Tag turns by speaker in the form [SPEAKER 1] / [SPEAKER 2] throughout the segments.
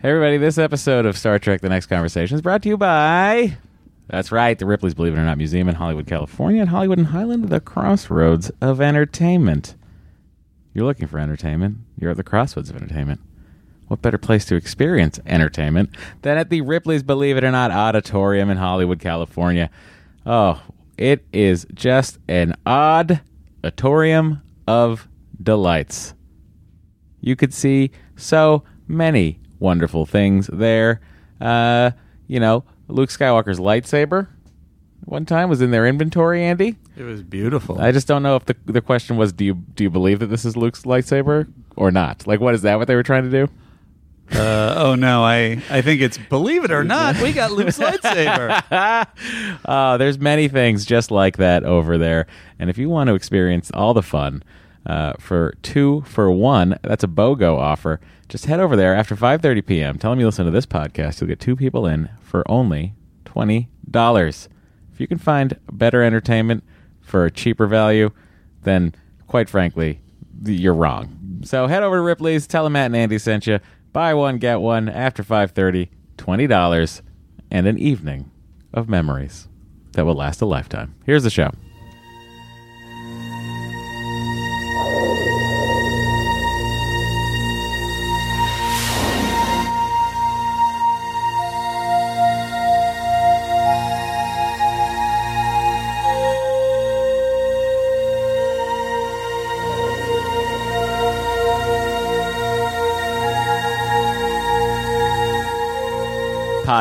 [SPEAKER 1] Hey, everybody, this episode of Star Trek The Next Conversation is brought to you by. That's right, the Ripley's Believe It or Not Museum in Hollywood, California, at Hollywood and Highland, the crossroads of entertainment. You're looking for entertainment, you're at the crossroads of entertainment. What better place to experience entertainment than at the Ripley's Believe It or Not Auditorium in Hollywood, California? Oh, it is just an odd auditorium of delights you could see so many wonderful things there. Uh, you know, Luke Skywalker's lightsaber one time was in their inventory, Andy.
[SPEAKER 2] It was beautiful.
[SPEAKER 1] I just don't know if the the question was do you do you believe that this is Luke's lightsaber or not? Like what is that what they were trying to do?
[SPEAKER 2] Uh, oh no, I I think it's believe it or not, we got Luke's lightsaber.
[SPEAKER 1] Uh, there's many things just like that over there. And if you want to experience all the fun uh, for two for one, that's a BOGO offer. Just head over there after 5.30 p.m. Tell them you listen to this podcast. You'll get two people in for only $20. If you can find better entertainment for a cheaper value, then quite frankly, th- you're wrong. So head over to Ripley's, tell them Matt and Andy sent you. Buy one, get one after 5.30, $20, and an evening of memories that will last a lifetime. Here's the show.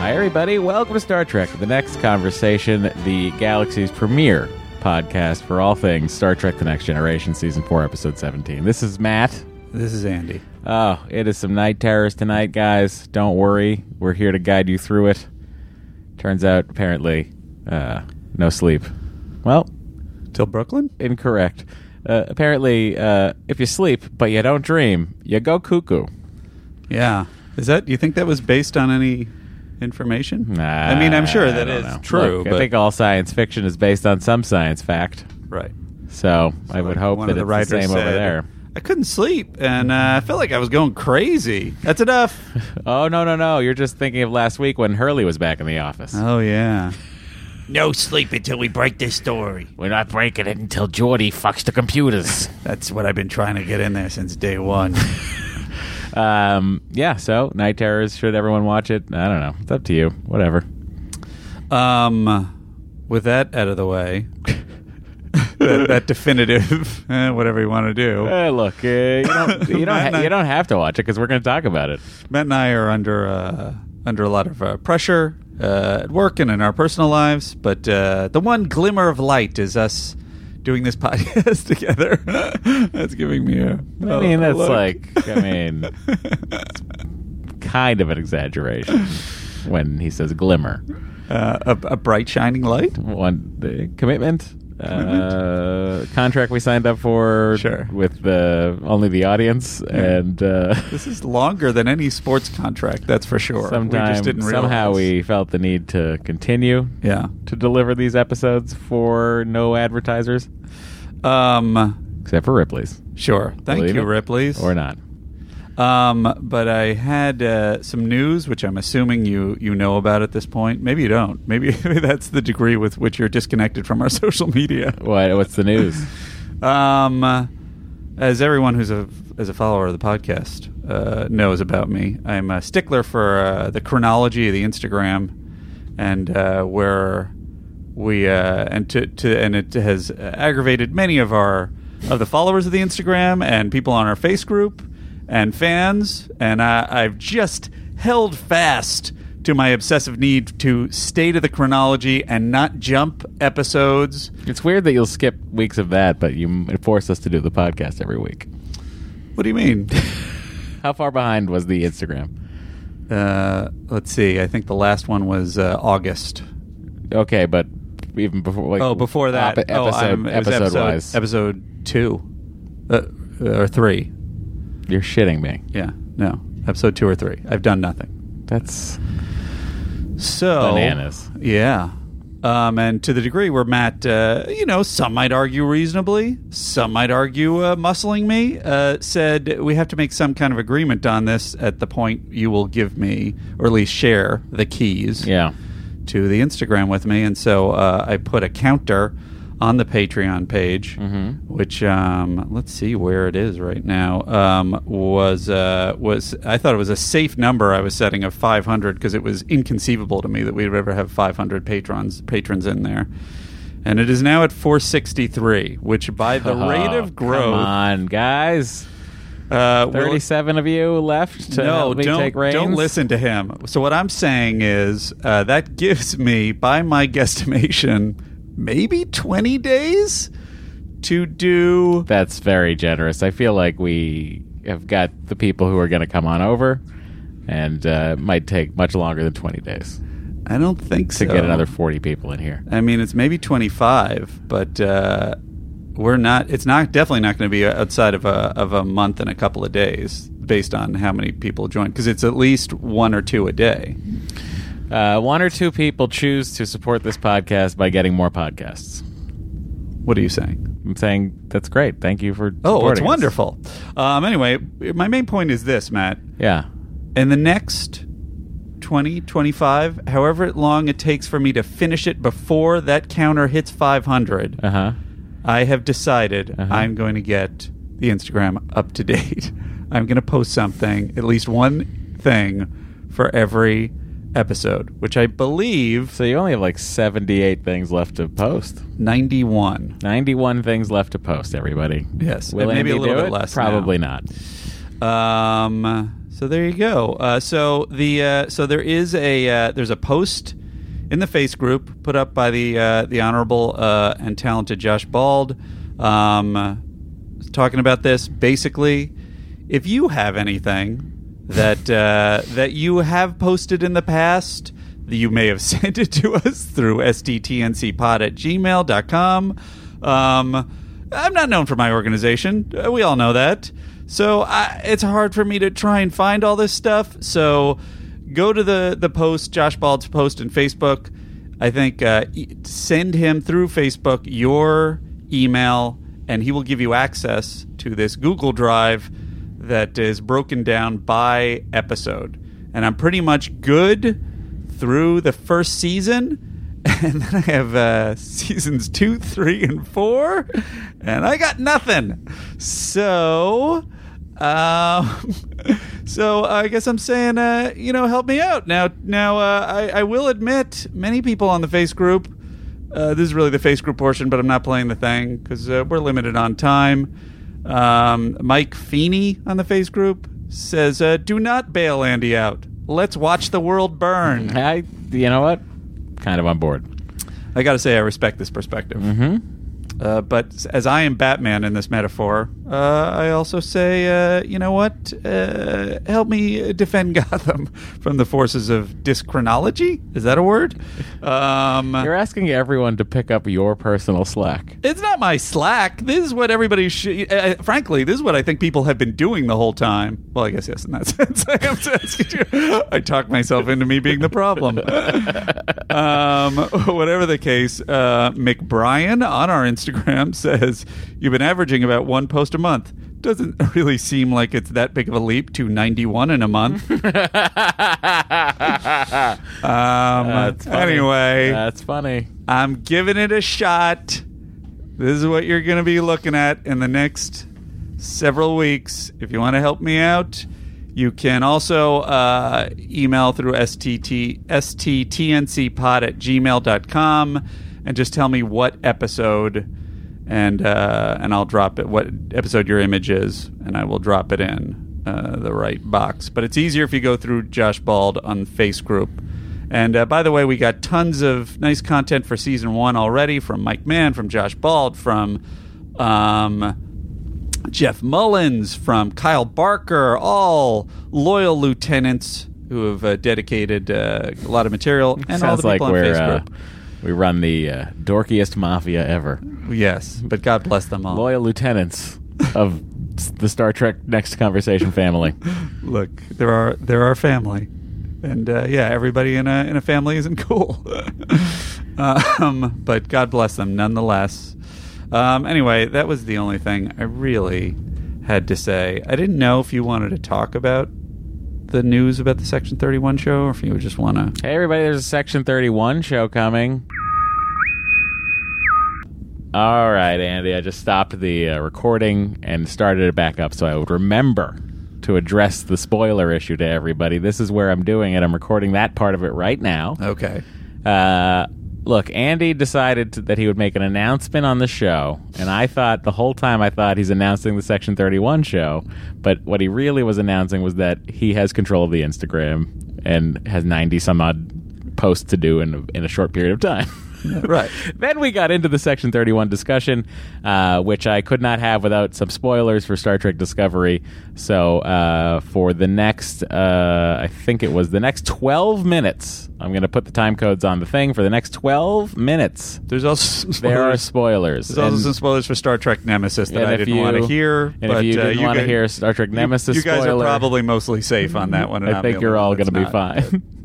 [SPEAKER 1] Hi, everybody. Welcome to Star Trek The Next Conversation, the galaxy's premier podcast for all things Star Trek The Next Generation, Season 4, Episode 17. This is Matt.
[SPEAKER 2] This is Andy.
[SPEAKER 1] Oh, it is some night terrors tonight, guys. Don't worry. We're here to guide you through it. Turns out, apparently, uh, no sleep. Well,
[SPEAKER 2] Till Brooklyn?
[SPEAKER 1] incorrect. Uh, apparently, uh, if you sleep but you don't dream, you go cuckoo.
[SPEAKER 2] Yeah. Is that you think that was based on any information?
[SPEAKER 1] Nah,
[SPEAKER 2] I mean, I'm sure that
[SPEAKER 1] I
[SPEAKER 2] is
[SPEAKER 1] don't know.
[SPEAKER 2] true,
[SPEAKER 1] Look,
[SPEAKER 2] but
[SPEAKER 1] I think all science fiction is based on some science fact.
[SPEAKER 2] right.
[SPEAKER 1] So, I would
[SPEAKER 2] Like
[SPEAKER 1] hope
[SPEAKER 2] one
[SPEAKER 1] that
[SPEAKER 2] of the
[SPEAKER 1] it's the
[SPEAKER 2] writers
[SPEAKER 1] same over
[SPEAKER 2] said,
[SPEAKER 1] there.
[SPEAKER 2] I couldn't sleep, and uh, I felt like I was going crazy. That's enough.
[SPEAKER 1] Oh no, no, no! You're just thinking of last week when Hurley was back in the office.
[SPEAKER 2] oh yeah.
[SPEAKER 3] No sleep until we break this story.
[SPEAKER 1] We're not breaking it until Geordie fucks the computers.
[SPEAKER 2] That's what I've been trying to get in there since day one.
[SPEAKER 1] Um, yeah, so Night Terrors, should everyone watch it? I don't know. It's up to you. Whatever.
[SPEAKER 2] Um, with that out of the way, that, that definitive, eh, whatever you want to do.
[SPEAKER 1] Hey, look, uh, you don't you don't,
[SPEAKER 2] I'm
[SPEAKER 1] ha-
[SPEAKER 2] not-
[SPEAKER 1] you don't have to watch it because we're going to talk about it.
[SPEAKER 2] Matt and I are under uh, under a lot of uh, pressure uh, at work and in our personal lives, but uh, the one glimmer of light is us doing this podcast together. that's giving me a.
[SPEAKER 1] I mean, that's like, I mean, kind of an exaggeration when he says glimmer.
[SPEAKER 2] uh, a, a bright shining light.
[SPEAKER 1] One the commitment. Uh, contract we signed up for
[SPEAKER 2] Sure.
[SPEAKER 1] with the only the audience and uh,
[SPEAKER 2] This is longer than any sports contract, that's for sure. we
[SPEAKER 1] sometime,
[SPEAKER 2] just didn't realize.
[SPEAKER 1] somehow we felt the need to continue
[SPEAKER 2] yeah.
[SPEAKER 1] to deliver these episodes for no advertisers
[SPEAKER 2] Um,
[SPEAKER 1] except for Ripley's
[SPEAKER 2] sure. Thank
[SPEAKER 1] Believe
[SPEAKER 2] you,
[SPEAKER 1] it
[SPEAKER 2] Ripley's.
[SPEAKER 1] or not.
[SPEAKER 2] Um, but I had uh, some news, which I'm assuming you you know about at this point. Maybe you don't. Maybe that's the degree with which you're disconnected from our social media.
[SPEAKER 1] What what's the news?
[SPEAKER 2] Um, as everyone who's a as a follower of the podcast uh, knows about me, I'm a stickler for uh, the chronology of the Instagram, and uh, where we uh, and to, to and it has aggravated many of our of the followers of the Instagram and people on our face group and fans, and I, I've just held fast to my obsessive need to stay to the chronology and not jump episodes.
[SPEAKER 1] it's weird that you'll skip weeks of that, but you m- force us to do the podcast every week.
[SPEAKER 2] What do you mean?
[SPEAKER 1] How far behind was the Instagram?
[SPEAKER 2] Uh, let's see. I think the last one was uh, August.
[SPEAKER 1] Okay, but even before. Like,
[SPEAKER 2] oh, before that,
[SPEAKER 1] op-
[SPEAKER 2] oh,
[SPEAKER 1] episode,
[SPEAKER 2] I'm- it was
[SPEAKER 1] episode,
[SPEAKER 2] episode
[SPEAKER 1] wise,
[SPEAKER 2] episode two uh, or three.
[SPEAKER 1] you're shitting me.
[SPEAKER 2] Yeah, no, episode two or three. I've done nothing.
[SPEAKER 1] That's
[SPEAKER 2] So
[SPEAKER 1] Bananas.
[SPEAKER 2] Yeah. Um, and to the degree where Matt, uh, you know, some might argue reasonably, some might argue uh, muscling me, uh, said we have to make some kind of agreement on this at the point you will give me, or at least share, the keys
[SPEAKER 1] yeah.
[SPEAKER 2] to the Instagram with me, and so uh, I put a counter on the Patreon page,
[SPEAKER 1] Mm-hmm.
[SPEAKER 2] which um, let's see where it is right now. Um, was uh, was I thought it was a safe number I was setting of 500 because it was inconceivable to me that we would ever have 500 patrons patrons in there. And it is now at 463, which by the rate
[SPEAKER 1] Oh,
[SPEAKER 2] of growth,
[SPEAKER 1] Come on, guys.
[SPEAKER 2] uh, will-
[SPEAKER 1] 37 of you left to help me
[SPEAKER 2] don't,
[SPEAKER 1] take reins?
[SPEAKER 2] Don't listen to him. So what I'm saying is uh, that gives me, by my guesstimation, maybe 20 days to do.
[SPEAKER 1] That's very generous. I feel like we have got the people who are going to come on over, and uh, it might take much longer than 20 days
[SPEAKER 2] I don't think
[SPEAKER 1] to
[SPEAKER 2] so.
[SPEAKER 1] get another 40 people in here.
[SPEAKER 2] I mean, it's maybe 25, but uh, we're not. It's not definitely not going to be outside of a of a month and a couple of days, based on how many people join, because it's at least one or two a day.
[SPEAKER 1] Uh, one or two people choose to support this podcast by getting more podcasts.
[SPEAKER 2] What are you saying?
[SPEAKER 1] I'm saying that's great. Thank you for
[SPEAKER 2] Oh, it's
[SPEAKER 1] supporting us.
[SPEAKER 2] wonderful. Um, anyway, my main point is this, Matt.
[SPEAKER 1] Yeah.
[SPEAKER 2] in the next 20 25 however long it takes for me to finish it before that counter hits 500
[SPEAKER 1] Uh huh.
[SPEAKER 2] i have decided
[SPEAKER 1] Uh-huh.
[SPEAKER 2] i'm going to get the instagram up to date i'm going to post something at least one thing for every episode which i believe
[SPEAKER 1] So you only have like 78 things left to post.
[SPEAKER 2] 91
[SPEAKER 1] 91 things left to post, everybody.
[SPEAKER 2] Yes,
[SPEAKER 1] Will
[SPEAKER 2] and maybe a
[SPEAKER 1] Andy
[SPEAKER 2] little
[SPEAKER 1] do
[SPEAKER 2] bit
[SPEAKER 1] it?
[SPEAKER 2] less
[SPEAKER 1] Probably
[SPEAKER 2] now.
[SPEAKER 1] not.
[SPEAKER 2] Um, so there you go. Uh, so the uh, so there is a uh, there's a post in the face group put up by the uh, the honorable uh, and talented Josh Bald, um, talking about this. Basically, if you have anything that uh, that you have posted in the past. that You may have sent it to us through sdtncpod at gmail.com. Um, I'm not known for my organization. Uh, We all know that. So I, it's hard for me to try and find all this stuff. So go to the the post, Josh Bald's post in Facebook. I think uh, e- send him through Facebook your email, and he will give you access to this Google Drive that is broken down by episode. And I'm pretty much good through the first season, and then I have uh, seasons two, three, and four, and I got nothing. So, um, so I guess I'm saying, uh, you know, help me out now. Now, uh, I, I will admit, many people on the face group. Uh, this is really the face group portion, but I'm not playing the thing because uh, we're limited on time. Um, Mike Feeney on the face group says, uh, "Do not bail Andy out. Let's watch the world burn."
[SPEAKER 1] I, you know what? Kind of on board.
[SPEAKER 2] I got to say, I respect this perspective. Uh, but as I am Batman in this metaphor, uh, I also say, uh, you know what? Uh, help me defend Gotham from the forces of dyschronology. Is that a word? Um,
[SPEAKER 1] You're asking everyone to pick up your personal slack.
[SPEAKER 2] It's not my slack. This is what everybody should. Uh, frankly, this is what I think people have been doing the whole time. Well, I guess yes, in that sense, I am asking you. I talk myself into me being the problem. um, whatever the case, uh, McBrien on our Instagram says you've been averaging about one post a month. Doesn't really seem like it's that big of a leap to 91 in a month. um,
[SPEAKER 1] That's funny.
[SPEAKER 2] anyway,
[SPEAKER 1] that's funny.
[SPEAKER 2] I'm giving it a shot. This is what you're going to be looking at in the next several weeks. If you want to help me out, you can also uh, email through stt, sttncpod at gmail.com and just tell me what episode and uh, and I'll drop it what episode your image is and I will drop it in uh, the right box. But it's easier if you go through Josh Bald on Face Group. And uh, by the way, we got tons of nice content for season one already from Mike Mann, from Josh Bald, from um, Jeff Mullins, from Kyle Barker, all loyal lieutenants who have uh, dedicated uh, a lot of material, and all
[SPEAKER 1] Sounds
[SPEAKER 2] the
[SPEAKER 1] like
[SPEAKER 2] people on
[SPEAKER 1] we're uh,
[SPEAKER 2] Facebook.
[SPEAKER 1] we run the uh, dorkiest mafia ever.
[SPEAKER 2] yes, but God bless them all.
[SPEAKER 1] Loyal lieutenants of s- the Star Trek Next Conversation family.
[SPEAKER 2] Look, there are there are family, and uh, yeah, everybody in a in a family isn't cool. um, but God bless them nonetheless. Um, anyway, that was the only thing I really had to say. I didn't know if you wanted to talk about the news about the Section Thirty One show, or if you just want to.
[SPEAKER 1] Hey everybody, there's a Section 31 show coming. All right, Andy, I just stopped the uh, recording and started it back up so I would remember to address the spoiler issue to everybody. This is where I'm doing it. I'm recording that part of it right now.
[SPEAKER 2] Okay.
[SPEAKER 1] Uh, look, Andy decided to, that he would make an announcement on the show, and I thought the whole time I thought he's announcing the Section 31 show, but what he really was announcing was that he has control of the Instagram and has 90 some odd posts to do in a, in a short period of time.
[SPEAKER 2] Right.
[SPEAKER 1] then we got into the Section 31 discussion, uh, which I could not have without some spoilers for Star Trek Discovery. So uh, for the next, uh, I think it was the next 12 minutes, I'm going to put the time codes on the thing. For the next 12 minutes,
[SPEAKER 2] There's also some
[SPEAKER 1] there are
[SPEAKER 2] spoilers.
[SPEAKER 1] spoilers.
[SPEAKER 2] There's also
[SPEAKER 1] And-
[SPEAKER 2] some spoilers for Star Trek Nemesis that
[SPEAKER 1] and
[SPEAKER 2] I
[SPEAKER 1] if
[SPEAKER 2] didn't
[SPEAKER 1] you-
[SPEAKER 2] want to hear.
[SPEAKER 1] and if you didn't
[SPEAKER 2] want
[SPEAKER 1] wanna hear Star Trek Nemesis
[SPEAKER 2] you, guys
[SPEAKER 1] spoiler-
[SPEAKER 2] are probably mostly safe on that one. and
[SPEAKER 1] I
[SPEAKER 2] I'm the
[SPEAKER 1] think
[SPEAKER 2] only
[SPEAKER 1] you're
[SPEAKER 2] one
[SPEAKER 1] all going
[SPEAKER 2] that's
[SPEAKER 1] to be
[SPEAKER 2] not.
[SPEAKER 1] fine.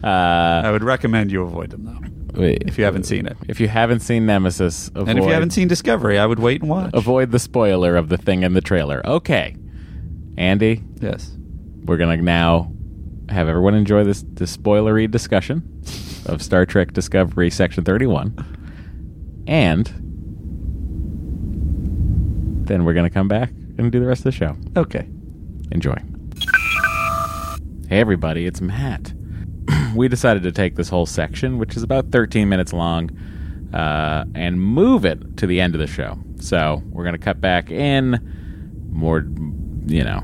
[SPEAKER 1] Uh,
[SPEAKER 2] I would recommend you avoid them though,
[SPEAKER 1] wait.
[SPEAKER 2] if you haven't seen it.
[SPEAKER 1] if you haven't seen Nemesis, avoid,
[SPEAKER 2] And if you haven't seen Discovery, I would wait and watch.
[SPEAKER 1] avoid the spoiler of the thing in the trailer. Okay, Andy,
[SPEAKER 2] Yes.
[SPEAKER 1] we're gonna now have everyone enjoy this, this spoilery discussion of Star Trek Discovery Section Thirty One, and then we're gonna come back and do the rest of the show.
[SPEAKER 2] Okay.
[SPEAKER 1] Enjoy. Hey, everybody, it's Matt. we decided to take this whole section, which is about 13 minutes long, uh, and move it to the end of the show. So we're going to cut back in more, you know,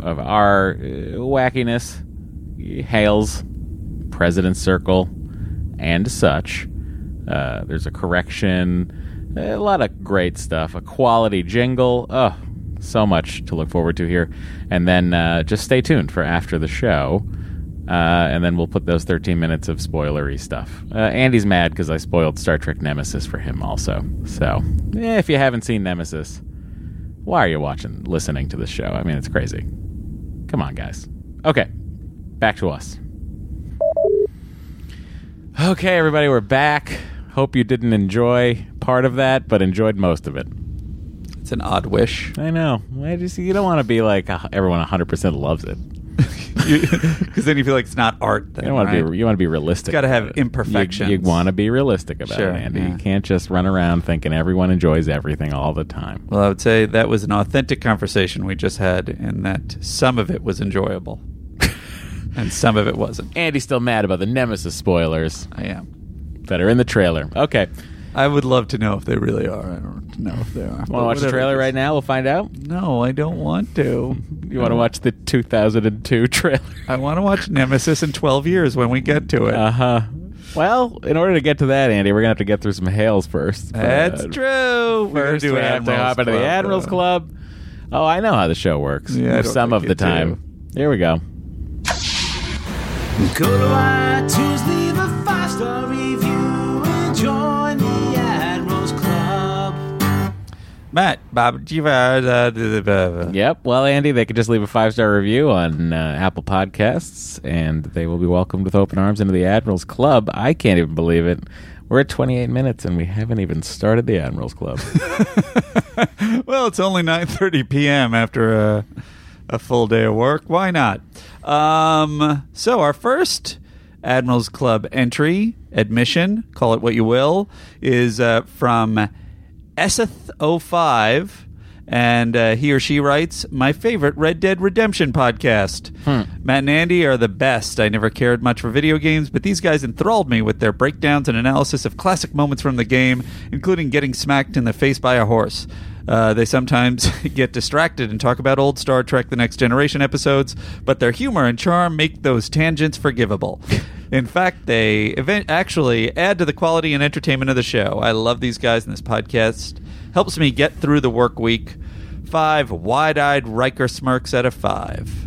[SPEAKER 1] of our uh, wackiness, Hales, President's Circle, and such. Uh, there's a correction, a lot of great stuff, a quality jingle. Oh, so much to look forward to here. And then uh, just stay tuned for after the show. Uh, and then we'll put those 13 minutes of spoilery stuff. Uh, Andy's mad because I spoiled Star Trek Nemesis for him, also. So, eh, if you haven't seen Nemesis, why are you watching, listening to this show? I mean, it's crazy. Come on, guys. Okay, back to us. Okay, everybody, we're back. Hope you didn't enjoy part of that, but enjoyed most of it.
[SPEAKER 2] It's an odd wish.
[SPEAKER 1] I know. I just you don't want to be like uh, everyone 100% loves it.
[SPEAKER 2] Because then you feel like it's not art. Then,
[SPEAKER 1] You don't want to
[SPEAKER 2] right?
[SPEAKER 1] be. You want to be realistic.
[SPEAKER 2] It's gotta
[SPEAKER 1] about
[SPEAKER 2] have
[SPEAKER 1] it.
[SPEAKER 2] imperfections.
[SPEAKER 1] You, want to be realistic about
[SPEAKER 2] Sure,
[SPEAKER 1] it, Andy.
[SPEAKER 2] yeah.
[SPEAKER 1] You can't just run around thinking everyone enjoys everything all the time.
[SPEAKER 2] Well, I would say that was an authentic conversation we just had, and that some of it was enjoyable, and some of it wasn't.
[SPEAKER 1] Andy's still mad about the Nemesis spoilers
[SPEAKER 2] I am.
[SPEAKER 1] that are in the trailer. Okay,
[SPEAKER 2] I would love to know if they really are. I don't know if they are.
[SPEAKER 1] want to watch the trailer right now? We'll find out.
[SPEAKER 2] No, I don't want to.
[SPEAKER 1] You want to watch the 2002 trailer?
[SPEAKER 2] I want to watch Nemesis in 12 years when we get to it.
[SPEAKER 1] Uh huh. Well, in order to get to that, Andy, we're gonna have to get through some hails first.
[SPEAKER 2] That's
[SPEAKER 1] Uh,
[SPEAKER 2] true.
[SPEAKER 1] First, we have to hop into the Admirals Club. Oh, I know how the show works.
[SPEAKER 2] Yeah, I don't
[SPEAKER 1] Some
[SPEAKER 2] think
[SPEAKER 1] of
[SPEAKER 2] you
[SPEAKER 1] the time. Here we go.
[SPEAKER 4] Go to iTunes, leave a five star review, and join the Admirals Club.
[SPEAKER 2] Matt, Bob, do you, uh, uh, d- d- uh,
[SPEAKER 1] Yep. Well, Andy, they could just leave a five star review on uh, Apple Podcasts, and they will be welcomed with open arms into the Admirals Club. I can't even believe it. We're at 28 minutes, and we haven't even started the Admirals Club.
[SPEAKER 2] Well, it's only 9:30 p.m. after a, a full day of work. Why not? Um, so our first Admirals Club entry, admission, call it what you will, is uh, from Esseth05. And uh, he or she writes, My favorite Red Dead Redemption podcast. Matt and Andy are the best. I never cared much for video games, but these guys enthralled me with their breakdowns and analysis of classic moments from the game, including getting smacked in the face by a horse. Uh, they sometimes get distracted and talk about old Star Trek The Next Generation episodes, but their humor and charm make those tangents forgivable. In fact, they event- actually add to the quality and entertainment of the show. I love these guys, and this podcast helps me get through the work week. Five wide-eyed Riker smirks at a five.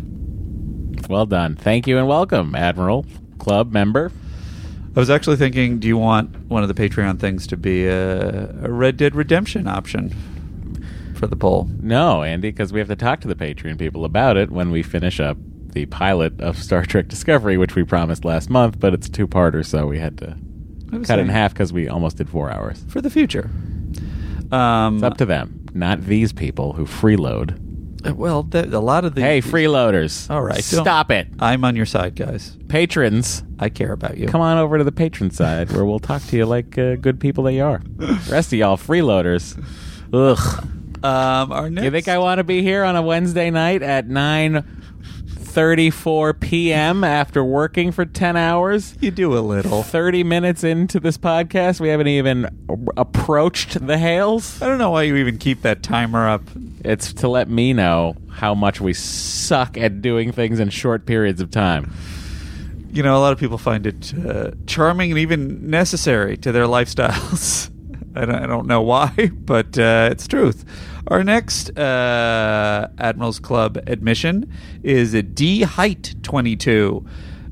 [SPEAKER 1] Well done. Thank you and welcome, Admiral, club member.
[SPEAKER 2] I was actually thinking, do you want one of the Patreon things to be a, a Red Dead Redemption option for the poll?
[SPEAKER 1] No, Andy, because we have to talk to the Patreon people about it when we finish up the pilot of Star Trek Discovery, which we promised last month, but it's a two parter, so we had to
[SPEAKER 2] I was
[SPEAKER 1] cut it in
[SPEAKER 2] saying,
[SPEAKER 1] half because we almost did four hours.
[SPEAKER 2] for the future. Um,
[SPEAKER 1] It's up to them, not these people who freeload.
[SPEAKER 2] Uh, Well, th- a lot of the
[SPEAKER 1] Hey, freeloaders.
[SPEAKER 2] All right, don't-
[SPEAKER 1] Stop it.
[SPEAKER 2] I'm on your side, guys.
[SPEAKER 1] Patrons,
[SPEAKER 2] I care about you.
[SPEAKER 1] come on over to the patron side where we'll talk to you like uh, good people that you are. The rest of y'all freeloaders. Ugh.
[SPEAKER 2] Um, our next,
[SPEAKER 1] You think I want to be here on a Wednesday night at 9:34 p.m. after working for 10 hours?
[SPEAKER 2] you do a little.
[SPEAKER 1] 30 minutes into this podcast, we haven't even approached the hails.
[SPEAKER 2] I don't know why you even keep that timer up.
[SPEAKER 1] It's to let me know how much we suck at doing things in short periods of time.
[SPEAKER 2] You know, a lot of people find it uh, charming and even necessary to their lifestyles. I don't, I don't know why, but uh, it's truth. Our next uh, Admirals Club admission is D Height 22,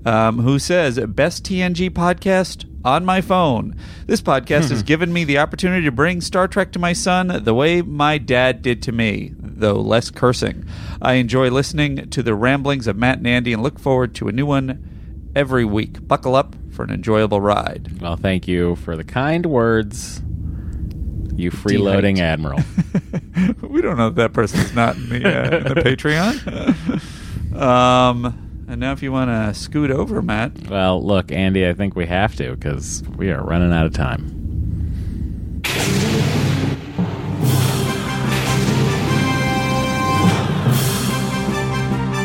[SPEAKER 2] um, who says, Best TNG podcast on my phone. This podcast
[SPEAKER 1] Hmm.
[SPEAKER 2] has given me the opportunity to bring Star Trek to my son the way my dad did to me, though less cursing. I enjoy listening to the ramblings of Matt and Andy and look forward to a new one every week. Buckle up for an enjoyable ride.
[SPEAKER 1] Well, thank you for the kind words. You freeloading
[SPEAKER 2] Delight.
[SPEAKER 1] admiral.
[SPEAKER 2] we don't know if that person's not in the, uh, in the Patreon. um, and now, if you want to scoot over, Matt,
[SPEAKER 1] well, look, Andy, I think we have to cuz we are running out of time.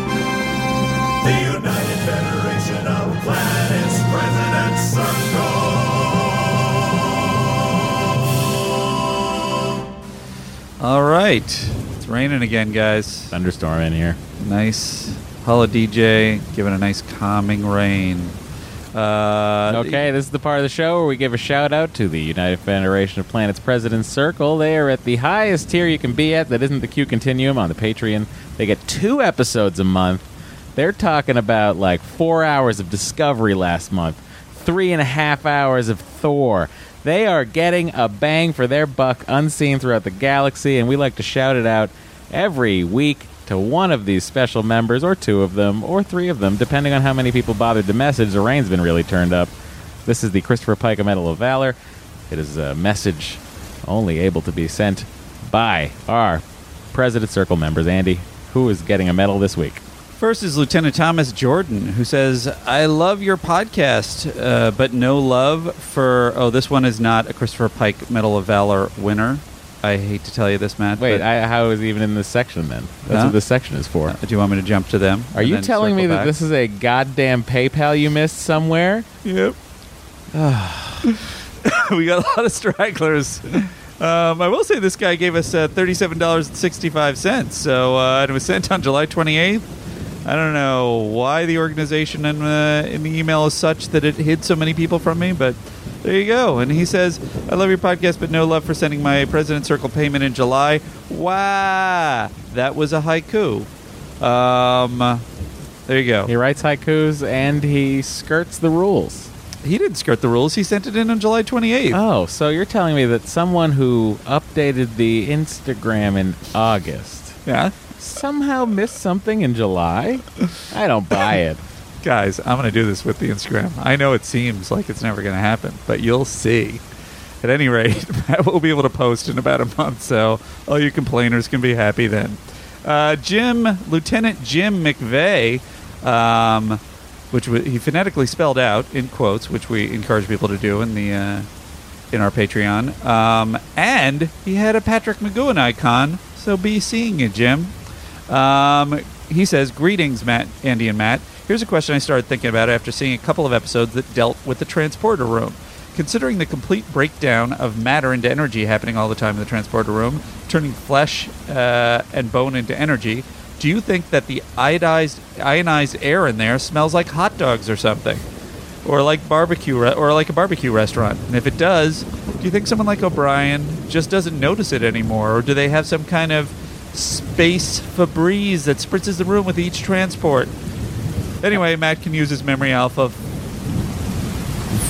[SPEAKER 5] The United Federation of Planets President Circle.
[SPEAKER 2] all right, it's raining again, guys.
[SPEAKER 1] Thunderstorm in here.
[SPEAKER 2] Nice Hello DJ, giving a nice calming rain. Uh,
[SPEAKER 1] Okay, this is the part of the show where we give a shout out to the United Federation of Planets President's Circle. They are at the highest tier you can be at that isn't the Q Continuum on the Patreon. They get two episodes a month. They're talking about like four hours of Discovery last month, three and a half hours of Thor. They are getting a bang for their buck unseen throughout the galaxy, and we like to shout it out every week to one of these special members, or two of them, or three of them, depending on how many people bothered to message. The rain's been really turned up. This is the Christopher Pike Medal of Valor. It is a message only able to be sent by our President Circle members. Andy, who is getting a medal this week?
[SPEAKER 2] First is Lieutenant Thomas Jordan, who says, I love your podcast, uh, but no love for. Oh, this one is not a Christopher Pike Medal of Valor winner. I hate to tell you this, Matt.
[SPEAKER 1] Wait,
[SPEAKER 2] but-
[SPEAKER 1] I, how is it even in this section then? That's
[SPEAKER 2] Huh?
[SPEAKER 1] what this section is for.
[SPEAKER 2] Uh, do you want me to jump to them?
[SPEAKER 1] Are you telling me that this is a goddamn PayPal you missed somewhere?
[SPEAKER 2] Yep. we got a lot of stragglers. Um, I will say this guy gave us uh, thirty-seven dollars and sixty-five cents. So uh, and it was sent on July twenty-eighth. I don't know why the organization in, uh, in the email is such that it hid so many people from me, but there you go. And he says, "I love your podcast, but no love for sending my President Circle payment in July." Wow, that was a haiku. Um, there you go.
[SPEAKER 1] He writes haikus and he skirts the rules.
[SPEAKER 2] He didn't skirt the rules. He sent it in on July 28th.
[SPEAKER 1] Oh, so you're telling me that someone who updated the Instagram in August
[SPEAKER 2] yeah.
[SPEAKER 1] somehow missed something in July? I don't buy it.
[SPEAKER 2] Guys, I'm going to do this with the Instagram. I know it seems like it's never going to happen, but you'll see. At any rate, Matt will be able to post in about a month, so all you complainers can be happy then. Uh, Jim, Lieutenant Jim McVeigh, um, which w- he phonetically spelled out in quotes, which we encourage people to do in the uh, in our Patreon. Um, and he had a Patrick McGowan icon, so be seeing you, Jim. Um, he says, Greetings, Matt, Andy, and Matt. Here's a question I started thinking about after seeing a couple of episodes that dealt with the transporter room. Considering the complete breakdown of matter into energy happening all the time in the transporter room, turning flesh uh, and bone into energy, do you think that the iodized, ionized air in there smells like hot dogs or something? or like barbecue re- or like a barbecue restaurant. And if it does, do you think someone like O'Brien just doesn't notice it anymore or do they have some kind of space Febreze that spritzes the room with each transport. Anyway, Matt can use his memory alpha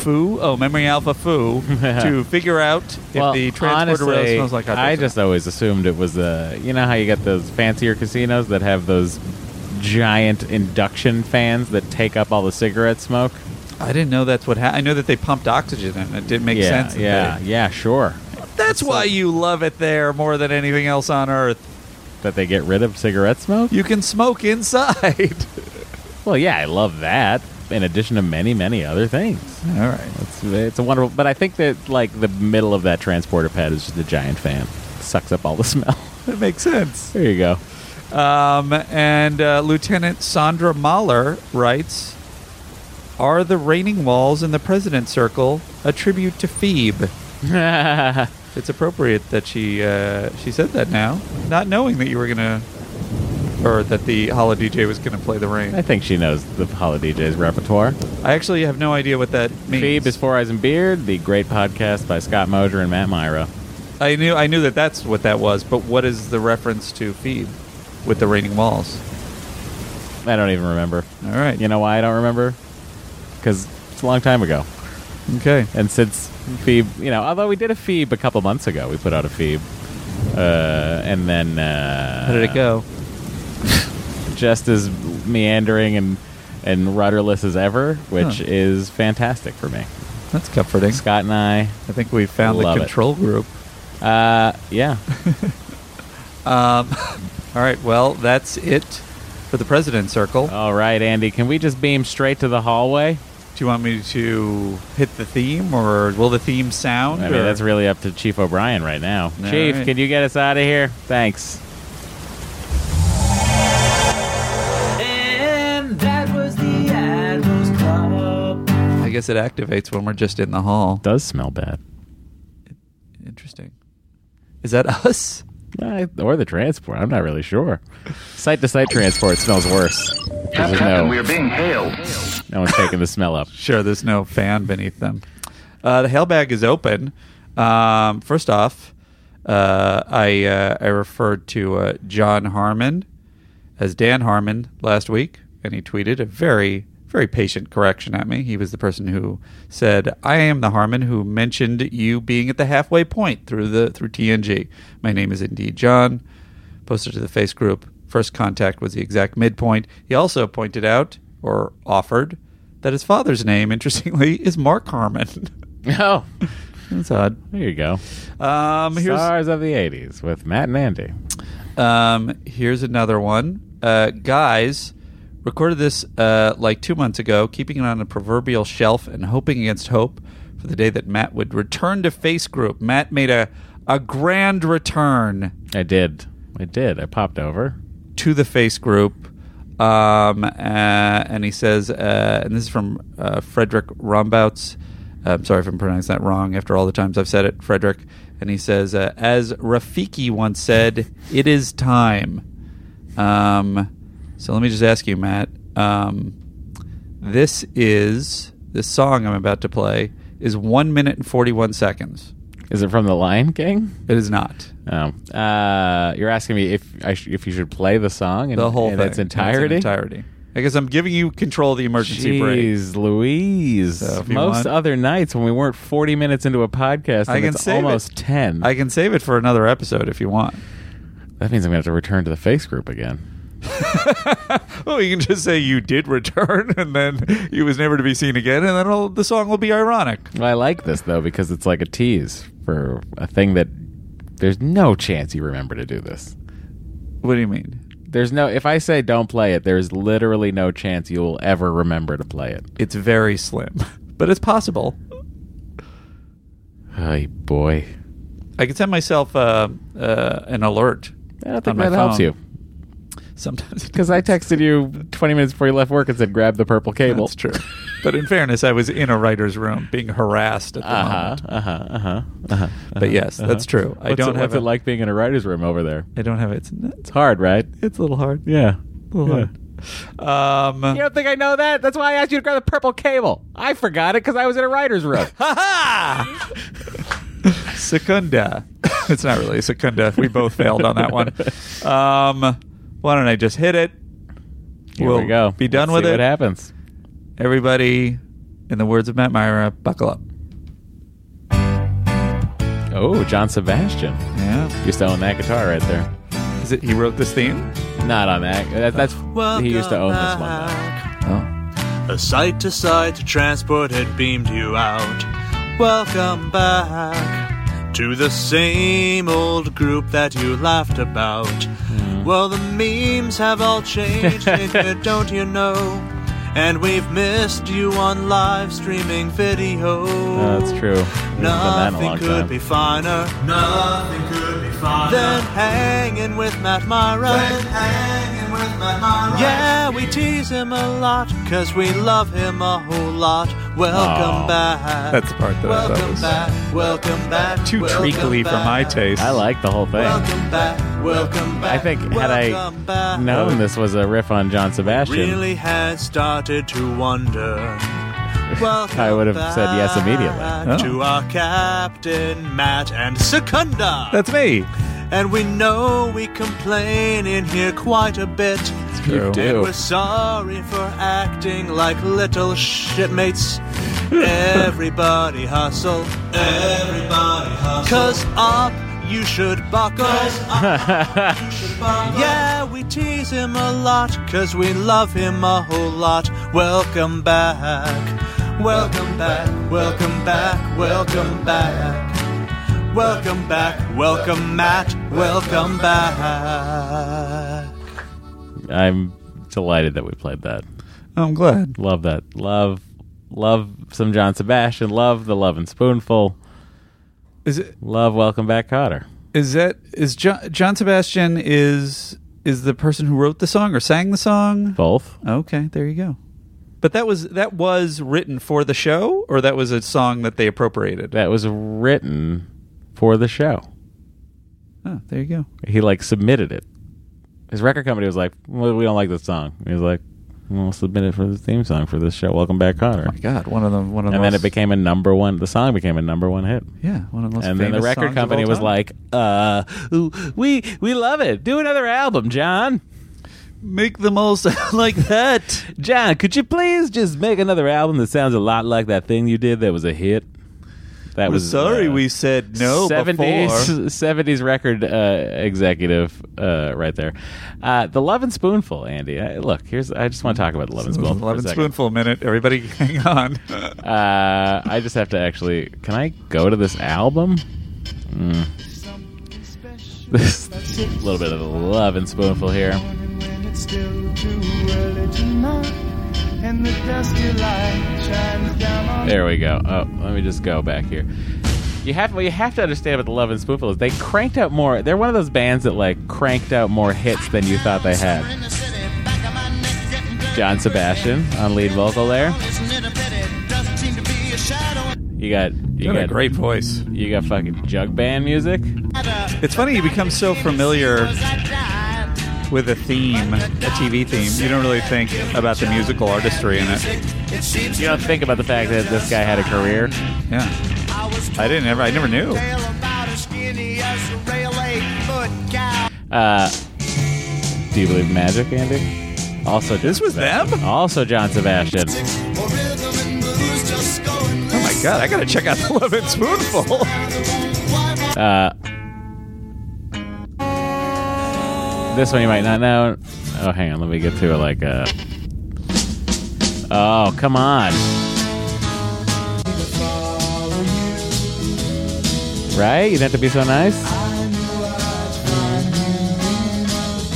[SPEAKER 2] foo. Oh, memory alpha foo to figure out if
[SPEAKER 1] well,
[SPEAKER 2] the transport
[SPEAKER 1] honestly,
[SPEAKER 2] rail smells like hot
[SPEAKER 1] I
[SPEAKER 2] dogs.
[SPEAKER 1] just always assumed it was the you know how you get those fancier casinos that have those giant induction fans that take up all the cigarette smoke.
[SPEAKER 2] I didn't know that's what happened. I know that they pumped oxygen in. It didn't make
[SPEAKER 1] yeah,
[SPEAKER 2] sense. that
[SPEAKER 1] Yeah,
[SPEAKER 2] they-
[SPEAKER 1] yeah, sure.
[SPEAKER 2] that's why you love it there more than anything else on earth.
[SPEAKER 1] That they get rid of cigarette smoke.
[SPEAKER 2] You can smoke inside.
[SPEAKER 1] Well, yeah, I love that. In addition to many, many other things.
[SPEAKER 2] All right.
[SPEAKER 1] It's, it's a wonderful, but I think that like the middle of that transporter pad is just a giant fan, sucks up all the smell.
[SPEAKER 2] That makes sense.
[SPEAKER 1] there you go.
[SPEAKER 2] Um, and uh, Lieutenant Sandra Mahler writes Are the raining walls in the President's Circle a tribute to Phoebe? It's appropriate that she uh, she said that now, not knowing that you were going to, or that the Holla DJ was going to play the rain.
[SPEAKER 1] I think she knows the Holiday DJ's repertoire.
[SPEAKER 2] I actually have no idea what that means.
[SPEAKER 1] Phoebe is Four Eyes and Beard, the great podcast by Scott Moser and Matt Myra.
[SPEAKER 2] I knew I knew that that's what that was, but what is the reference to Phoebe with the raining walls?
[SPEAKER 1] I don't even remember.
[SPEAKER 2] All right.
[SPEAKER 1] You know why I don't remember? Because it's a long time ago.
[SPEAKER 2] Okay.
[SPEAKER 1] And since Phoebe, you know, although we did a Phoebe a couple months ago, we put out a Phoebe. Uh, and then. Uh,
[SPEAKER 2] How did it go?
[SPEAKER 1] Just as meandering and, and rudderless as ever, which
[SPEAKER 2] Huh.
[SPEAKER 1] is fantastic for me.
[SPEAKER 2] That's comforting.
[SPEAKER 1] Scott and I,
[SPEAKER 2] I think we found the
[SPEAKER 1] Love it.
[SPEAKER 2] control group.
[SPEAKER 1] uh, yeah.
[SPEAKER 2] Um, all right. Well, that's it for the president's circle.
[SPEAKER 1] All right, Andy, can we just beam straight to the hallway?
[SPEAKER 2] Do you want me to hit the theme, or will the theme sound?
[SPEAKER 1] I mean,
[SPEAKER 2] or-
[SPEAKER 1] that's really up to Chief O'Brien right now.
[SPEAKER 2] All
[SPEAKER 1] Chief,
[SPEAKER 2] right.
[SPEAKER 1] can you get us out of here? Thanks.
[SPEAKER 4] And that was the Admiral's Club.
[SPEAKER 2] I guess it activates when we're just in the hall.
[SPEAKER 1] Does smell bad.
[SPEAKER 2] Interesting. Is that us?
[SPEAKER 1] Uh, or the transport. I'm not really sure. Site to site transport smells worse. 'Cause there's
[SPEAKER 6] Captain, we
[SPEAKER 1] no,
[SPEAKER 6] are being hailed.
[SPEAKER 1] no one's taking the smell up.
[SPEAKER 2] Sure. There's no fan beneath them. Uh, the hail bag is open. Um, first off, uh, I uh, I referred to uh, John Harmon as Dan Harmon last week, and he tweeted a very very patient correction at me. He was the person who said, "I am the Harmon who mentioned you being at the halfway point through the through TNG. My name is indeed John." Posted to the face group. First contact was the exact midpoint. He also pointed out or offered that his father's name, interestingly, is Mark Harmon.
[SPEAKER 1] Oh,
[SPEAKER 2] That's odd.
[SPEAKER 1] there you go.
[SPEAKER 2] Um, here's
[SPEAKER 1] Stars of the 80s with Matt and Andy.
[SPEAKER 2] Um, here's another one. Uh, guys, recorded this uh, like two months ago, keeping it on a proverbial shelf and hoping against hope for the day that Matt would return to Face Group. Matt made a, a grand return
[SPEAKER 1] I did. I did. I popped over.
[SPEAKER 2] to the Face Group. Um, uh, and he says, uh, and this is from uh, Frederick Rombouts. Uh, I'm sorry if I'm pronouncing that wrong after all the times I've said it, Frederick. And he says, uh, as Rafiki once said, it is time. Um, so let me just ask you, Matt. Um, this is this song I'm about to play is one minute and forty one seconds.
[SPEAKER 1] Is it from The Lion King?
[SPEAKER 2] It is not
[SPEAKER 1] Oh. Uh, you're asking me if I sh- if you should play the song in,
[SPEAKER 2] the whole
[SPEAKER 1] in
[SPEAKER 2] thing.
[SPEAKER 1] its
[SPEAKER 2] in its
[SPEAKER 1] entirety?
[SPEAKER 2] entirety. I guess I'm giving you control of the emergency brake.
[SPEAKER 1] Jeez, Louise.
[SPEAKER 2] So if you
[SPEAKER 1] Most
[SPEAKER 2] want-
[SPEAKER 1] other nights when we weren't 40 minutes into a podcast, and
[SPEAKER 2] I can
[SPEAKER 1] it's
[SPEAKER 2] save
[SPEAKER 1] almost
[SPEAKER 2] it.
[SPEAKER 1] 10.
[SPEAKER 2] I can save it for another episode if you want.
[SPEAKER 1] That means I'm going to have to return to the face group again.
[SPEAKER 2] Oh, you can just say you did return, and then you was never to be seen again, and then it'll, the song will be ironic.
[SPEAKER 1] Well, I like this, though, because it's like a tease for a thing that there's no chance you remember to do this.
[SPEAKER 2] What do you mean?
[SPEAKER 1] There's no, if I say don't play it, there's literally no chance you'll ever remember to play it.
[SPEAKER 2] It's very slim, but it's possible.
[SPEAKER 1] Ay, boy.
[SPEAKER 2] I can send myself uh, uh, an alert.
[SPEAKER 1] I don't
[SPEAKER 2] on
[SPEAKER 1] think
[SPEAKER 2] my
[SPEAKER 1] that helps
[SPEAKER 2] phone.
[SPEAKER 1] you.
[SPEAKER 2] Sometimes it
[SPEAKER 1] Because I texted you 20 minutes before you left work and said grab the purple cable.
[SPEAKER 2] That's true. but in fairness, I was in a writer's room being harassed at the
[SPEAKER 1] Uh huh.
[SPEAKER 2] moment.
[SPEAKER 1] Uh huh. Uh huh. Uh-huh.
[SPEAKER 2] But yes, that's true. I
[SPEAKER 1] What's
[SPEAKER 2] don't
[SPEAKER 1] it,
[SPEAKER 2] have
[SPEAKER 1] what's it like being in a writer's room over there.
[SPEAKER 2] I don't have it. It's,
[SPEAKER 1] It's hard, right?
[SPEAKER 2] it's a little hard.
[SPEAKER 1] Yeah.
[SPEAKER 2] A little
[SPEAKER 1] Yeah.
[SPEAKER 2] hard. Um,
[SPEAKER 1] You don't think I know that? That's why I asked you to grab the purple cable. I forgot it because I was in a writer's room.
[SPEAKER 2] ha Secunda. it's not really a Secunda. We both failed on that one. Um, why don't I just hit it?
[SPEAKER 1] Here
[SPEAKER 2] we'll
[SPEAKER 1] we go.
[SPEAKER 2] Be done
[SPEAKER 1] Let's
[SPEAKER 2] with
[SPEAKER 1] see
[SPEAKER 2] it.
[SPEAKER 1] What happens?
[SPEAKER 2] Everybody, in the words of Matt Myra, buckle up.
[SPEAKER 1] Oh, John Sebastian.
[SPEAKER 2] Yeah.
[SPEAKER 1] You're still on that guitar right there.
[SPEAKER 2] Is it? He wrote this theme.
[SPEAKER 1] Not on that. that that's he used to own this one. Though.
[SPEAKER 2] Oh.
[SPEAKER 6] A side to side transport had beamed you out. Welcome back to the same old group that you laughed about.
[SPEAKER 1] Hmm.
[SPEAKER 6] Well, the memes have all changed, and you don't you know? And we've missed you on live streaming video.
[SPEAKER 1] No, Uh, that's true. We haven't done that in a
[SPEAKER 6] Nothing
[SPEAKER 1] long
[SPEAKER 6] could
[SPEAKER 1] time.
[SPEAKER 6] be finer
[SPEAKER 5] Nothing could be finer.
[SPEAKER 6] than hanging with Matt Myra.
[SPEAKER 5] hanging with my mama.
[SPEAKER 6] Yeah, we tease him a lot, cause we love him a whole lot. Welcome
[SPEAKER 1] Aw.
[SPEAKER 6] back.
[SPEAKER 2] That's the part that I thought
[SPEAKER 6] welcome
[SPEAKER 2] was
[SPEAKER 6] back, welcome back.
[SPEAKER 2] Too
[SPEAKER 6] welcome
[SPEAKER 2] treacly for
[SPEAKER 6] back.
[SPEAKER 2] my taste.
[SPEAKER 1] I like the whole thing.
[SPEAKER 6] Welcome back, welcome back.
[SPEAKER 1] I think had I
[SPEAKER 6] welcome back.
[SPEAKER 1] Known this was a riff on John Sebastian.
[SPEAKER 6] really had started to wonder. Welcome
[SPEAKER 1] I would have said yes immediately.
[SPEAKER 6] back
[SPEAKER 2] Oh.
[SPEAKER 6] To our captain, Matt and Secunda.
[SPEAKER 2] That's me.
[SPEAKER 6] and we know we complain in here quite a bit.
[SPEAKER 1] You
[SPEAKER 6] And
[SPEAKER 1] do.
[SPEAKER 6] we're sorry for acting like little shitmates. Everybody hustle. Everybody hustle. Cause up you should buckle. Yeah, we tease him a lot, cause we love him a whole lot. Welcome back. Welcome back, welcome back, welcome back. Welcome back, welcome Matt, welcome back.
[SPEAKER 1] I'm delighted that we played that.
[SPEAKER 2] I'm glad.
[SPEAKER 1] Love that. Love, love some John Sebastian. Love the Love and Spoonful.
[SPEAKER 2] Is it?
[SPEAKER 1] Love Welcome Back Cotter.
[SPEAKER 2] Is that? Is John, John Sebastian is is the person who wrote the song or sang the song?
[SPEAKER 1] Both.
[SPEAKER 2] Okay, there you go. But that was that was written for the show, or that was a song that they appropriated.
[SPEAKER 1] That was written for the show.
[SPEAKER 2] Oh, there you go.
[SPEAKER 1] He like submitted it. His record company was like, well, "We don't like this song." He was like, "We'll submit it for the theme song for this show, Welcome Back Cotter."
[SPEAKER 2] Oh God, one of them. One of
[SPEAKER 1] and then it became a number one. The song became a number one hit.
[SPEAKER 2] yeah, one of the most
[SPEAKER 1] and then the
[SPEAKER 2] famous songs
[SPEAKER 1] record
[SPEAKER 2] of
[SPEAKER 1] company
[SPEAKER 2] all
[SPEAKER 1] was
[SPEAKER 2] time.
[SPEAKER 1] like, "Uh, ooh, we we love it. Do another album, John.
[SPEAKER 2] make them all sound like that.
[SPEAKER 1] John, could you please just make another album that sounds a lot like that thing you did that was a hit? That
[SPEAKER 2] We're
[SPEAKER 1] was
[SPEAKER 2] sorry
[SPEAKER 1] uh,
[SPEAKER 2] we said no before.
[SPEAKER 1] 70s, 70s record uh, executive uh, right there. Uh, the Love and Spoonful, Andy. Uh, look, here's I just want to talk about the Love and Spoonful. for a
[SPEAKER 2] Eleven
[SPEAKER 1] second.
[SPEAKER 2] spoonful minute. Everybody, hang on.
[SPEAKER 1] Uh, I just have to actually. Can I go to this album? Mm. This little bit of the love and spoonful here. There we go. Oh, let me just go back here. You have well, you have to understand what the Love and Spoonful is. They cranked out more. They're one of those bands that like cranked out more hits than you thought they had. John Sebastian on lead vocal there. You got you
[SPEAKER 2] Got
[SPEAKER 1] got
[SPEAKER 2] a great voice.
[SPEAKER 1] you got fucking jug band music.
[SPEAKER 2] It's funny you become so familiar with a theme, a TV theme. You don't really think about the musical artistry in it.
[SPEAKER 1] You don't think about the fact that this guy had a career.
[SPEAKER 2] Yeah, I didn't ever. I never knew.
[SPEAKER 1] Uh, do you believe in magic, Andy? Also, John
[SPEAKER 2] This was
[SPEAKER 1] Sebastian.
[SPEAKER 2] them?
[SPEAKER 1] Also, John Sebastian.
[SPEAKER 2] Oh my god, I gotta check out the Love and Spoonful.
[SPEAKER 1] Uh, this one you might not know. Oh, hang on, let me get to it like uh Oh, come on. Right? You'd have to be so nice.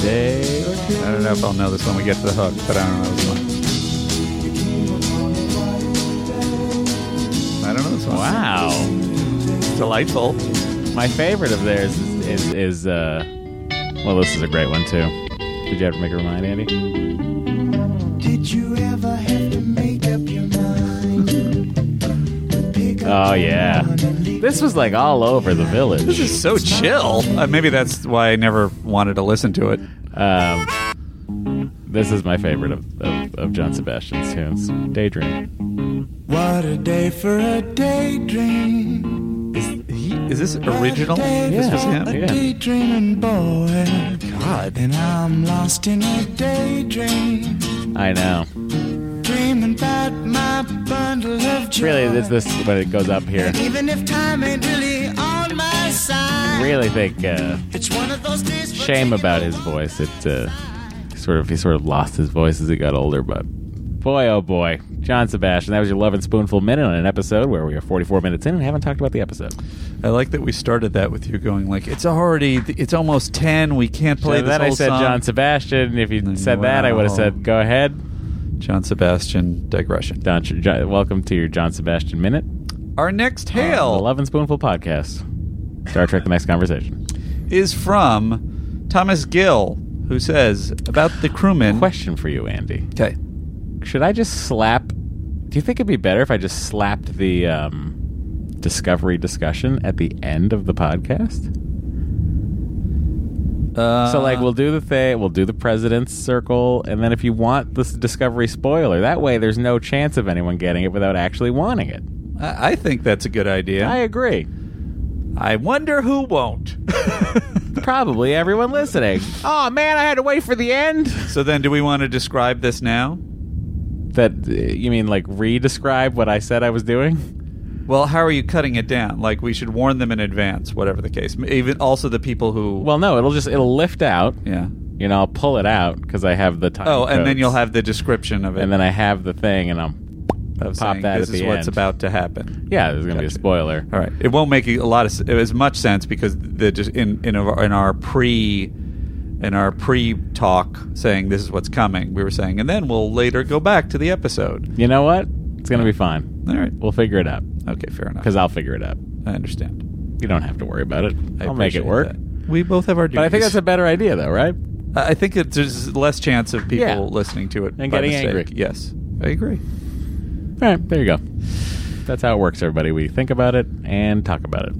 [SPEAKER 1] Day or two.
[SPEAKER 2] I don't know if I'll know this when we get to the hook, but I don't know this one. I don't know this one.
[SPEAKER 1] Wow.
[SPEAKER 2] Delightful.
[SPEAKER 1] My favorite of theirs is, is, is uh, well, this is a great one too. Did you ever make a remind, Andy?
[SPEAKER 4] Did you ever have to make up your mind?
[SPEAKER 1] Oh yeah, this was like all over the
[SPEAKER 2] This
[SPEAKER 1] village.
[SPEAKER 2] is so chill. Uh, maybe that's why I never wanted to listen to it.
[SPEAKER 1] Um, this is my favorite of, of, of John Sebastian's tunes, "Daydream."
[SPEAKER 4] What a day for a daydream.
[SPEAKER 1] He
[SPEAKER 2] Is this original? This was him.
[SPEAKER 1] Yeah.
[SPEAKER 4] daydreaming boy,
[SPEAKER 7] God.
[SPEAKER 4] and I'm lost in a daydream,
[SPEAKER 1] I know.
[SPEAKER 4] dreaming about my bundle of joy.
[SPEAKER 1] Really, this this is when it goes up here.
[SPEAKER 4] Even if time ain't really on my side,
[SPEAKER 1] Really think uh,
[SPEAKER 4] it's one of those days. for
[SPEAKER 1] shame
[SPEAKER 4] taking
[SPEAKER 1] about
[SPEAKER 4] a
[SPEAKER 1] his voice. It uh, sort of he sort of lost his voice as he got older, but. Boy, oh boy. John Sebastian, that was your Love and Spoonful Minute on an episode where we are 44 minutes in and haven't talked about the episode.
[SPEAKER 2] I like that we started that with you going like, it's already, it's almost ten. We can't play
[SPEAKER 1] so
[SPEAKER 2] this
[SPEAKER 1] then I
[SPEAKER 2] whole
[SPEAKER 1] said
[SPEAKER 2] song."
[SPEAKER 1] John Sebastian. If you
[SPEAKER 2] Mm,
[SPEAKER 1] said that, I would have
[SPEAKER 2] wow.
[SPEAKER 1] said, go ahead.
[SPEAKER 2] John Sebastian digression.
[SPEAKER 1] Don, John, welcome to your John Sebastian Minute.
[SPEAKER 2] Our next
[SPEAKER 1] on the
[SPEAKER 2] hail
[SPEAKER 1] Love and Spoonful podcast. Star Trek The Next Conversation.
[SPEAKER 2] is from Thomas Gill, who says about the crewmen.
[SPEAKER 1] Question for you, Andy.
[SPEAKER 2] Okay.
[SPEAKER 1] Should I just slap? Do you think it'd be better if I just slapped the um, discovery discussion at the end of the podcast?
[SPEAKER 2] Uh,
[SPEAKER 1] so, like, we'll do the thing, we'll do the president's circle, and then if you want this discovery spoiler, that way there's no chance of anyone getting it without actually wanting it.
[SPEAKER 2] I I think that's a good idea.
[SPEAKER 1] I agree.
[SPEAKER 2] I wonder who won't.
[SPEAKER 1] Probably everyone listening. Oh man, I had to wait for the end.
[SPEAKER 2] so then, do we want to describe this now?
[SPEAKER 1] That uh, you mean like re-describe what I said I was doing?
[SPEAKER 2] Well, how are you cutting it down? Like we should warn them in advance, whatever the case. Even also the people who.
[SPEAKER 1] Well, no, it'll just it'll lift out.
[SPEAKER 2] yeah.
[SPEAKER 1] You know, I'll pull it out because I have the time.
[SPEAKER 2] Oh, and then
[SPEAKER 1] codes.
[SPEAKER 2] you'll have the description of it.
[SPEAKER 1] and then I have the thing, and I'm
[SPEAKER 2] of
[SPEAKER 1] pop
[SPEAKER 2] saying,
[SPEAKER 1] that
[SPEAKER 2] This
[SPEAKER 1] at
[SPEAKER 2] is
[SPEAKER 1] the
[SPEAKER 2] what's
[SPEAKER 1] end.
[SPEAKER 2] about to happen.
[SPEAKER 1] yeah, there's gonna be a
[SPEAKER 2] Gotcha.
[SPEAKER 1] spoiler.
[SPEAKER 2] All right. It won't make a lot of s- as much sense because the just in in our, in our pre in our pre talk saying this is what's coming. We were saying, and then we'll later go back to the episode.
[SPEAKER 1] You know what? It's gonna be fine.
[SPEAKER 2] All right.
[SPEAKER 1] We'll figure it out
[SPEAKER 2] Okay. Fair enough.
[SPEAKER 1] because I'll figure it out.
[SPEAKER 2] I understand.
[SPEAKER 1] You don't have to worry about it.
[SPEAKER 2] I
[SPEAKER 1] I'll make it
[SPEAKER 2] appreciate
[SPEAKER 1] work.
[SPEAKER 2] that. We both have our. Duties.
[SPEAKER 1] But I think that's a better idea, though, right?
[SPEAKER 2] I I think it, there's less chance of people
[SPEAKER 1] Yeah.
[SPEAKER 2] listening to it
[SPEAKER 1] And
[SPEAKER 2] by
[SPEAKER 1] getting
[SPEAKER 2] mistake.
[SPEAKER 1] angry.
[SPEAKER 2] Yes, I agree.
[SPEAKER 1] All right, there you go. That's how it works, everybody. We think about it and talk about it.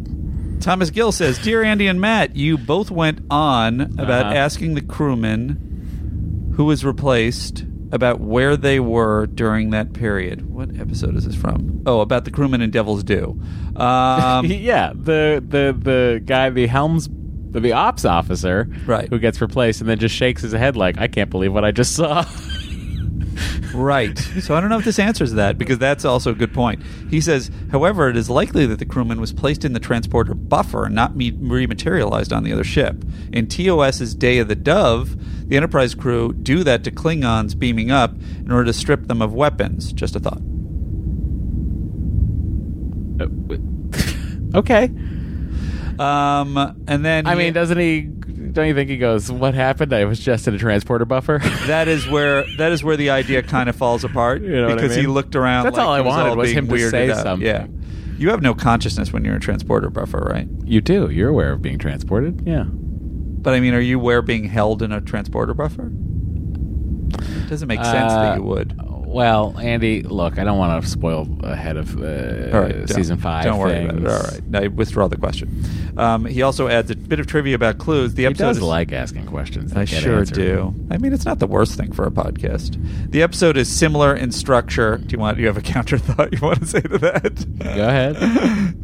[SPEAKER 2] Thomas Gill says, "Dear Andy and Matt, you both went on about
[SPEAKER 1] Uh-huh.
[SPEAKER 2] asking the crewman who was replaced about where they were during that period. What episode is this from? Oh, about the crewman and Devil's Due. Um,
[SPEAKER 1] yeah, the the the guy, the helms, the, the ops officer,
[SPEAKER 2] Right.
[SPEAKER 1] who gets replaced and then just shakes his head like, I can't believe what I just saw.
[SPEAKER 2] right. So I don't know if this answers that because that's also a good point. He says, however, it is likely that the crewman was placed in the transporter buffer and not me- rematerialized on the other ship. In TOS's Day of the Dove, the Enterprise crew do that to Klingons beaming up in order to strip them of weapons. Just a thought.
[SPEAKER 1] okay,
[SPEAKER 2] Um, and then
[SPEAKER 1] I
[SPEAKER 2] he-
[SPEAKER 1] mean, doesn't he? Don't you think he goes, "What happened? I was just in a transporter buffer."
[SPEAKER 2] that is where that is where the idea kind of falls apart
[SPEAKER 1] You know what I
[SPEAKER 2] because he
[SPEAKER 1] mean?
[SPEAKER 2] looked around.
[SPEAKER 1] That's
[SPEAKER 2] like
[SPEAKER 1] all I
[SPEAKER 2] it was
[SPEAKER 1] wanted
[SPEAKER 2] all
[SPEAKER 1] was
[SPEAKER 2] being
[SPEAKER 1] him to
[SPEAKER 2] weirded
[SPEAKER 1] say
[SPEAKER 2] out.
[SPEAKER 1] something.
[SPEAKER 2] Yeah, you have no consciousness when you're in a transporter buffer, right?
[SPEAKER 1] you do. You're aware of being transported. Yeah.
[SPEAKER 2] But I mean, are you aware of being held in a transporter buffer? Doesn't make sense
[SPEAKER 1] Uh,
[SPEAKER 2] that you would.
[SPEAKER 1] Well, Andy, look, I don't want to spoil ahead of uh,
[SPEAKER 2] All right, don't-
[SPEAKER 1] season five.
[SPEAKER 2] Don't worry about it.
[SPEAKER 1] things.
[SPEAKER 2] All right, I withdraw the question. Um, he also adds a bit of trivia about clues. The
[SPEAKER 1] He
[SPEAKER 2] episode
[SPEAKER 1] does
[SPEAKER 2] is-
[SPEAKER 1] like asking questions. that
[SPEAKER 2] I
[SPEAKER 1] get
[SPEAKER 2] sure
[SPEAKER 1] answered.
[SPEAKER 2] do. I mean, it's not the worst thing for a podcast. The episode is similar in structure. Do you want? You have a counter thought you want to say to that?
[SPEAKER 1] Go ahead.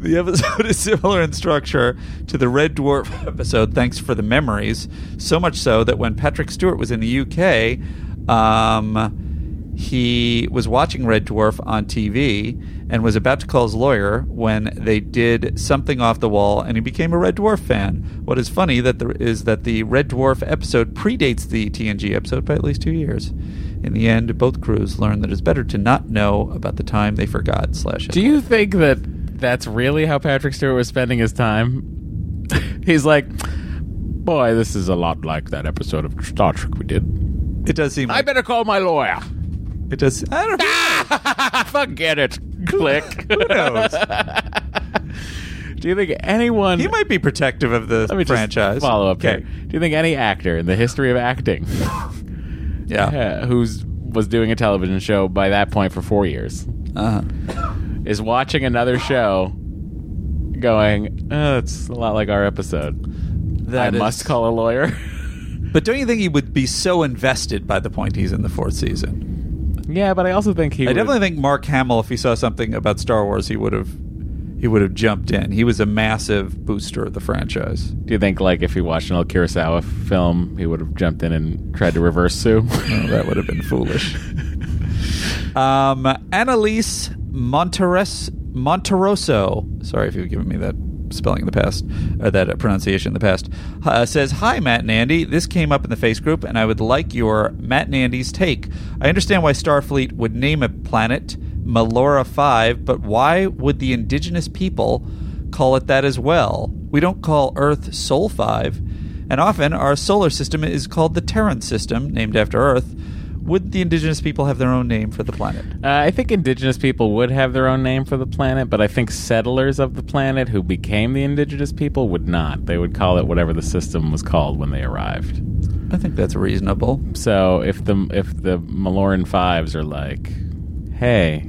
[SPEAKER 2] the episode is similar in structure to the Red Dwarf episode. Thanks for the memories. So much so that when Patrick Stewart was in the UK, um, he was watching Red Dwarf on TV and was about to call his lawyer when they did something off the wall, and he became a Red Dwarf fan. What is funny that there is that the Red Dwarf episode predates the TNG episode by at least two years. In the end, both crews learned that it's better to not know about the time they forgot. Slash.
[SPEAKER 1] Do you think that that's really how Patrick Stewart was spending his time? He's like, boy, this is a lot like that episode of Star Trek we did.
[SPEAKER 2] It does seem.
[SPEAKER 1] I
[SPEAKER 2] like-
[SPEAKER 1] better call my lawyer.
[SPEAKER 2] It does. I don't know.
[SPEAKER 1] Forget it. Click.
[SPEAKER 2] Who knows?
[SPEAKER 1] Do you think anyone?
[SPEAKER 2] He might be protective of the
[SPEAKER 1] Let me
[SPEAKER 2] franchise.
[SPEAKER 1] just follow up
[SPEAKER 2] Okay.
[SPEAKER 1] here. Do you think any actor in the history of acting
[SPEAKER 2] Yeah.
[SPEAKER 1] uh, who's was doing a television show by that point for four years
[SPEAKER 2] Uh-huh.
[SPEAKER 1] is watching another show, going, oh, it's a lot like our episode. I
[SPEAKER 2] That is-
[SPEAKER 1] must call a lawyer.
[SPEAKER 2] But don't you think he would be so invested by the point he's in the fourth season?
[SPEAKER 1] yeah, but I also think he.
[SPEAKER 2] I
[SPEAKER 1] would-
[SPEAKER 2] definitely think Mark Hamill, if he saw something about Star Wars, he would have. he would have jumped in. He was a massive booster of the franchise.
[SPEAKER 1] Do you think, like, if he watched an old Kurosawa film, he would have jumped in and tried to reverse Sue?
[SPEAKER 2] Oh, that would have been foolish. Um, Annalise Monteres Monteroso. Sorry if you've given me that spelling in the past, or that uh, pronunciation in the past. Uh, says, "Hi, Matt and Andy. This came up in the face group, and I would like your Matt and Andy's take. I understand why Starfleet would name a planet Melora Five, but why would the indigenous people call it that as well? We don't call Earth Sol Five, and often our solar system is called the Terran system, named after Earth." Would the indigenous people have their own name for the planet?
[SPEAKER 1] Uh, I think indigenous people would have their own name for the planet, but I think settlers of the planet who became the indigenous people would not. They would call it whatever the system was called when they arrived.
[SPEAKER 2] I think that's reasonable.
[SPEAKER 1] So if the if the Maloran fives are like, hey,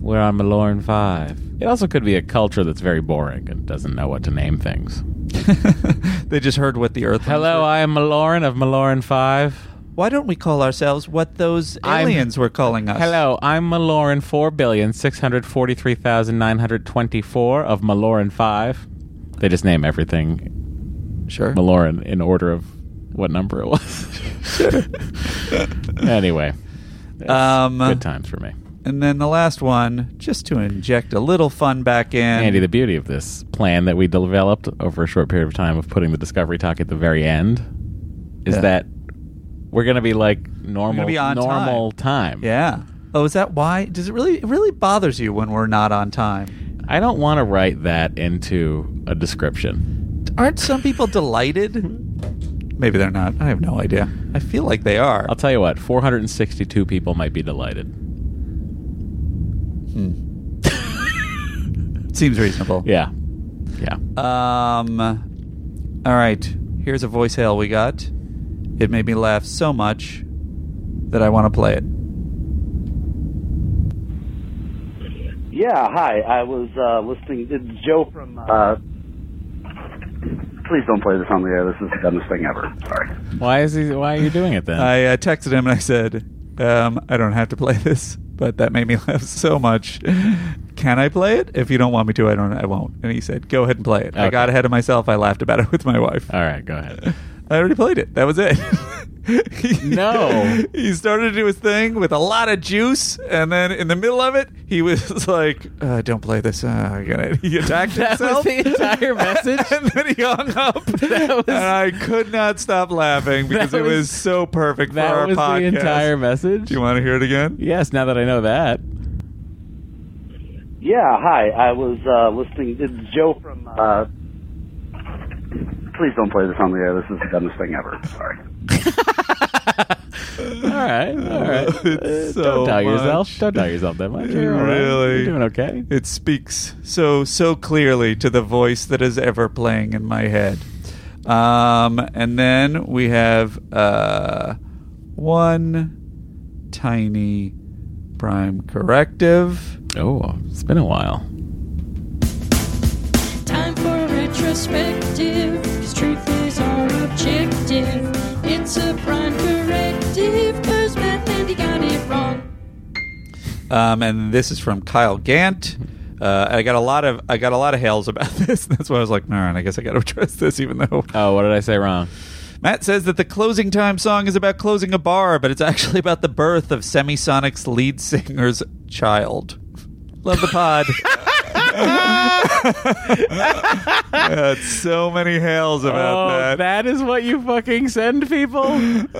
[SPEAKER 1] we're on Maloran five. It also could be a culture that's very boring and doesn't know what to name things.
[SPEAKER 2] they just heard what the Earth.
[SPEAKER 1] Hello, I am Maloran of Maloran five.
[SPEAKER 2] Why don't we call ourselves what those
[SPEAKER 1] I'm-
[SPEAKER 2] aliens were calling us?
[SPEAKER 1] Hello, I'm Maloran four billion six hundred forty three thousand nine hundred twenty four of Maloran five. They just name everything
[SPEAKER 2] Sure.
[SPEAKER 1] Maloran in order of what number it was. anyway,
[SPEAKER 2] Um,
[SPEAKER 1] good times for me.
[SPEAKER 2] And then the last one, just to inject a little fun back in.
[SPEAKER 1] Andy, the beauty of this plan that we developed over a short period of time of putting the Discovery Talk at the very end is
[SPEAKER 2] Yeah.
[SPEAKER 1] that we're going to be like normal,
[SPEAKER 2] be on
[SPEAKER 1] normal time.
[SPEAKER 2] yeah. Oh, is that why? Does it really? It really bothers you when we're not on time.
[SPEAKER 1] I don't want to write that into a description.
[SPEAKER 2] Aren't some people delighted? Maybe they're not. I have no idea. I feel like they are.
[SPEAKER 1] I'll tell you what, 462 people might be delighted.
[SPEAKER 2] Hmm. Seems reasonable.
[SPEAKER 1] Yeah. Yeah.
[SPEAKER 2] Um. All right. Here's a voice hail we got. It made me laugh so much that I want to play it.
[SPEAKER 8] Yeah, hi. I was uh, listening. It's Joe from. Uh, please don't play this on the air. This is the dumbest thing ever. Sorry.
[SPEAKER 1] Why is he why are you doing it then?
[SPEAKER 2] I uh, texted him and I said, um, I don't have to play this, but that made me laugh so much. Can I play it? If you don't want me to, I don't. I won't. And he said, Go ahead and play it. I
[SPEAKER 1] Okay.
[SPEAKER 2] got ahead of myself. I laughed about it with my wife.
[SPEAKER 1] All right, go ahead.
[SPEAKER 2] I already played it. That was it. He-
[SPEAKER 1] No.
[SPEAKER 2] He started to do his thing with a lot of juice, and then in the middle of it, he was like, uh, "Don't play this." Uh, I'm gonna. He attacked
[SPEAKER 1] That was
[SPEAKER 2] himself.
[SPEAKER 1] the entire message?
[SPEAKER 2] and then he hung up.
[SPEAKER 1] That was-
[SPEAKER 2] and I could not stop laughing because
[SPEAKER 1] That
[SPEAKER 2] it was
[SPEAKER 1] was-
[SPEAKER 2] so perfect for
[SPEAKER 1] That
[SPEAKER 2] our
[SPEAKER 1] was
[SPEAKER 2] podcast.
[SPEAKER 1] the entire message.
[SPEAKER 2] Do you want to hear it again?
[SPEAKER 1] yes, now that I know that.
[SPEAKER 8] Yeah, hi. I was uh, listening. It's Joe from. Uh, please don't play this on the air. This is the dumbest thing ever. Sorry.
[SPEAKER 1] All right. All right.
[SPEAKER 2] It's
[SPEAKER 1] Uh,
[SPEAKER 2] so
[SPEAKER 1] don't doubt yourself.
[SPEAKER 2] much.
[SPEAKER 1] Don't doubt yourself that much. You're all right.
[SPEAKER 2] really,
[SPEAKER 1] You're doing okay.
[SPEAKER 2] It speaks so so clearly to the voice that is ever playing in my head. Um, and then we have uh, one tiny prime corrective.
[SPEAKER 1] Oh, it's been a while.
[SPEAKER 9] Time for a retrospective, cause truth is our objective. It's a prime corrective, cause Matt and he got it wrong.
[SPEAKER 2] Um, and this is from Kyle Gant. Uh, I got a lot of I got a lot of hails about this. That's why I was like, all right, I guess I got to address this, even though
[SPEAKER 1] Oh, what did I say wrong?
[SPEAKER 2] Matt says that the closing time song is about closing a bar, but it's actually about the birth of Semisonic's lead singer's child. Love the pod. That's so many hails about
[SPEAKER 1] oh, that is what you fucking send people?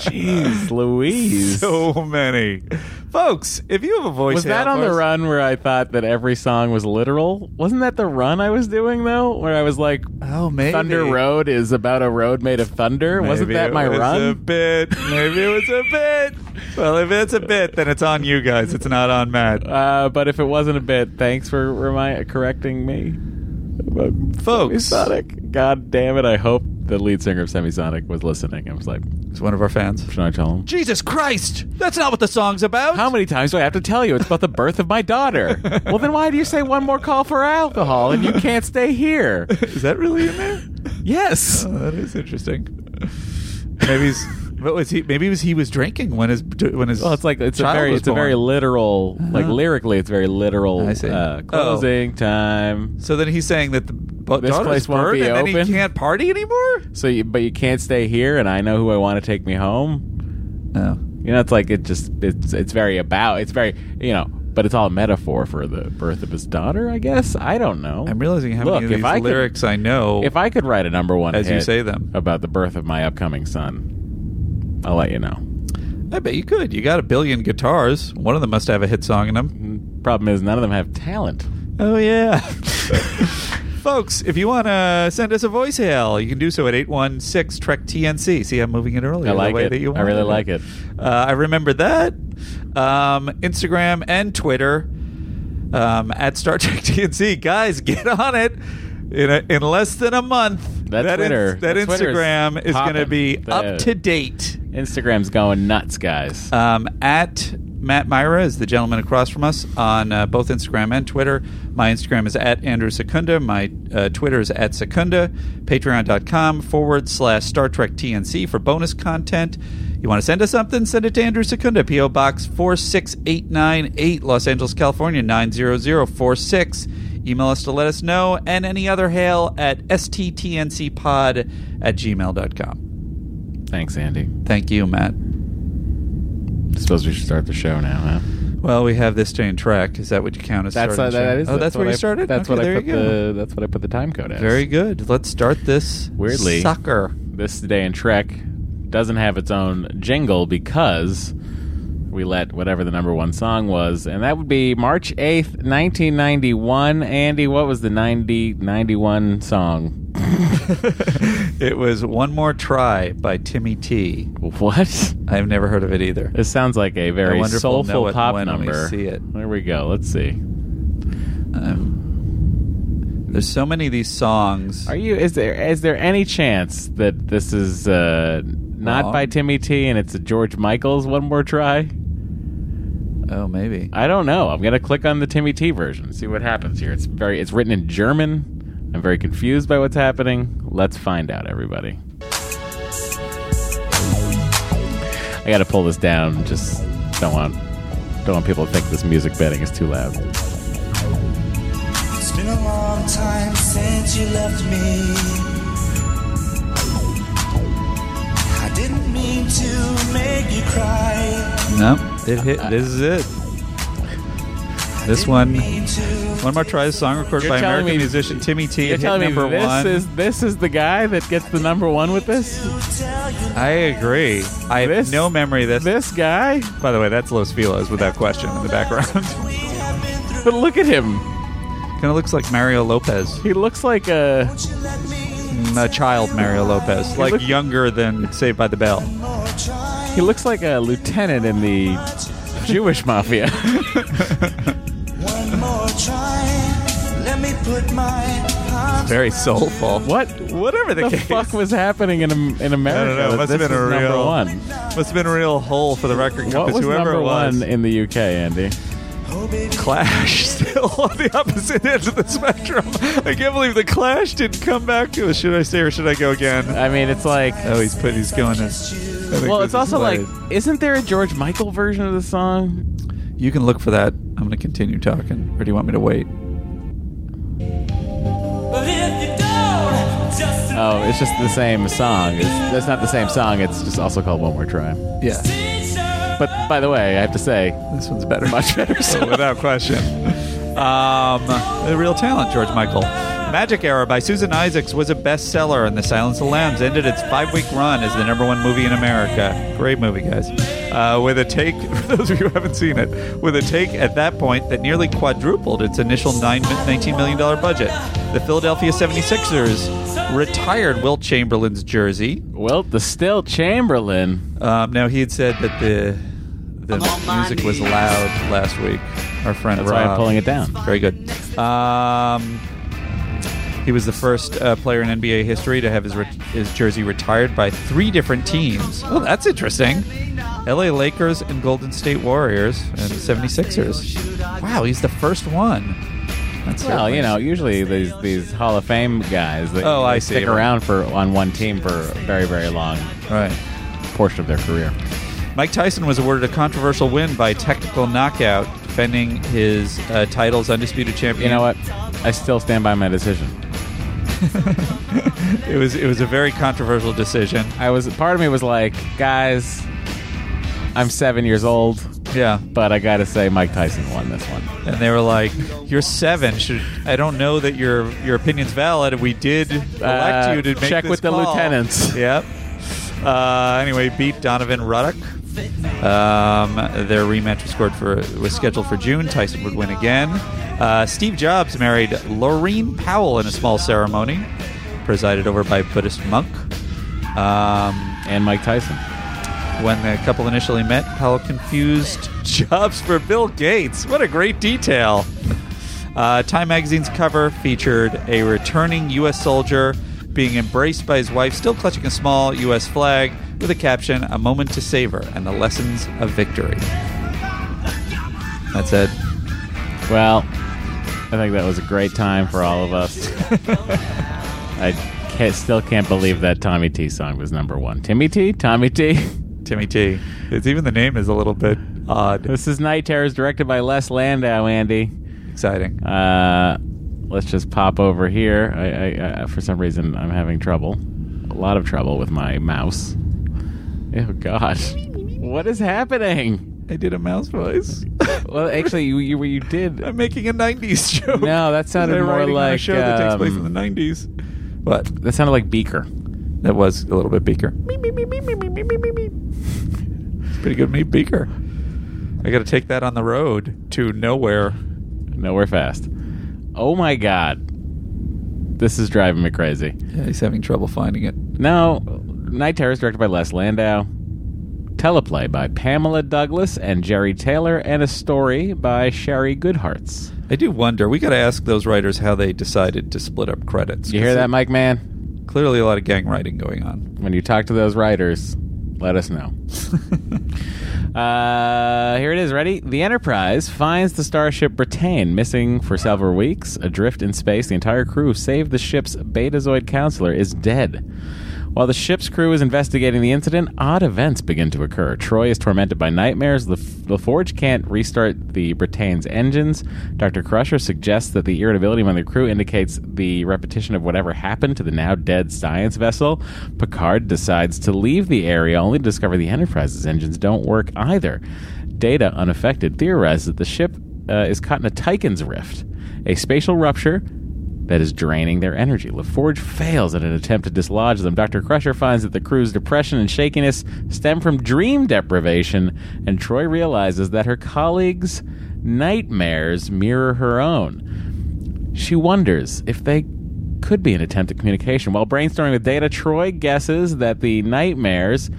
[SPEAKER 1] Jeez, Louise.
[SPEAKER 2] So many. Folks, if you have a voice
[SPEAKER 1] was that
[SPEAKER 2] hail
[SPEAKER 1] on the
[SPEAKER 2] for us-
[SPEAKER 1] run where I thought that every song was literal? Wasn't that the run I was doing though, where I was like,
[SPEAKER 2] Oh, maybe.
[SPEAKER 1] "Thunder Road is about a road made of thunder"? Wasn't
[SPEAKER 2] Maybe
[SPEAKER 1] that
[SPEAKER 2] it
[SPEAKER 1] my
[SPEAKER 2] was A
[SPEAKER 1] run?
[SPEAKER 2] bit. Maybe it was a bit. Well, if it's a bit, then it's on you guys. It's not on Matt.
[SPEAKER 1] uh, but if it wasn't a bit, thanks for remi- correcting me. About
[SPEAKER 2] Folks.
[SPEAKER 1] Semisonic. God damn it! I hope the lead singer of Semisonic was listening. I was like,
[SPEAKER 2] It's one of our fans.
[SPEAKER 1] should I tell him?
[SPEAKER 2] Jesus Christ! That's not what the song's about.
[SPEAKER 1] How many times do I have to tell you it's about the birth of my daughter? well, then why do you say one more call for alcohol and you can't stay here?
[SPEAKER 2] Is that really in there? Uh,
[SPEAKER 1] Yes.
[SPEAKER 2] Oh, that is interesting. Maybe he's But was he? Maybe it was he was drinking when his when his.
[SPEAKER 1] Well, it's like it's a
[SPEAKER 2] child
[SPEAKER 1] very
[SPEAKER 2] was
[SPEAKER 1] it's a very
[SPEAKER 2] born. Uh-huh.
[SPEAKER 1] literal like lyrically it's very literal.
[SPEAKER 2] I see.
[SPEAKER 1] Uh,
[SPEAKER 2] Oh.
[SPEAKER 1] closing time.
[SPEAKER 2] So then he's saying that the bu-
[SPEAKER 1] This
[SPEAKER 2] daughter's
[SPEAKER 1] place won't
[SPEAKER 2] bird
[SPEAKER 1] be
[SPEAKER 2] and then
[SPEAKER 1] open?
[SPEAKER 2] he can't party anymore.
[SPEAKER 1] So, you, but you can't stay here, and I know who I want to take me home.
[SPEAKER 2] Oh,
[SPEAKER 1] You know, it's like it just it's it's very about it's very you know, but it's all a metaphor for the birth of his daughter, I guess. I don't know.
[SPEAKER 2] I'm realizing how
[SPEAKER 1] Look,
[SPEAKER 2] many of
[SPEAKER 1] if
[SPEAKER 2] these
[SPEAKER 1] I could-
[SPEAKER 2] lyrics I know.
[SPEAKER 1] if I could write a number one
[SPEAKER 2] As you
[SPEAKER 1] hit
[SPEAKER 2] say them.
[SPEAKER 1] about the birth of my upcoming son, I'll let you know.
[SPEAKER 2] I bet you could. You got a billion guitars. One of them must have a hit song in them.
[SPEAKER 1] Problem is, none of them have talent.
[SPEAKER 2] Oh yeah. Folks, if you want to send us a voicemail, you can do so at 816 Trek TNC. See, I'm moving it earlier.
[SPEAKER 1] I
[SPEAKER 2] the
[SPEAKER 1] like
[SPEAKER 2] way
[SPEAKER 1] it.
[SPEAKER 2] That you
[SPEAKER 1] I really
[SPEAKER 2] wanted
[SPEAKER 1] like it.
[SPEAKER 2] Uh, I remember that. Um, Instagram and Twitter um, at Star Trek TNC. Guys, get on it. In, a, in less than a month,
[SPEAKER 1] That
[SPEAKER 2] ins-
[SPEAKER 1] Twitter-
[SPEAKER 2] that
[SPEAKER 1] that Twitter is
[SPEAKER 2] Instagram is, going to
[SPEAKER 1] popping.
[SPEAKER 2] be
[SPEAKER 1] The-
[SPEAKER 2] up to date.
[SPEAKER 1] Instagram's going nuts, guys.
[SPEAKER 2] Um, at Matt Myra is the gentleman across from us on uh, both Instagram and Twitter. My Instagram is at Andrew Secunda. My uh, Twitter is at Secunda. Patreon.com forward slash Star Trek TNC for bonus content. You want to send us something? Send it to Andrew Secunda, P.O. Box 46898, Los Angeles, California 90046. Email us to let us know and any other hail at sttncpod at gmail.com.
[SPEAKER 1] Thanks, Andy.
[SPEAKER 2] Thank you, Matt.
[SPEAKER 1] Suppose we should start the show now, huh?
[SPEAKER 2] Well, we have this day in track. Is that what you count as
[SPEAKER 1] That's
[SPEAKER 2] starting
[SPEAKER 1] uh, that
[SPEAKER 2] the
[SPEAKER 1] is.
[SPEAKER 2] show? Oh, that's, where
[SPEAKER 1] what
[SPEAKER 2] you
[SPEAKER 1] I-
[SPEAKER 2] started.
[SPEAKER 1] That's
[SPEAKER 2] okay,
[SPEAKER 1] what I
[SPEAKER 2] there
[SPEAKER 1] put
[SPEAKER 2] you go.
[SPEAKER 1] the. That's what I put the time code as.
[SPEAKER 2] Very good. Let's start this
[SPEAKER 1] Weirdly.
[SPEAKER 2] sucker.
[SPEAKER 1] This day in Trek doesn't have its own jingle because we let whatever the number one song was, and that would be March eighth, nineteen ninety one. Andy, what was the 90, 91 song?
[SPEAKER 2] It was one more try by Timmy T.
[SPEAKER 1] What?
[SPEAKER 2] I've never heard of it either.
[SPEAKER 1] This sounds like a very
[SPEAKER 2] wonder if we'll know
[SPEAKER 1] soulful
[SPEAKER 2] it
[SPEAKER 1] pop
[SPEAKER 2] when we
[SPEAKER 1] number.
[SPEAKER 2] see it.
[SPEAKER 1] There we go. Let's see.
[SPEAKER 2] There's so many of these songs.
[SPEAKER 1] Are you? Is there? Is there any chance that this is uh, not
[SPEAKER 2] Wrong.
[SPEAKER 1] by Timmy T and it's a George Michael's one more try?
[SPEAKER 2] oh, maybe.
[SPEAKER 1] I don't know. I'm gonna click on the Timmy T version. and See what happens here. It's very. It's written in German. I'm very confused by what's happening. Let's find out, everybody. I gotta pull this down. Just don't want. Don't want people to think this music betting is too loud.
[SPEAKER 4] It's been a long time since you left me. I didn't mean to make you cry.
[SPEAKER 2] No, it hit. This is it. This one,
[SPEAKER 4] Mean to
[SPEAKER 2] one more try, is a song recorded
[SPEAKER 1] You're
[SPEAKER 2] by
[SPEAKER 1] telling
[SPEAKER 2] American
[SPEAKER 1] me-
[SPEAKER 2] musician Timmy T.
[SPEAKER 1] You're
[SPEAKER 2] it hit
[SPEAKER 1] telling me
[SPEAKER 2] number
[SPEAKER 1] this
[SPEAKER 2] one.
[SPEAKER 1] is this is the guy that gets the number one with this?
[SPEAKER 4] tell you
[SPEAKER 2] I agree. I have
[SPEAKER 1] This-
[SPEAKER 2] no memory of this.
[SPEAKER 1] This guy?
[SPEAKER 2] By the way, that's Los Feliz without question in the background.
[SPEAKER 4] we have been through.
[SPEAKER 1] But look at him.
[SPEAKER 2] kind of looks like Mario Lopez. Mm,
[SPEAKER 1] He looks like a.
[SPEAKER 4] Won't you let me
[SPEAKER 2] a child Mario Lopez, like
[SPEAKER 1] look-
[SPEAKER 2] younger than Saved by the Bell.
[SPEAKER 4] more try?
[SPEAKER 1] He looks like a lieutenant in the Jewish mafia.
[SPEAKER 4] One more try. Let me put my heart.
[SPEAKER 2] Very soulful.
[SPEAKER 1] what?
[SPEAKER 2] Whatever the,
[SPEAKER 1] The
[SPEAKER 2] case,
[SPEAKER 1] fuck was happening in Am- in America?
[SPEAKER 2] know. It
[SPEAKER 1] that
[SPEAKER 2] must have
[SPEAKER 1] this
[SPEAKER 2] been a
[SPEAKER 1] was number
[SPEAKER 2] real-
[SPEAKER 1] one.
[SPEAKER 2] must have been a real hole for the record
[SPEAKER 1] What
[SPEAKER 2] companies.
[SPEAKER 1] was
[SPEAKER 2] Whoever
[SPEAKER 1] number
[SPEAKER 2] it was,
[SPEAKER 1] one in the UK, Andy?
[SPEAKER 4] Oh, baby,
[SPEAKER 2] Clash still on the opposite end of the spectrum. I can't believe the Clash didn't come back to us. Should I stay or should I go again?
[SPEAKER 1] I mean, it's like.
[SPEAKER 2] Oh, he's put. He's going. To, I think
[SPEAKER 1] Well,
[SPEAKER 2] this
[SPEAKER 1] it's
[SPEAKER 2] is
[SPEAKER 1] also like,
[SPEAKER 2] hilarious.
[SPEAKER 1] isn't there a George Michael version of the song?
[SPEAKER 2] you can look for that. I'm going to continue talking, or do you want me to wait?
[SPEAKER 4] but if you don't, just
[SPEAKER 1] Oh, it's just the same song. It's, that's not the same song. It's just also called One More Try.
[SPEAKER 2] Yeah,
[SPEAKER 1] But by the way, I have to say,
[SPEAKER 2] this one's better.
[SPEAKER 1] much better
[SPEAKER 2] So
[SPEAKER 1] song.
[SPEAKER 2] without question. Um, a real talent, George Michael. Magic Era by Susan Isaacs was a bestseller, and The Silence of the Lambs ended its five week run as the number one movie in America. Great movie, guys. Uh, with a take, for those of you who haven't seen it, with a take at that point that nearly quadrupled its initial nine, $19 million budget. The Philadelphia 76ers retired Wilt Chamberlain's jersey.
[SPEAKER 1] Well, the Still Chamberlain.
[SPEAKER 2] Um, now, he had said that the, the music was loud last week. Our friend
[SPEAKER 1] That's
[SPEAKER 2] Rob.
[SPEAKER 1] why I'm pulling it down.
[SPEAKER 2] Very good. Um, he was the first uh, player in NBA history to have his, re- his jersey retired by three different teams. Oh, that's interesting. LA Lakers and Golden State Warriors and 76ers. Wow, he's the first one. That's
[SPEAKER 1] Well,
[SPEAKER 2] certainly-
[SPEAKER 1] you know, usually these these Hall of Fame guys that
[SPEAKER 2] Oh,
[SPEAKER 1] they
[SPEAKER 2] I see.
[SPEAKER 1] stick around for on one team for a very very long
[SPEAKER 2] Right.
[SPEAKER 1] portion of their career.
[SPEAKER 2] Mike Tyson was awarded a controversial win by technical knockout, defending his uh, title's undisputed champion.
[SPEAKER 1] You know what? I still stand by my decision.
[SPEAKER 2] It was it was a very controversial decision.
[SPEAKER 1] I was part of me was like, guys, I'm seven years old,
[SPEAKER 2] Yeah,
[SPEAKER 1] but I gotta say Mike Tyson won this one.
[SPEAKER 2] and they were like, "You're seven. Should I don't know that your your opinion's valid. We did elect
[SPEAKER 1] Uh,
[SPEAKER 2] you to make
[SPEAKER 1] check
[SPEAKER 2] this
[SPEAKER 1] with the
[SPEAKER 2] call."
[SPEAKER 1] lieutenants.
[SPEAKER 2] Yep. Uh, anyway, beat Donovan Ruddock. Um, their rematch was scored for was scheduled for June. Tyson would win again. Uh, Steve Jobs married Lorene Powell in a small ceremony, presided over by Buddhist monk. Um,
[SPEAKER 1] And Mike Tyson.
[SPEAKER 2] when the couple initially met, Powell confused jobs for Bill Gates. What a great detail! Uh, Time magazine's cover featured a returning U.S. soldier being embraced by his wife, still clutching a small U.S. flag, with a caption "A moment to savor" and the lessons of victory. That's it.
[SPEAKER 1] Well, I think that was a great time for all of us. I can't, still can't believe that Tommy T song was number one. Timmy T, Tommy T.
[SPEAKER 2] Timmy T. It's even the name is a little bit odd.
[SPEAKER 1] This is Night Terrors, directed by Les Landau. Andy,
[SPEAKER 2] Exciting.
[SPEAKER 1] uh, let's just pop over here. I, I, I, for some reason, I'm having trouble, a lot of trouble with my mouse. Oh gosh, what is happening?
[SPEAKER 2] I did a mouse voice.
[SPEAKER 1] Well, actually, you you, you did.
[SPEAKER 2] I'm making a '90s joke.
[SPEAKER 1] No, that sounded
[SPEAKER 2] They're
[SPEAKER 1] more
[SPEAKER 2] writing on a
[SPEAKER 1] like,
[SPEAKER 2] show that takes place
[SPEAKER 1] um,
[SPEAKER 2] in the '90s. What?
[SPEAKER 1] That sounded like Beaker.
[SPEAKER 2] That was a little bit Beaker. Beep, beep, beep, beep, beep, beep, beep, beep, beep, beep. It's pretty good meat Beaker. I got to take that on the road to nowhere.
[SPEAKER 1] Nowhere fast. Oh my god, this is driving me crazy.
[SPEAKER 2] Yeah, he's having trouble finding it.
[SPEAKER 1] No, Night Terrors, directed by Les Landau. Teleplay by Pamela Douglas and Jerry Taylor, and a story by Sherry Goodhart's.
[SPEAKER 2] I do wonder. We got to ask those writers how they decided to split up credits.
[SPEAKER 1] You hear
[SPEAKER 2] 'cause
[SPEAKER 1] that, Mike Man?
[SPEAKER 2] Clearly, a lot of gang writing going on.
[SPEAKER 1] When you talk to those writers, let us know. Uh, here it is. Ready? The Enterprise finds the starship Britain missing for several weeks. Adrift in space, the entire crew, save the ship's Betazoid counselor, is dead. While the ship's crew is investigating the incident, odd events begin to occur. Troy is tormented by nightmares. The LaForge can't restart the Britain's engines. Dr. Crusher suggests that the irritability among the crew indicates the repetition of whatever happened to the now dead science vessel. Picard decides to leave the area only to discover the Enterprise's engines don't work either. Data, unaffected, theorizes that the ship uh, is caught in a Tychon's rift, a spatial rupture that is draining their energy. LaForge fails in an attempt to dislodge them. Dr. Crusher finds that the crew's depression and shakiness stem from dream deprivation, and Troy realizes that her colleagues' nightmares mirror her own. She wonders if they could be an attempt at communication. While brainstorming with Data, Troy guesses that the nightmares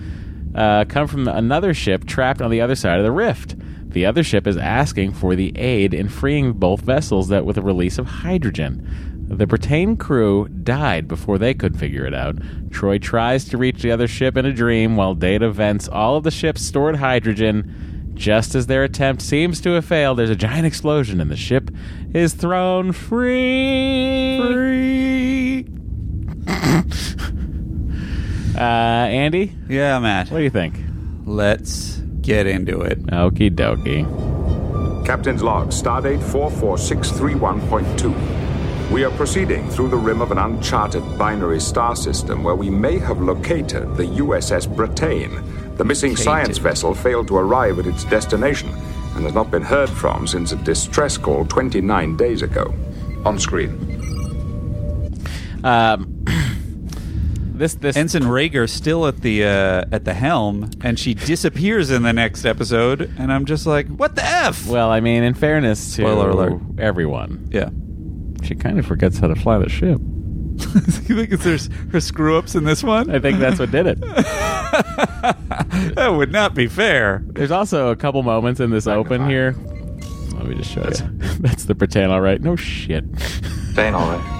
[SPEAKER 1] uh, come from another ship trapped on the other side of the rift. The other ship is asking for the aid in freeing both vessels that with a release of hydrogen. The Britain crew died before they could figure it out. Troy tries to reach the other ship in a dream while Data vents all of the ship's stored hydrogen. Just as their attempt seems to have failed, there's a giant explosion and the ship is thrown free. Free. uh, Andy,
[SPEAKER 2] Yeah, Matt.
[SPEAKER 1] what do you think?
[SPEAKER 2] Let's get into it.
[SPEAKER 1] Okie dokie.
[SPEAKER 10] Captain's log, stardate 44631.2. We are proceeding through the rim of an uncharted binary star system where we may have located the USS Britain. The missing science vessel failed to arrive at its destination and has not been heard from since a distress call 29 days ago. On screen.
[SPEAKER 1] Um, this this
[SPEAKER 2] Ensign Rager still at the uh, at the helm, and she disappears in the next episode. And I'm just like, what the f?
[SPEAKER 1] well, I mean, in fairness to
[SPEAKER 2] Spoiler alert.
[SPEAKER 1] everyone,
[SPEAKER 2] yeah.
[SPEAKER 1] she kind of forgets how to fly the ship.
[SPEAKER 2] you think it's there's her screw ups in this one?
[SPEAKER 1] I think that's what did it.
[SPEAKER 2] that would not be fair.
[SPEAKER 1] There's also a couple moments in this open here. Let me just show you. That's the Britain, all right. No shit.
[SPEAKER 5] Dane, all right.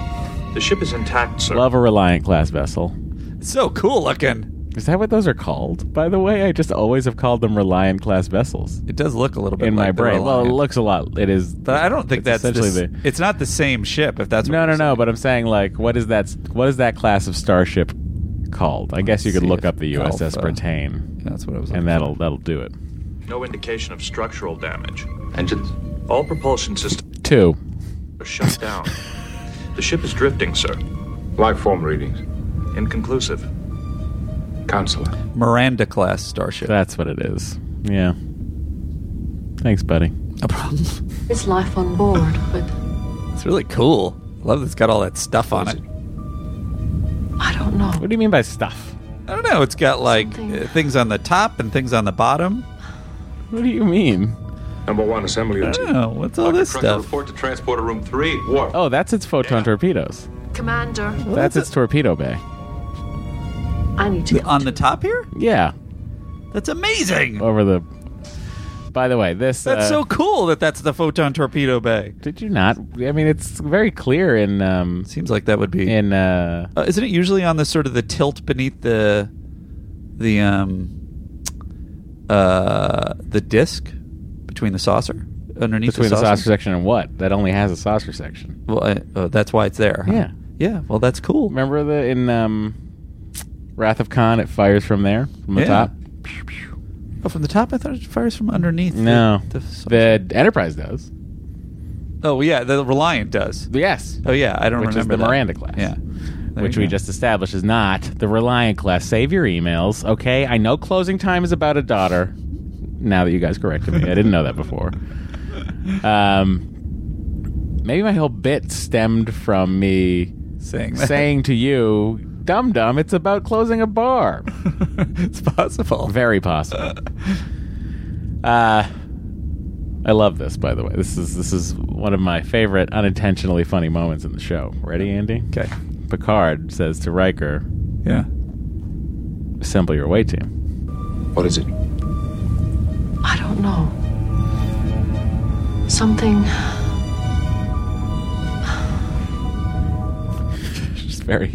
[SPEAKER 5] The ship is intact, sir.
[SPEAKER 1] Love a Reliant class vessel.
[SPEAKER 2] It's so cool looking.
[SPEAKER 1] Is that what those are called? By the way, I just always have called them Reliant class vessels
[SPEAKER 2] It does look a little bit
[SPEAKER 1] in
[SPEAKER 2] like
[SPEAKER 1] my
[SPEAKER 2] the
[SPEAKER 1] brain. Well, it
[SPEAKER 2] Reliant.
[SPEAKER 1] looks a lot. It is.
[SPEAKER 2] But I don't think
[SPEAKER 1] it's
[SPEAKER 2] that's
[SPEAKER 1] essentially
[SPEAKER 2] the, It's not the same ship. If that's what
[SPEAKER 1] No,
[SPEAKER 2] you're
[SPEAKER 1] no, no.
[SPEAKER 2] saying.
[SPEAKER 1] But I'm saying, like, what is that? What is that class of starship called. I guess you could
[SPEAKER 5] see
[SPEAKER 1] look
[SPEAKER 5] if
[SPEAKER 1] up the USS
[SPEAKER 5] Alpha-
[SPEAKER 1] Britain.
[SPEAKER 2] That's what I was.
[SPEAKER 1] And that'll that'll do it.
[SPEAKER 5] No indication of structural damage. Engines? All propulsion systems
[SPEAKER 1] Two.
[SPEAKER 5] are shut down. the ship is drifting, sir. Life form readings. Inconclusive.
[SPEAKER 10] Counselor.
[SPEAKER 2] Miranda class starship.
[SPEAKER 1] That's what it is. Yeah. Thanks, buddy.
[SPEAKER 2] No problem.
[SPEAKER 11] It's life on board, but
[SPEAKER 2] It's really cool. Love that it's got all that stuff on it.
[SPEAKER 11] I don't know.
[SPEAKER 1] What do you mean by stuff?
[SPEAKER 2] I don't know. It's got like uh, things on the top and things on the bottom.
[SPEAKER 1] What do you mean?
[SPEAKER 10] Number one assembly.
[SPEAKER 2] I don't know. What's all this stuff?
[SPEAKER 5] Report to transporter room three. Warp.
[SPEAKER 1] Oh, that's its photon torpedoes.
[SPEAKER 11] Commander,
[SPEAKER 1] That's its torpedo bay.
[SPEAKER 11] I need to.
[SPEAKER 2] on the top here?
[SPEAKER 1] Yeah.
[SPEAKER 2] That's amazing.
[SPEAKER 1] Over the. By the way, this.
[SPEAKER 2] That's
[SPEAKER 1] uh,
[SPEAKER 2] so cool that that's the photon torpedo bay.
[SPEAKER 1] Did you not? I mean, it's very clear in. Um,
[SPEAKER 2] Seems like that would be
[SPEAKER 1] in. Uh,
[SPEAKER 2] Uh, isn't it usually on the sort of the tilt beneath the the um uh the disc between the saucer underneath
[SPEAKER 1] between
[SPEAKER 2] the
[SPEAKER 1] the
[SPEAKER 2] saucer?
[SPEAKER 1] saucer section and what? That only has a saucer section.
[SPEAKER 2] Well, I, uh, that's why it's there. huh?
[SPEAKER 1] Yeah.
[SPEAKER 2] Yeah. Well, that's cool.
[SPEAKER 1] Remember the in um, Wrath of Khan, it fires from there from the
[SPEAKER 2] Yeah.
[SPEAKER 1] top.
[SPEAKER 2] Oh, from the top, I thought it fires from underneath. the-
[SPEAKER 1] No,
[SPEAKER 2] The,
[SPEAKER 1] the, Enterprise does.
[SPEAKER 2] oh, yeah, the Reliant does.
[SPEAKER 1] Yes.
[SPEAKER 2] Oh, yeah. I don't
[SPEAKER 1] which
[SPEAKER 2] remember
[SPEAKER 1] is the
[SPEAKER 2] that.
[SPEAKER 1] Miranda class.
[SPEAKER 2] Yeah. There
[SPEAKER 1] which
[SPEAKER 2] you
[SPEAKER 1] we
[SPEAKER 2] go.
[SPEAKER 1] just established is not the Reliant class. Save your emails, okay? I know closing time is about a daughter. Now that you guys corrected me, I didn't know that before. Um, maybe my whole bit stemmed from me
[SPEAKER 2] Saying that.
[SPEAKER 1] saying to you, "Dum dum, it's about closing a bar."
[SPEAKER 2] it's possible.
[SPEAKER 1] Very possible. Uh, I love this, by the way. This is this is one of my favorite unintentionally funny moments in the show. Ready, Andy?
[SPEAKER 2] Okay.
[SPEAKER 1] Picard says to Riker,
[SPEAKER 2] Yeah.
[SPEAKER 1] "Assemble your away team."
[SPEAKER 10] What is it?
[SPEAKER 11] I don't know. Something.
[SPEAKER 1] Just very,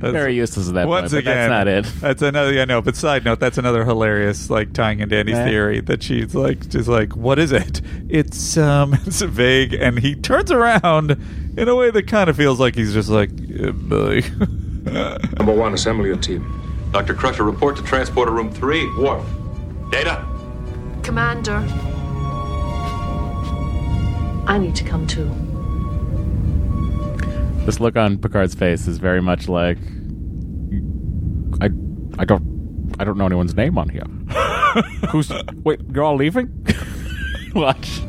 [SPEAKER 2] That's-
[SPEAKER 1] very useless at that
[SPEAKER 2] Once
[SPEAKER 1] point.
[SPEAKER 2] again,
[SPEAKER 1] but that's not it.
[SPEAKER 2] That's another. Yeah, no. But side note, that's another hilarious, like tying into Andy's
[SPEAKER 1] Yeah.
[SPEAKER 2] theory that she's like, just like, what is it? It's um, it's vague, and he turns around in a way that kind of feels like he's just like, yeah, boy.
[SPEAKER 10] Number one assembly team.
[SPEAKER 5] Dr. Crusher, report to transporter room three. Warp. Data.
[SPEAKER 11] Commander, I need to come too.
[SPEAKER 1] This look on Picard's face is very much like, "I, I don't, I don't know anyone's name on here." Who's? Wait, you're all leaving? Watch.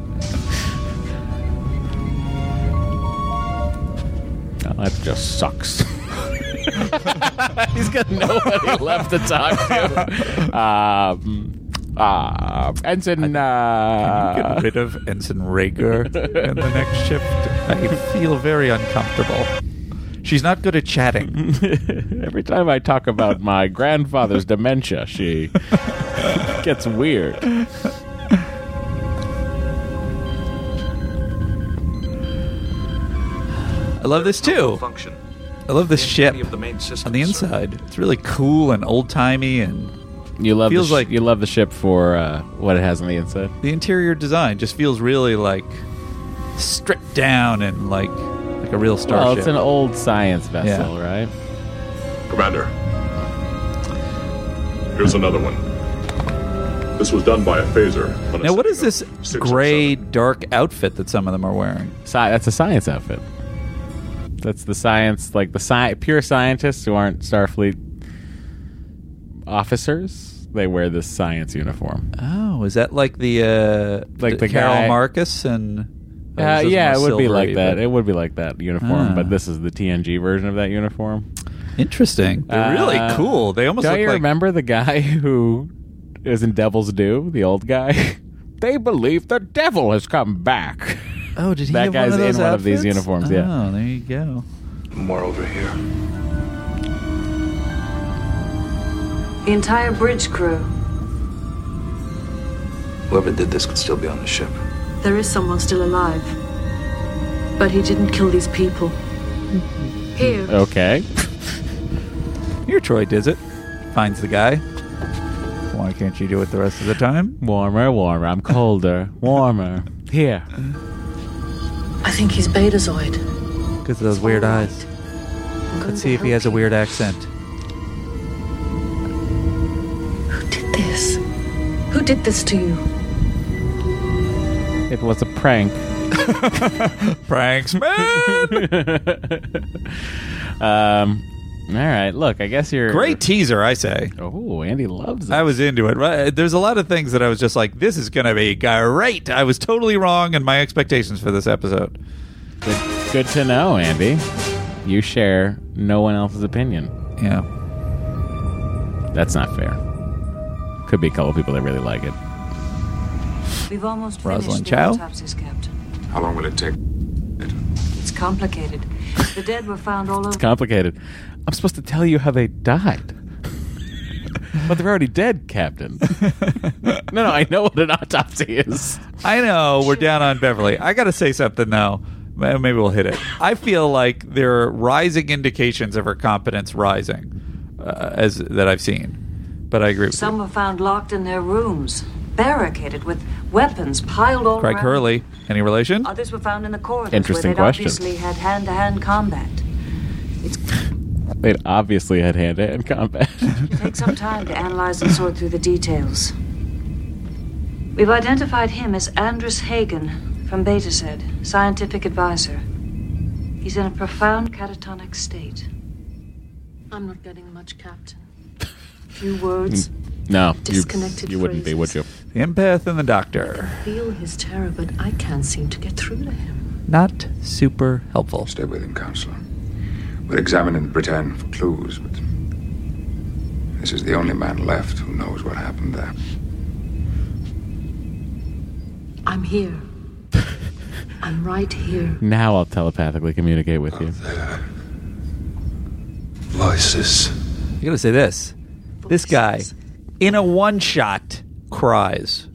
[SPEAKER 1] Oh, that just sucks. He's got nobody left to talk to. Um, uh, Ensign. Uh,
[SPEAKER 2] Get rid of Ensign Rager in the next shift. I feel very uncomfortable. She's not good at chatting.
[SPEAKER 1] Every time I talk about my grandfather's dementia, she gets weird.
[SPEAKER 2] I love this too.
[SPEAKER 5] Function.
[SPEAKER 2] I love this ship
[SPEAKER 5] Any of the main systems,
[SPEAKER 2] on the
[SPEAKER 5] sir.
[SPEAKER 2] inside. It's really cool and old timey and.
[SPEAKER 1] You love
[SPEAKER 2] Feels
[SPEAKER 1] the
[SPEAKER 2] like-
[SPEAKER 1] you love the ship for uh, what it has on the inside.
[SPEAKER 2] the interior design just feels really like stripped down and like like a real
[SPEAKER 1] Well,
[SPEAKER 2] starship.
[SPEAKER 1] it's an old science vessel, right?
[SPEAKER 12] Commander, here's another one. This was done by a phaser. on a
[SPEAKER 2] now, what is
[SPEAKER 12] setting
[SPEAKER 2] this
[SPEAKER 12] of six or
[SPEAKER 2] gray dark outfit that some of them are wearing?
[SPEAKER 1] Sci- that's a science outfit. That's the science, like the sci- pure scientists who aren't Starfleet officers. They wear this science uniform.
[SPEAKER 2] Oh, is that like the uh
[SPEAKER 1] Like the
[SPEAKER 2] Carol
[SPEAKER 1] guy-
[SPEAKER 2] Marcus and oh,
[SPEAKER 1] Uh,
[SPEAKER 2] this is E
[SPEAKER 1] yeah, it
[SPEAKER 2] more
[SPEAKER 1] would be
[SPEAKER 2] silvery,
[SPEAKER 1] like that.
[SPEAKER 2] but-
[SPEAKER 1] It would be like that uniform,
[SPEAKER 2] Ah.
[SPEAKER 1] but this is the TNG version of that uniform.
[SPEAKER 2] Interesting. They're really
[SPEAKER 1] Uh,
[SPEAKER 2] cool. They almost
[SPEAKER 1] Don't
[SPEAKER 2] look
[SPEAKER 1] you
[SPEAKER 2] like
[SPEAKER 1] remember the guy who is in Devil's Due? The old guy. they believe the devil has come back.
[SPEAKER 2] Oh, did he
[SPEAKER 1] That
[SPEAKER 2] have one
[SPEAKER 1] guy's
[SPEAKER 2] of
[SPEAKER 1] in
[SPEAKER 2] those
[SPEAKER 1] one of these
[SPEAKER 2] outfits?
[SPEAKER 1] uniforms, yeah.
[SPEAKER 2] Oh, there you go.
[SPEAKER 5] More over here.
[SPEAKER 11] The entire bridge crew.
[SPEAKER 5] Whoever did this could still be on the ship.
[SPEAKER 11] There is someone still alive. But he didn't kill these people. Mm-hmm. Here,
[SPEAKER 1] Okay.
[SPEAKER 2] Here Troy does it. Finds the guy. Why can't you do it the rest of the time?
[SPEAKER 1] Warmer, warmer. I'm colder.
[SPEAKER 2] Oh.
[SPEAKER 1] Warmer. Here.
[SPEAKER 11] I think he's Betazoid.
[SPEAKER 2] Because of those weird eyes.
[SPEAKER 11] I'm going
[SPEAKER 2] Let's
[SPEAKER 11] to
[SPEAKER 2] see if he
[SPEAKER 11] help
[SPEAKER 2] has a
[SPEAKER 11] you.
[SPEAKER 2] weird accent.
[SPEAKER 11] did this to you?
[SPEAKER 1] It was a prank.
[SPEAKER 2] Pranks,
[SPEAKER 1] man. um, all right. Look, I guess you're
[SPEAKER 2] Great teaser, I say.
[SPEAKER 1] Oh, Andy loves it.
[SPEAKER 2] I was into it. Right? There's a lot of things that I was just like, this is going to be great. I was totally wrong in my expectations for this episode.
[SPEAKER 1] Good, good to know, Andy. You share no one else's opinion.
[SPEAKER 2] Yeah.
[SPEAKER 1] That's not fair. Could be a couple people that really like it.
[SPEAKER 11] We've almost
[SPEAKER 2] Rosalind
[SPEAKER 11] finished
[SPEAKER 2] Chow?
[SPEAKER 11] the autopsies, Captain.
[SPEAKER 5] How long will it take?
[SPEAKER 11] It's complicated. The dead were found all
[SPEAKER 1] It's
[SPEAKER 11] over.
[SPEAKER 1] complicated. I'm supposed to tell you how they died. but they're already dead, Captain. no, no, I know what an autopsy is.
[SPEAKER 2] I know we're down on Beverly. I got to say something though. Ma- Maybe we'll hit it. I feel like there are rising indications of her competence rising, uh, as that I've seen. But I agree with
[SPEAKER 11] Some were found locked in their rooms, barricaded with weapons piled all
[SPEAKER 2] you. Craig
[SPEAKER 11] around.
[SPEAKER 2] Hurley. Any relation?
[SPEAKER 11] Others were found in the corridors
[SPEAKER 1] Interesting
[SPEAKER 11] where they'd
[SPEAKER 1] question.
[SPEAKER 11] obviously had hand-to-hand combat.
[SPEAKER 1] They obviously had hand-to-hand combat.
[SPEAKER 11] It'll take some time to analyze and sort through the details. We've identified him as Andrus Hagen from Betaset, scientific advisor. He's in a profound catatonic state. I'm not getting much, Captain. Few words.
[SPEAKER 1] Mm,
[SPEAKER 2] Mm.
[SPEAKER 1] no, you,
[SPEAKER 11] Disconnected
[SPEAKER 1] you wouldn't be, would you?
[SPEAKER 2] The empath and the doctor.
[SPEAKER 13] Feel his terror, but I can't seem to get through to him.
[SPEAKER 2] Not super helpful.
[SPEAKER 5] Stay with him, Counselor. We're examining Britain for clues, but this is the only man left who knows what happened there.
[SPEAKER 13] I'm here. I'm right here.
[SPEAKER 1] Now I'll telepathically communicate with you.
[SPEAKER 2] Voices. I gotta say this. This guy, in a one shot, cries,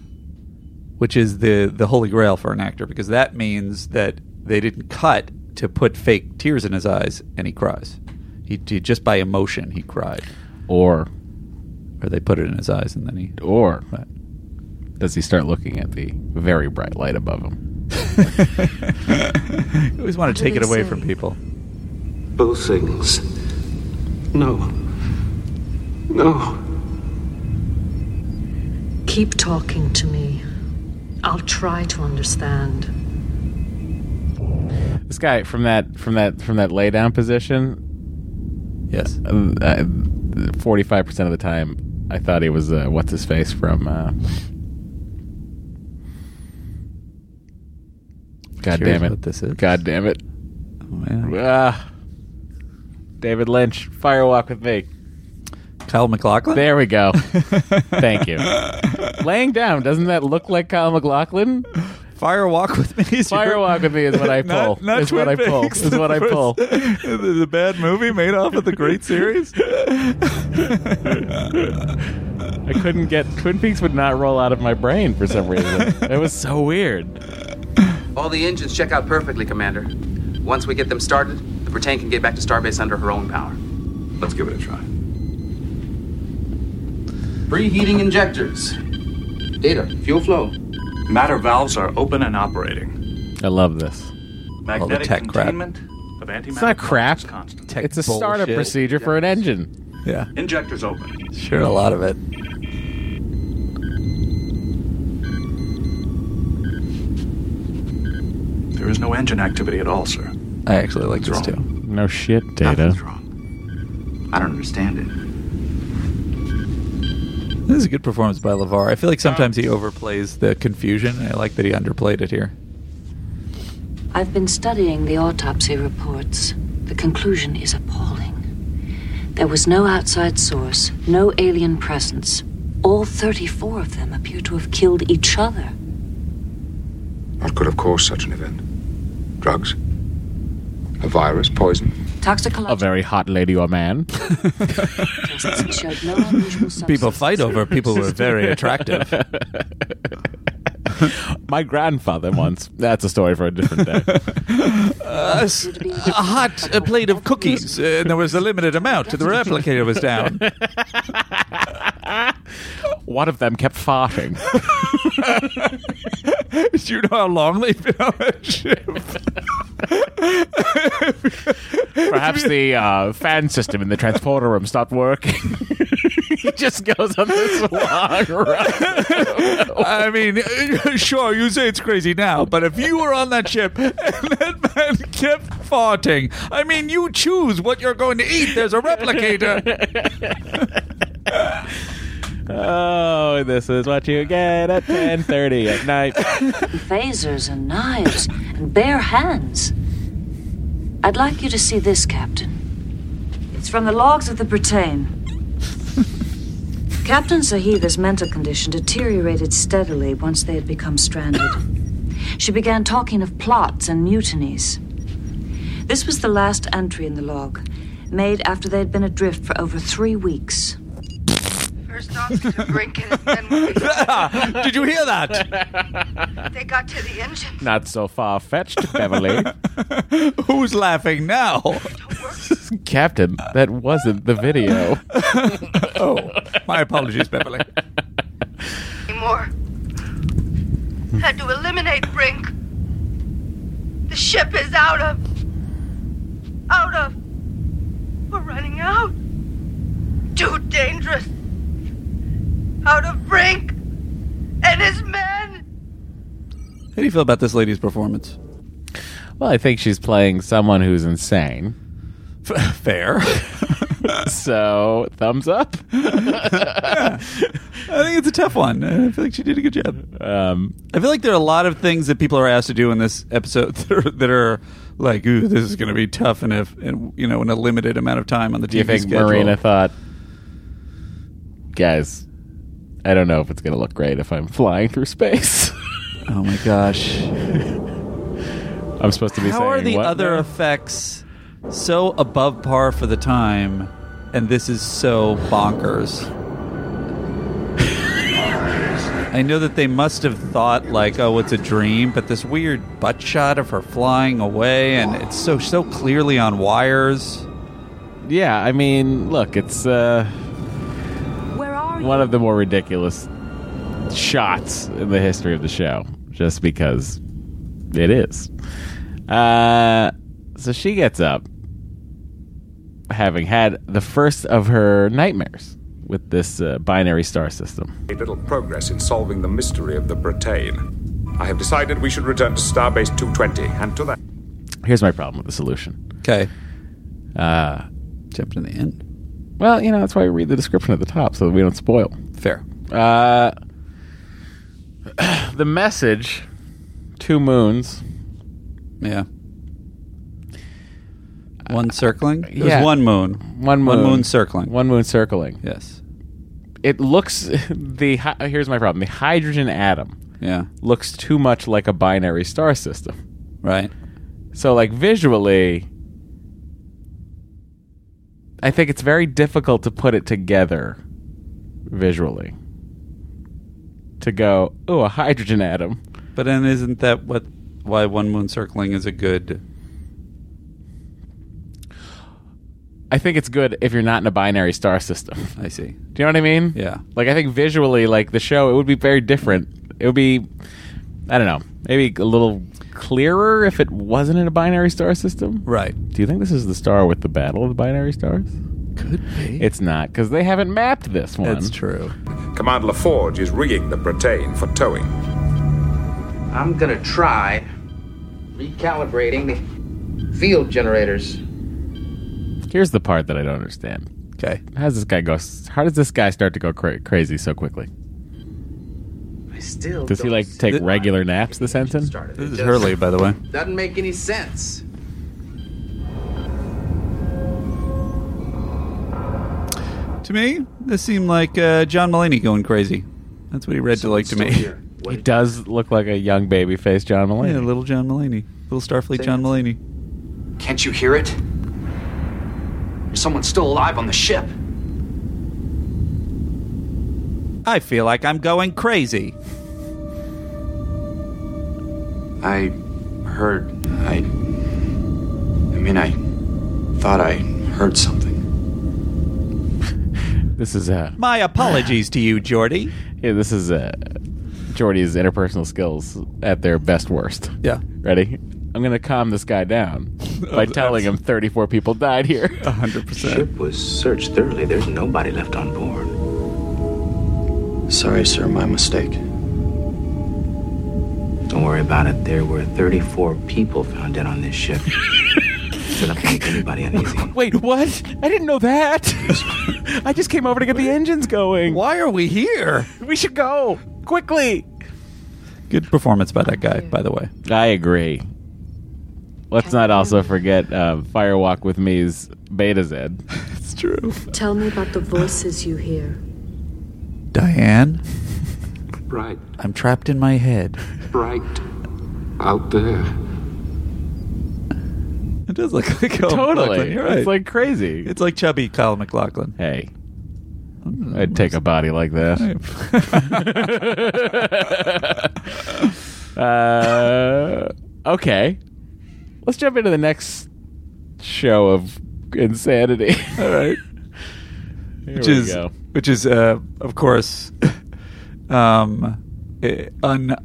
[SPEAKER 2] which is the the holy grail for an actor because that means that they didn't cut to put fake tears in his eyes and he cries. He, he just by emotion he cried,
[SPEAKER 1] or
[SPEAKER 2] or they put it in his eyes and then he
[SPEAKER 1] or does he start looking at the very bright light above him?
[SPEAKER 2] You always want to take it away from people.
[SPEAKER 14] Both things. No. No.
[SPEAKER 13] Keep talking to me. I'll try to understand.
[SPEAKER 1] This guy from that from that from that lay down position.
[SPEAKER 2] Yes.
[SPEAKER 1] Forty five percent of the time, I thought he was uh, what's his face from. Uh, God
[SPEAKER 2] Curious
[SPEAKER 1] damn it!
[SPEAKER 2] what this is.
[SPEAKER 1] God damn it!
[SPEAKER 2] man.
[SPEAKER 1] Ah. David Lynch, Firewalk with me.
[SPEAKER 2] Kyle McLaughlin.
[SPEAKER 1] There we go. Thank you. Laying down, doesn't that look like Kyle McLaughlin?
[SPEAKER 2] Fire Walk with me. Is
[SPEAKER 1] Fire Walk with me is what I pull.
[SPEAKER 2] Not, not
[SPEAKER 1] is what I
[SPEAKER 2] Twin
[SPEAKER 1] pull.
[SPEAKER 2] Peaks,
[SPEAKER 1] Is
[SPEAKER 2] the
[SPEAKER 1] what I
[SPEAKER 2] first-
[SPEAKER 1] pull.
[SPEAKER 2] the, the bad movie made off of the great series.
[SPEAKER 1] I couldn't get Twin Peaks would not roll out of my brain for some reason. It was so weird.
[SPEAKER 15] All the engines check out perfectly, Commander. Once we get them started, the Britannia can get back to Starbase under her own power.
[SPEAKER 5] Let's give it a try.
[SPEAKER 15] Preheating injectors. Data, fuel flow.
[SPEAKER 16] Matter valves are open and operating.
[SPEAKER 1] I love this.
[SPEAKER 16] Magnetic containment of antimatter.
[SPEAKER 1] It's not crap.
[SPEAKER 16] particles constant.
[SPEAKER 1] It's a startup
[SPEAKER 16] bullshit.
[SPEAKER 1] procedure for an engine.
[SPEAKER 2] Yeah.
[SPEAKER 16] Injectors open.
[SPEAKER 2] Sure, a lot of it.
[SPEAKER 16] There is no engine activity at all, sir.
[SPEAKER 2] I actually like this too.
[SPEAKER 1] No shit, Data.
[SPEAKER 16] I don't understand it.
[SPEAKER 2] This is a good performance by Lavar. I feel like sometimes he overplays the confusion. I like that he underplayed it here.
[SPEAKER 11] I've been studying the autopsy reports. The conclusion is appalling. There was no outside source, no alien presence. All 34 of them appear to have killed each other.
[SPEAKER 5] What could have caused such an event? Drugs? A virus? Poison?
[SPEAKER 11] Toxicological
[SPEAKER 1] A very hot lady or man.
[SPEAKER 11] tests showed no unusual substance.
[SPEAKER 1] My grandfather once. That's a story for a different day.
[SPEAKER 2] Uh, s- a hot uh, plate of cookies, uh, and there was a limited amount. The replicator was down.
[SPEAKER 1] One of them kept farting.
[SPEAKER 2] Do you know how long they've been on that ship?
[SPEAKER 1] Perhaps the uh, fan system in the transporter room stopped working. he just goes on this long run.
[SPEAKER 2] I mean, sure, you say it's crazy now, but if you were on that ship and that man kept farting, I mean, you choose what you're going to eat. There's a replicator.
[SPEAKER 1] Oh, this is what you get at 10:30 at night.
[SPEAKER 11] Phasers and knives and bare hands. I'd like you to see this, Captain. It's from the logs of the Britain. Captain Sahiva's mental condition deteriorated steadily once they had become stranded. She began talking of plots and mutinies. This was the last entry in the log, made after they had been adrift for over three weeks.
[SPEAKER 17] First off, they took Brinkin, then we-
[SPEAKER 2] Did you hear that?
[SPEAKER 17] They got to the engine.
[SPEAKER 1] Not so far fetched, Beverly.
[SPEAKER 2] Who's laughing now?
[SPEAKER 1] Captain, that wasn't the video.
[SPEAKER 2] oh, my apologies, Beverly.
[SPEAKER 17] Anymore. Had to eliminate Brink. The ship is out of. Out of. We're running out. Too dangerous. Out of Brink and his men.
[SPEAKER 2] How do you feel about this lady's performance?
[SPEAKER 1] Well, I think she's playing someone who's insane.
[SPEAKER 2] fair.
[SPEAKER 1] so, thumbs up.
[SPEAKER 2] I think it's a tough one. I feel like she did a good job.
[SPEAKER 1] Um,
[SPEAKER 2] I feel like there are a lot of things that people are asked to do in this episode that are, that are like, "Ooh, this is going to be tough," and if and, you know, in a limited amount of time on the TV
[SPEAKER 1] Do you think
[SPEAKER 2] schedule.
[SPEAKER 1] Marina thought, guys, I don't know if it's going to look great if I'm flying through space?
[SPEAKER 2] oh my gosh.
[SPEAKER 1] I'm supposed to be
[SPEAKER 2] How
[SPEAKER 1] saying
[SPEAKER 2] are the
[SPEAKER 1] what
[SPEAKER 2] other
[SPEAKER 1] now?
[SPEAKER 2] effects so above par for the time, and this is so bonkers? I know that they must have thought like, "Oh, it's a dream," but this weird butt shot of her flying away, and it's so so clearly on wires.
[SPEAKER 1] Yeah, I mean, look, it's uh, one of the more ridiculous shots in the history of the show, just because it is. Uh, so she gets up, having had the first of her nightmares with this uh, binary star system.
[SPEAKER 10] made little progress in solving the mystery of the Bretagne. I have decided we should return to Starbase 220, and to that.
[SPEAKER 1] Here's my problem with the solution.
[SPEAKER 2] Okay.
[SPEAKER 1] Uh,
[SPEAKER 2] Jumped in the end.
[SPEAKER 1] Well, you know that's why we read the description at the top so that we don't spoil.
[SPEAKER 2] Fair.
[SPEAKER 1] Uh, the message: two moons.
[SPEAKER 2] Yeah. One circling. It
[SPEAKER 1] Yeah.
[SPEAKER 2] was one moon.
[SPEAKER 1] One moon.
[SPEAKER 2] One moon circling.
[SPEAKER 1] One moon circling.
[SPEAKER 2] Yes.
[SPEAKER 1] It looks the hy- here's my problem. The hydrogen atom.
[SPEAKER 2] Yeah.
[SPEAKER 1] Looks too much like a binary star system.
[SPEAKER 2] Right.
[SPEAKER 1] So like visually I think it's very difficult to put it together visually. To go, "Oh, a hydrogen atom."
[SPEAKER 2] But then isn't that what why one moon circling is a good
[SPEAKER 1] I think it's good if you're not in a binary star system.
[SPEAKER 2] I see.
[SPEAKER 1] Do you know what I mean?
[SPEAKER 2] Yeah.
[SPEAKER 1] Like I think visually, like the show, it would be very different. It would be, I don't know, maybe a little clearer if it wasn't in a binary star system.
[SPEAKER 2] Right.
[SPEAKER 1] Do you think this is the star with the battle of the binary stars?
[SPEAKER 2] Could be.
[SPEAKER 1] It's not because they haven't mapped this one.
[SPEAKER 10] That's
[SPEAKER 2] true.
[SPEAKER 10] Commander LaForge is rigging the Bretagne for towing.
[SPEAKER 15] I'm gonna try recalibrating the field generators.
[SPEAKER 1] Here's the part that I don't understand.
[SPEAKER 2] Okay.
[SPEAKER 1] How does this guy go? How does this guy start to go cra- crazy so quickly?
[SPEAKER 15] I still
[SPEAKER 1] Does he
[SPEAKER 15] don't
[SPEAKER 1] like take
[SPEAKER 15] see
[SPEAKER 1] regular naps this ensign?
[SPEAKER 15] This
[SPEAKER 2] is Hurley, by the way.
[SPEAKER 15] why. Doesn't make any sense.
[SPEAKER 2] To me, this seemed like uh, John Mulaney going crazy. That's what he read to like to me.
[SPEAKER 1] He does look like a young baby faced John Mulaney.
[SPEAKER 2] Yeah, little John Mulaney, little Starfleet
[SPEAKER 16] Say
[SPEAKER 2] John Mulaney.
[SPEAKER 16] Can't you hear it? There's someone still alive on the ship.
[SPEAKER 2] I feel like I'm going crazy.
[SPEAKER 14] I heard. I. I mean, I thought I heard something.
[SPEAKER 1] This is uh,
[SPEAKER 2] My apologies to you, Jordy.
[SPEAKER 1] Yeah, this is uh, Jordy's interpersonal skills at their best worst.
[SPEAKER 2] Yeah.
[SPEAKER 1] Ready? I'm going to calm this guy down. by telling him 34 people died here.
[SPEAKER 2] 100%.
[SPEAKER 16] Ship was searched thoroughly. There's nobody left on board.
[SPEAKER 14] Sorry, sir, my mistake.
[SPEAKER 16] Don't worry about it. There were 34 people found dead on this ship. Shouldn't make anybody uneasy.
[SPEAKER 1] Wait, what? I didn't know that. I just came over to get the engines going.
[SPEAKER 2] Why are we here?
[SPEAKER 1] We should go quickly.
[SPEAKER 2] Good performance by that guy, by the way.
[SPEAKER 1] I agree. Let's not also forget uh, Firewalk with Me's Beta Z.
[SPEAKER 2] It's true.
[SPEAKER 13] Tell me about the voices you hear.
[SPEAKER 2] Diane,
[SPEAKER 5] Bright,
[SPEAKER 2] I'm trapped in my head.
[SPEAKER 5] bright out there.
[SPEAKER 2] It does look like Kyle
[SPEAKER 1] Totally.
[SPEAKER 2] MacLachlan, You're right.
[SPEAKER 1] It's like crazy.
[SPEAKER 2] It's like chubby Kyle Mm. McLaughlin.
[SPEAKER 1] Hey, I'd take a body like that. uh, okay. Let's jump into the next show of insanity.
[SPEAKER 2] All right.
[SPEAKER 1] Here
[SPEAKER 2] which
[SPEAKER 1] we
[SPEAKER 2] is
[SPEAKER 1] go.
[SPEAKER 2] which is uh, of course um, eh, un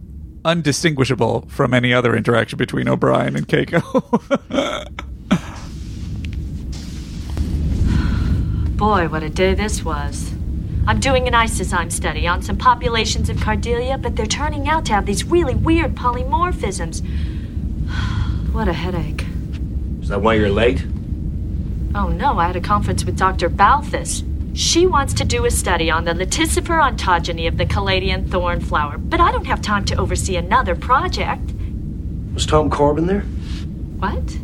[SPEAKER 2] undistinguishable from any other interaction between O'Brien and Keiko.
[SPEAKER 18] Boy, what a day this was. I'm doing an isozyme study on some populations of Cardelia, but they're turning out to have these really weird polymorphisms. what a headache.
[SPEAKER 19] Is that why you're late?
[SPEAKER 18] Oh no, I had a conference with Dr. Balthus. She wants to do a study on the Leticifer ontogeny of the Caladian thorn flower, but I don't have time to oversee another project.
[SPEAKER 19] Was Tom Corbin there?
[SPEAKER 18] What?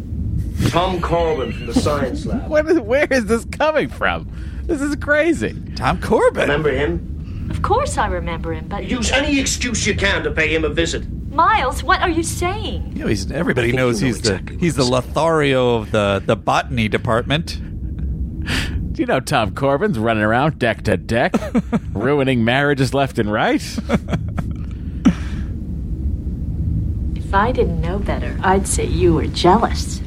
[SPEAKER 19] Tom Corbin from the science lab.
[SPEAKER 1] What is, where is this coming from? This is crazy.
[SPEAKER 2] Tom Corbin.
[SPEAKER 19] Remember him?
[SPEAKER 18] Of course I remember him, but.
[SPEAKER 19] Use any excuse you can to pay him a visit.
[SPEAKER 18] Miles, what are you saying?
[SPEAKER 2] You know, he's, everybody knows he's the he's the Lothario of the, the botany department.
[SPEAKER 1] Do you know Tom Corbin's running around deck to deck, ruining marriages left and right?
[SPEAKER 18] If I didn't know better, I'd say you were jealous.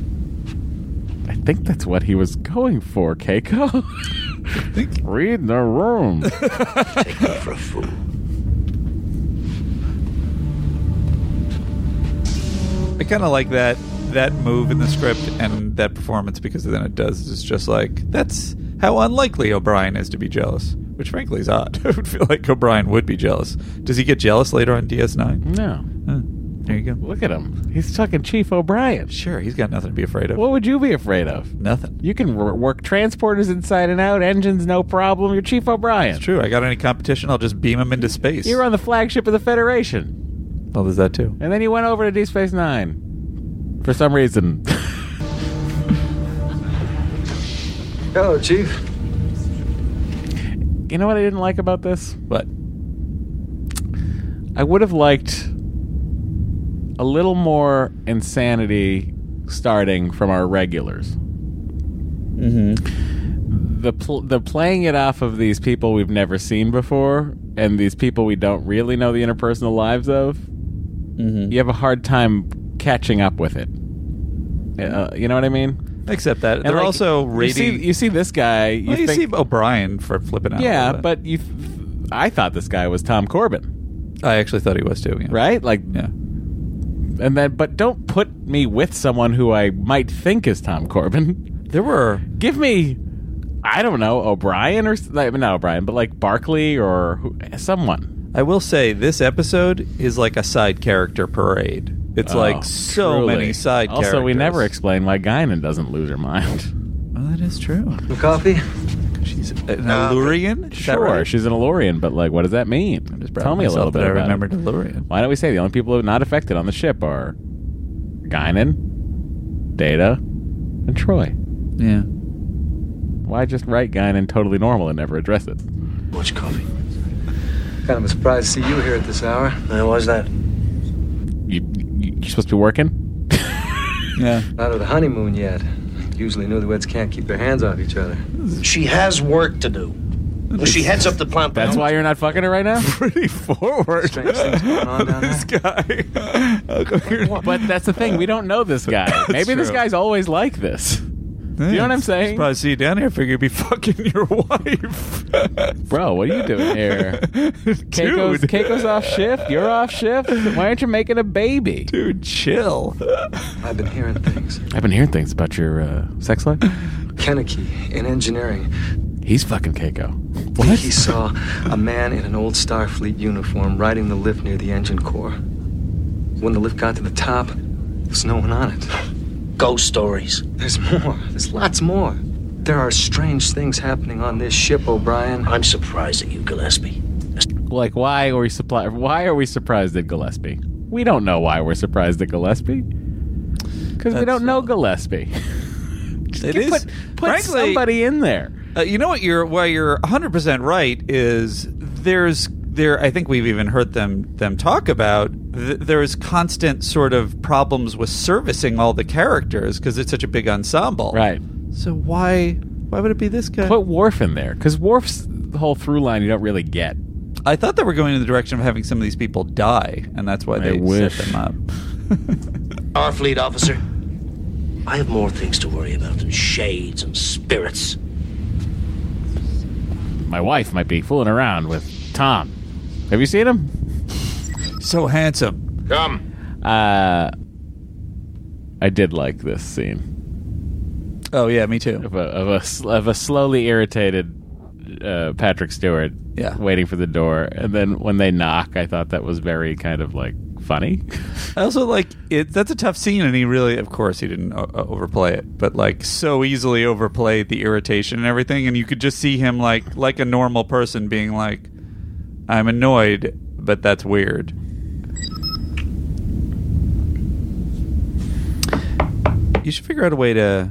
[SPEAKER 1] I think that's what he was going for, Keiko. Read the room.
[SPEAKER 19] Take him for a fool.
[SPEAKER 2] I kind of like that that move in the script and that performance because then it does it's just like that's how unlikely O'Brien is to be jealous, which frankly is odd. I would feel like O'Brien would be jealous. Does he get jealous later on DS9?
[SPEAKER 1] No.
[SPEAKER 2] Huh. There you go.
[SPEAKER 1] Look at him. He's talking Chief O'Brien.
[SPEAKER 2] Sure, he's got nothing to be afraid of.
[SPEAKER 1] What would you be afraid of?
[SPEAKER 2] Nothing.
[SPEAKER 1] You can r- work transporters inside and out, engines no problem. You're Chief O'Brien.
[SPEAKER 2] It's true. I got any competition, I'll just beam him into space.
[SPEAKER 1] You're on the flagship of the Federation.
[SPEAKER 2] Well, there's that too.
[SPEAKER 1] And then you went over to D Space Nine. For some reason.
[SPEAKER 19] Hello, Chief.
[SPEAKER 1] you know what I didn't like about this?
[SPEAKER 2] But
[SPEAKER 1] I would have liked a little more insanity starting from our regulars. The pl- the playing it off of these people we've never seen before and these people we don't really know the interpersonal lives of.
[SPEAKER 2] Mm-hmm.
[SPEAKER 1] You have a hard time catching up with it. Uh, you know what I mean?
[SPEAKER 2] except that
[SPEAKER 1] And,
[SPEAKER 2] they're
[SPEAKER 1] like,
[SPEAKER 2] also
[SPEAKER 1] you see,
[SPEAKER 2] rating.
[SPEAKER 1] you see this guy. You,
[SPEAKER 2] Well, you
[SPEAKER 1] think,
[SPEAKER 2] see O'Brien for flipping out. a
[SPEAKER 1] yeah,
[SPEAKER 2] little bit.
[SPEAKER 1] but you. Th- I thought this guy was Tom Corbin,
[SPEAKER 2] I actually thought he was too. Yeah.
[SPEAKER 1] right? Like
[SPEAKER 2] Yeah.
[SPEAKER 1] and then but don't put me with someone who I might think is Tom Corbin.
[SPEAKER 2] There were
[SPEAKER 1] Give me I don't know O'Brien or s- like, not O'Brien, but like Barkley or who, someone.
[SPEAKER 2] I will say this episode is like a side character parade. It's
[SPEAKER 1] Oh,
[SPEAKER 2] like so
[SPEAKER 1] truly.
[SPEAKER 2] many side
[SPEAKER 1] Also,
[SPEAKER 2] characters.
[SPEAKER 1] we never explain why Guinan doesn't lose her mind.
[SPEAKER 2] Well, that is true.
[SPEAKER 19] Some coffee?
[SPEAKER 2] She's an
[SPEAKER 19] Uh,
[SPEAKER 2] Allurian? Is that
[SPEAKER 1] Sure,
[SPEAKER 2] right?
[SPEAKER 1] she's an Elorian, but like, what does that mean?
[SPEAKER 2] I'm just proud
[SPEAKER 1] Tell
[SPEAKER 2] of
[SPEAKER 1] me a
[SPEAKER 2] myself
[SPEAKER 1] little bit.
[SPEAKER 2] that I
[SPEAKER 1] about
[SPEAKER 2] remembered
[SPEAKER 1] it.
[SPEAKER 2] Allurian.
[SPEAKER 1] Why don't we say the only people who are not affected on the ship are Guinan, Data, and Troy?
[SPEAKER 2] Yeah.
[SPEAKER 1] Why just write Guinan totally normal and never address it?
[SPEAKER 19] Much coffee.
[SPEAKER 16] Kind of a surprise to see you here at this hour.
[SPEAKER 19] Now, why was that?
[SPEAKER 1] You, you you're supposed to be working?
[SPEAKER 2] Yeah.
[SPEAKER 16] Not at the honeymoon yet. Usually newlyweds can't keep their hands off each other.
[SPEAKER 19] She has work to do. Well, she heads up the plant.
[SPEAKER 1] That's why you're not fucking her right now?
[SPEAKER 2] Pretty forward.
[SPEAKER 16] Strange things going on down
[SPEAKER 2] this guy. How come you're-
[SPEAKER 1] But that's the thing. We don't know this guy. Maybe this
[SPEAKER 2] true.
[SPEAKER 1] guy's always like this. Do you know what I'm saying?
[SPEAKER 2] Probably see you down here. Figure you'd be fucking your wife.
[SPEAKER 1] Bro, what are you doing here? Keiko's,
[SPEAKER 2] Dude.
[SPEAKER 1] Keiko's off shift. You're off shift. Why aren't you making a baby?
[SPEAKER 2] Dude, chill.
[SPEAKER 20] I've been hearing things.
[SPEAKER 1] I've been hearing things about your uh, sex life.
[SPEAKER 20] Kenneke in engineering.
[SPEAKER 1] He's fucking Keiko.
[SPEAKER 20] What? He saw a man in an old Starfleet uniform riding the lift near the engine core. When the lift got to the top, there was no one on it. Ghost stories. There's more. There's lots more. There are strange things happening on this ship, O'Brien. I'm surprised at you, Gillespie.
[SPEAKER 1] Like, why are we supply? Why are we surprised at Gillespie? We don't know why we're surprised at Gillespie because we don't know Gillespie.
[SPEAKER 2] uh, It
[SPEAKER 1] Get-
[SPEAKER 2] is.
[SPEAKER 1] put- put somebody in there.
[SPEAKER 2] Uh, you know what? You're why you're 100 percent right is there's there. I think we've even heard them them talk about. Th- there's constant sort of problems with servicing all the characters because it's such a big ensemble.
[SPEAKER 1] Right.
[SPEAKER 2] So why why would it be this guy?
[SPEAKER 1] Put Worf in there because Worf's the whole through line you don't really get.
[SPEAKER 2] I thought they were going in the direction of having some of these people die, and that's why
[SPEAKER 1] I
[SPEAKER 2] they
[SPEAKER 1] wish.
[SPEAKER 2] set them up.
[SPEAKER 19] Our fleet officer. I have more things to worry about than shades and spirits.
[SPEAKER 1] My wife might be fooling around with Tom. Have you seen him?
[SPEAKER 2] So handsome.
[SPEAKER 1] Come. Uh, I did like this scene.
[SPEAKER 2] Oh yeah, me too.
[SPEAKER 1] Of a of a, sl- of a slowly irritated uh, Patrick Stewart.
[SPEAKER 2] Yeah.
[SPEAKER 1] Waiting for the door, and then when they knock, I thought that was very kind of like funny.
[SPEAKER 2] I also like it. That's a tough scene, and he really, of course, he didn't o- overplay it, but like so easily overplayed the irritation and everything, and you could just see him like like a normal person being like, "I'm annoyed, but that's weird." You should figure out a way to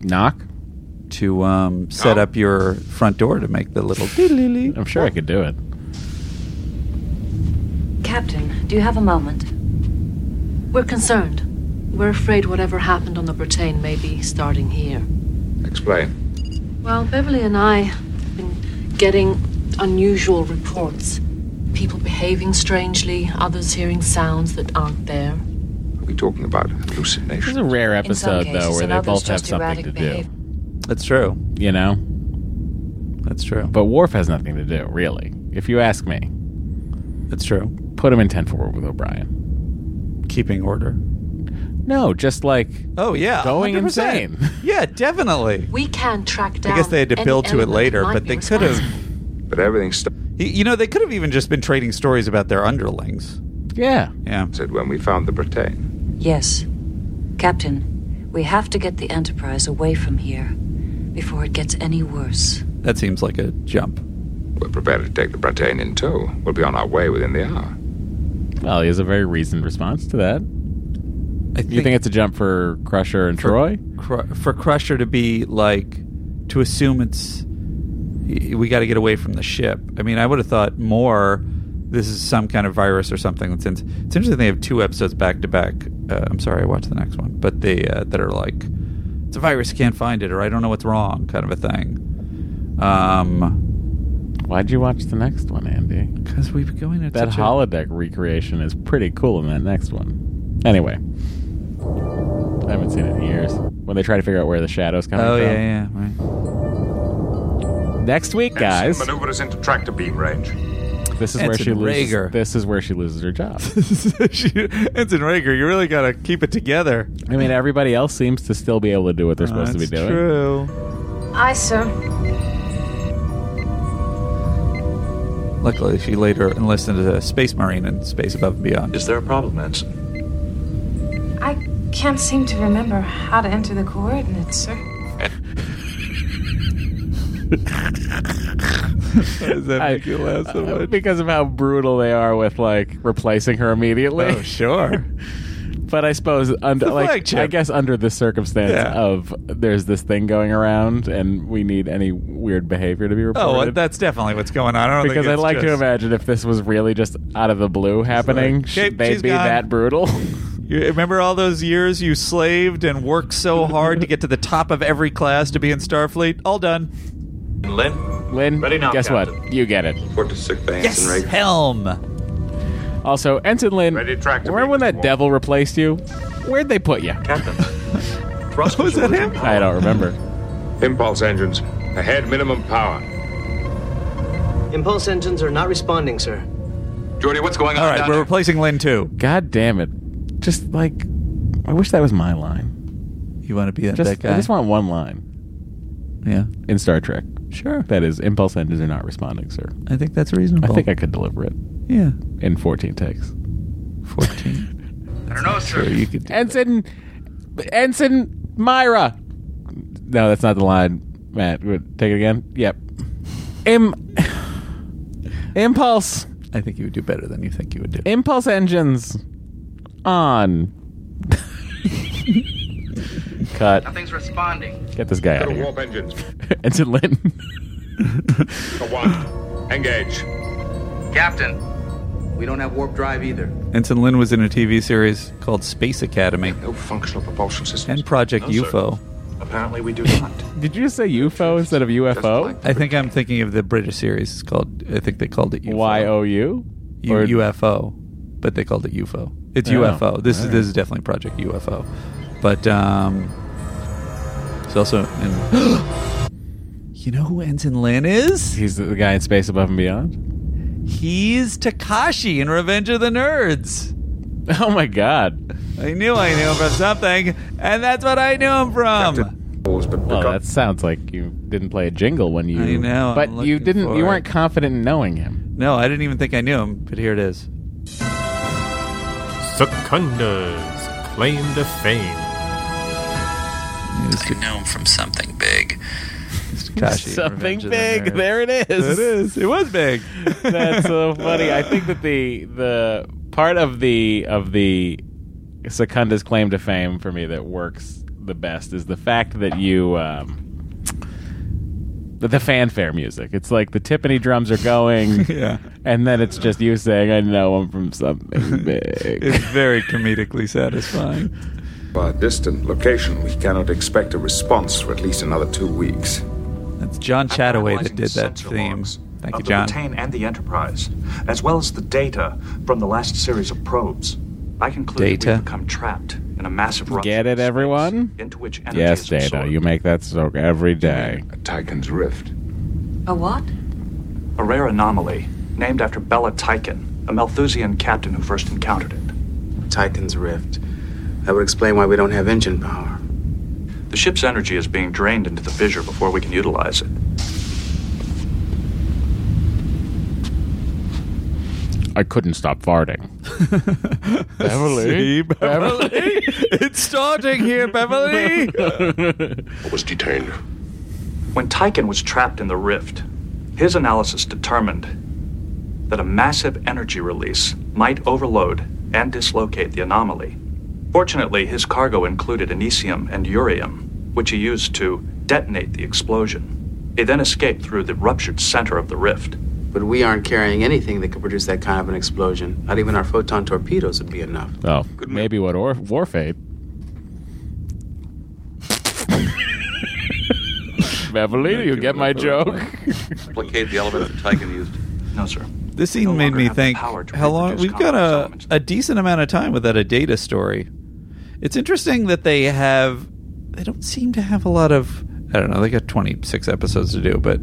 [SPEAKER 1] knock
[SPEAKER 2] to um, set up your front door to make the little. I'm
[SPEAKER 1] sure I could do it.
[SPEAKER 13] Captain, do you have a moment? We're concerned. We're afraid whatever happened on the Britain may be starting here.
[SPEAKER 5] Explain.
[SPEAKER 13] Well, Beverly and I have been getting unusual reports. People behaving strangely, others hearing sounds that aren't there.
[SPEAKER 5] What are we talking about? Hallucination.
[SPEAKER 1] This is a rare
[SPEAKER 13] In some
[SPEAKER 1] episode though,
[SPEAKER 13] cases,
[SPEAKER 1] where
[SPEAKER 13] and
[SPEAKER 1] they
[SPEAKER 13] others
[SPEAKER 1] both have
[SPEAKER 13] just
[SPEAKER 1] something
[SPEAKER 13] erratic
[SPEAKER 1] to
[SPEAKER 13] behavior.
[SPEAKER 1] do.
[SPEAKER 2] That's true.
[SPEAKER 1] You know.
[SPEAKER 2] That's true.
[SPEAKER 1] But Worf has nothing to do, really. If you ask me.
[SPEAKER 2] That's true.
[SPEAKER 1] Put him in ten forward with O'Brien.
[SPEAKER 2] Keeping order.
[SPEAKER 1] No, just like
[SPEAKER 2] Oh yeah,
[SPEAKER 1] going
[SPEAKER 2] 100%.
[SPEAKER 1] insane.
[SPEAKER 2] Yeah, definitely.
[SPEAKER 13] We can track down.
[SPEAKER 2] I guess they had to
[SPEAKER 13] any
[SPEAKER 2] build to it
[SPEAKER 13] element
[SPEAKER 2] later,
[SPEAKER 13] that might
[SPEAKER 2] but
[SPEAKER 13] be
[SPEAKER 2] they could have.
[SPEAKER 13] responsible.
[SPEAKER 5] But everything's stuck.
[SPEAKER 2] Y- You know, they could have even just been trading stories about their underlings.
[SPEAKER 1] Yeah.
[SPEAKER 2] Yeah.
[SPEAKER 5] Said when we found the Britain.
[SPEAKER 11] Yes. Captain, we have to get the Enterprise away from here before it gets any worse.
[SPEAKER 2] That seems like a jump.
[SPEAKER 5] We're prepared to take the Britain in tow. We'll be on our way within the hour.
[SPEAKER 1] Well, he has a very reasoned response to that. you think it's a jump for Crusher and Troy?
[SPEAKER 2] Cru- for Crusher to be like, to assume it's, y- we got to get away from the ship. I mean, I would have thought more. This is some kind of virus or something. And Since it's interesting, they have two episodes back to back. Uh, I'm sorry, I watched the next one, but they uh, that are like, it's a virus, can't find it, or I don't know what's wrong, kind of a thing. Um,
[SPEAKER 1] Why'd you watch the next one, Andy?
[SPEAKER 2] Because we go in at
[SPEAKER 1] that
[SPEAKER 2] such a-
[SPEAKER 1] holodeck recreation is pretty cool in that next one. Anyway, I haven't seen it in years. When they try to figure out where the shadows coming
[SPEAKER 2] Oh
[SPEAKER 1] from.
[SPEAKER 2] yeah, yeah. Right.
[SPEAKER 1] Next week, guys.
[SPEAKER 5] Ensign maneuvers into tractor beam range.
[SPEAKER 1] This is where she
[SPEAKER 2] Ensign
[SPEAKER 1] loses.
[SPEAKER 2] Rager.
[SPEAKER 1] This is where she loses her job.
[SPEAKER 2] Ensign Rager, you really got to keep it together.
[SPEAKER 1] I mean, everybody else seems to still be able to do what they're supposed to be
[SPEAKER 2] Oh, That's
[SPEAKER 1] doing.
[SPEAKER 2] True.
[SPEAKER 13] Aye, sir.
[SPEAKER 2] Luckily, she later enlisted as a space marine in Space Above and Beyond.
[SPEAKER 14] Is there a problem, Ensign?
[SPEAKER 21] I can't seem to remember how to enter the coordinates, sir.
[SPEAKER 2] that
[SPEAKER 1] I-
[SPEAKER 2] make you laugh so
[SPEAKER 1] uh,
[SPEAKER 2] much?
[SPEAKER 1] Because of how brutal they are with like replacing her immediately.
[SPEAKER 2] Oh, sure.
[SPEAKER 1] but I suppose under
[SPEAKER 2] The
[SPEAKER 1] like
[SPEAKER 2] flagship.
[SPEAKER 1] I guess under the circumstance
[SPEAKER 2] Yeah.
[SPEAKER 1] of there's this thing going around and we need any weird behavior to be reported.
[SPEAKER 2] Oh, well, that's definitely what's going on. I don't think
[SPEAKER 1] because I'd
[SPEAKER 2] it's
[SPEAKER 1] like to
[SPEAKER 2] just-
[SPEAKER 1] imagine if this was really just out of the blue happening,
[SPEAKER 2] like,
[SPEAKER 1] sh-
[SPEAKER 2] "Shape,
[SPEAKER 1] they'd
[SPEAKER 2] she's
[SPEAKER 1] be
[SPEAKER 2] gone."
[SPEAKER 1] that brutal.
[SPEAKER 2] You remember all those years you slaved and worked so hard to get to the top of every class to be in Starfleet? All done.
[SPEAKER 1] Lynn, Lynn, guess what? You get it.
[SPEAKER 5] Four to six by
[SPEAKER 2] Yes, Helm.
[SPEAKER 1] Also, Ensign Lynn, remember when that devil replaced you? Where'd they put you?
[SPEAKER 12] Thrust was that him?
[SPEAKER 1] I don't remember.
[SPEAKER 5] Impulse engines. Ahead minimum power.
[SPEAKER 3] Impulse engines are not responding, sir.
[SPEAKER 15] Jordy, what's going on?
[SPEAKER 2] All right,
[SPEAKER 15] down
[SPEAKER 2] we're
[SPEAKER 15] there?
[SPEAKER 2] replacing Lynn too.
[SPEAKER 1] God damn it! Just like I wish that was my line.
[SPEAKER 2] You want to be that,
[SPEAKER 1] Just-
[SPEAKER 2] that guy?
[SPEAKER 1] I just want one line.
[SPEAKER 2] Yeah.
[SPEAKER 1] In Star Trek.
[SPEAKER 2] Sure.
[SPEAKER 1] That is, impulse engines are not responding, sir.
[SPEAKER 2] I think that's reasonable.
[SPEAKER 1] I think I could deliver it.
[SPEAKER 2] Yeah.
[SPEAKER 1] In 14 takes.
[SPEAKER 2] 14.
[SPEAKER 1] I
[SPEAKER 3] don't know,
[SPEAKER 1] sir. you could Ensign, Ensign Myra. No, that's not the line, Matt. would- Take it again. Yep. Im- impulse.
[SPEAKER 2] I think you would do better than you think you would do.
[SPEAKER 1] Impulse engines on. Cut.
[SPEAKER 5] Nothing's responding.
[SPEAKER 1] Get this guy out
[SPEAKER 5] Go to
[SPEAKER 1] of here.
[SPEAKER 5] warp engines.
[SPEAKER 1] Ensign Lynn.
[SPEAKER 5] For one. Engage.
[SPEAKER 15] Captain, we don't have warp drive either.
[SPEAKER 2] Ensign Lynn was in a TV series called Space Academy
[SPEAKER 5] No functional propulsion system.
[SPEAKER 2] and Project
[SPEAKER 5] No, sir.
[SPEAKER 2] UFO.
[SPEAKER 5] Apparently, we do not.
[SPEAKER 1] Did you just say UFO instead of UFO?
[SPEAKER 2] I think I'm thinking of the British series. It's called. I think they called it UFO. Y
[SPEAKER 1] O U
[SPEAKER 2] or UFO, but they called it UFO. It's
[SPEAKER 1] Oh.
[SPEAKER 2] UFO. This is
[SPEAKER 1] Alright.
[SPEAKER 2] this is definitely Project UFO, but um, it's also in. you know who Ensign Lynn is?
[SPEAKER 1] He's the guy in Space Above and Beyond.
[SPEAKER 2] He's Takashi in Revenge of the Nerds.
[SPEAKER 1] Oh my god.
[SPEAKER 2] I knew I knew him from something, and that's what I knew him from.
[SPEAKER 1] Well, that sounds like you didn't play a jingle when you.
[SPEAKER 2] I know,
[SPEAKER 1] but
[SPEAKER 2] I'm
[SPEAKER 1] you
[SPEAKER 2] looking
[SPEAKER 1] didn't.
[SPEAKER 2] for
[SPEAKER 1] You
[SPEAKER 2] it.
[SPEAKER 1] weren't confident in knowing him.
[SPEAKER 2] No, I didn't even think I knew him, but here it is.
[SPEAKER 22] Secunda's claim to fame.
[SPEAKER 2] I
[SPEAKER 22] know him from something big.
[SPEAKER 2] Takashi.
[SPEAKER 1] Something big. There it
[SPEAKER 2] It
[SPEAKER 1] is.
[SPEAKER 2] is. It was big.
[SPEAKER 1] That's so funny. I think that the the part of the of the Secunda's claim to fame for me that works the best is the fact that you um, the, the fanfare music. It's like the Tiffany drums are going,
[SPEAKER 2] Yeah.
[SPEAKER 1] and then it's just you saying, "I know him from something big."
[SPEAKER 2] It's very comedically satisfying.
[SPEAKER 5] By distant location, we cannot expect a response for at least another two weeks.
[SPEAKER 2] That's John Chataway that did that theme. Thank you,
[SPEAKER 23] of the
[SPEAKER 2] John.
[SPEAKER 23] Retain and the Enterprise, as well as the data from the last series of probes. I conclude that
[SPEAKER 1] Data.
[SPEAKER 23] we've become trapped in a massive rupture
[SPEAKER 1] Get it, everyone?
[SPEAKER 23] into which energy
[SPEAKER 1] Yes,
[SPEAKER 23] is
[SPEAKER 1] Data. You make that joke every day.
[SPEAKER 5] A Tychon's rift.
[SPEAKER 23] A what? A rare anomaly named after Bella Tychon, a Malthusian captain who first encountered it.
[SPEAKER 14] Titan's Rift. That would explain why we don't have engine power.
[SPEAKER 23] The ship's energy is being drained into the fissure before we can utilize it.
[SPEAKER 1] I couldn't stop farting. Beverly.
[SPEAKER 2] See, Beverly? it's starting here, Beverly.
[SPEAKER 23] was detained. When Tychon was trapped in the rift, his analysis determined that a massive energy release might overload and dislocate the anomaly. Fortunately, his cargo included anesium and urium, which he used to detonate the explosion. He then escaped through the ruptured center of the rift.
[SPEAKER 14] But we aren't carrying anything that could produce that kind of an explosion. Not even our photon torpedoes would be enough.
[SPEAKER 1] Oh, maybe what or- Warfade. Beverly, you get my joke?
[SPEAKER 23] Replicate the element that Tychon used. No, sir.
[SPEAKER 2] This scene made me think how long we've got a, a decent amount of time without a data story. It's interesting that they have they don't seem to have a lot of I don't know, they got 26 episodes to do, but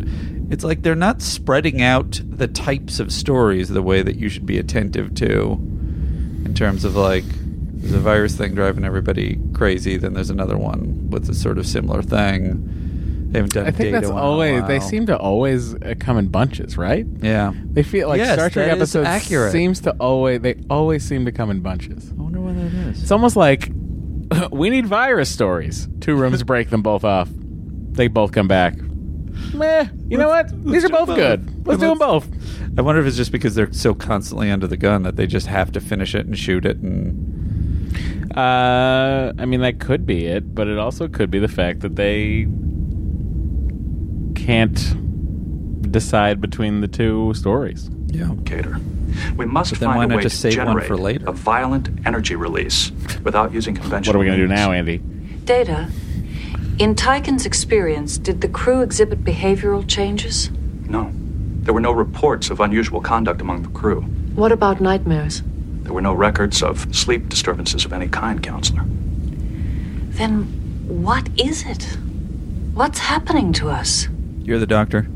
[SPEAKER 2] it's like they're not spreading out the types of stories the way that you should be attentive to in terms of like there's a virus thing driving everybody crazy, then there's another one with a sort of similar thing. They haven't done
[SPEAKER 1] I think
[SPEAKER 2] data
[SPEAKER 1] that's
[SPEAKER 2] in a
[SPEAKER 1] always. They
[SPEAKER 2] while.
[SPEAKER 1] seem to always uh, come in bunches, right?
[SPEAKER 2] Yeah.
[SPEAKER 1] They feel like
[SPEAKER 2] Yes,
[SPEAKER 1] Star Trek
[SPEAKER 2] that is
[SPEAKER 1] episodes
[SPEAKER 2] accurate.
[SPEAKER 1] seems to always. They always seem to come in bunches.
[SPEAKER 2] I wonder why that is.
[SPEAKER 1] It's almost like we need virus stories. Two rooms break them both off. They both come back. Meh. You know what? These are both good. Let's do them both.
[SPEAKER 2] I wonder if it's just because they're so constantly under the gun that they just have to finish it and shoot it and
[SPEAKER 1] Uh, I mean, that could be it, but it also could be the fact that they can't decide between the two stories.
[SPEAKER 2] Yeah.
[SPEAKER 23] Cater. We must
[SPEAKER 1] But then why
[SPEAKER 23] find
[SPEAKER 1] not
[SPEAKER 23] a way
[SPEAKER 1] just
[SPEAKER 23] to
[SPEAKER 1] save one
[SPEAKER 23] generate
[SPEAKER 1] for later?
[SPEAKER 23] a violent energy release without using
[SPEAKER 1] What
[SPEAKER 23] conventional.
[SPEAKER 1] are we going to do
[SPEAKER 23] means.
[SPEAKER 1] now, Andy?
[SPEAKER 11] Data, in Tychon's experience, did the crew exhibit behavioral changes?
[SPEAKER 23] No. There were no reports of unusual conduct among the crew.
[SPEAKER 13] What about nightmares?
[SPEAKER 23] There were no records of sleep disturbances of any kind, counselor.
[SPEAKER 11] Then What is it? What's happening to us?
[SPEAKER 2] You're the doctor.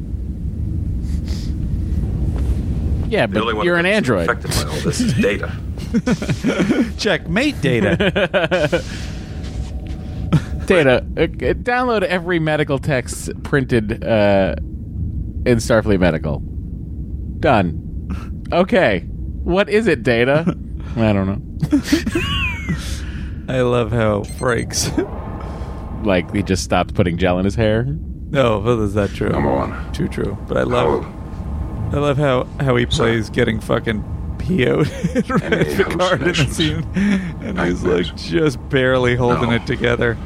[SPEAKER 1] Yeah,
[SPEAKER 2] The only
[SPEAKER 1] but
[SPEAKER 2] one
[SPEAKER 1] you're an
[SPEAKER 2] that's
[SPEAKER 1] android.
[SPEAKER 2] affected by all this is
[SPEAKER 1] data.
[SPEAKER 2] Checkmate data.
[SPEAKER 1] data. Uh, uh, download every medical text printed uh, in Starfleet Medical. Done. Okay. What is it, data? I don't know.
[SPEAKER 2] I love how Frakes.
[SPEAKER 1] like, he just stopped putting gel in his hair.
[SPEAKER 2] No, well, is that true? Number one. Too true. But I love I love how, how he plays getting fucking PO'd at Red Picard in the scene. And he's like just barely holding it together.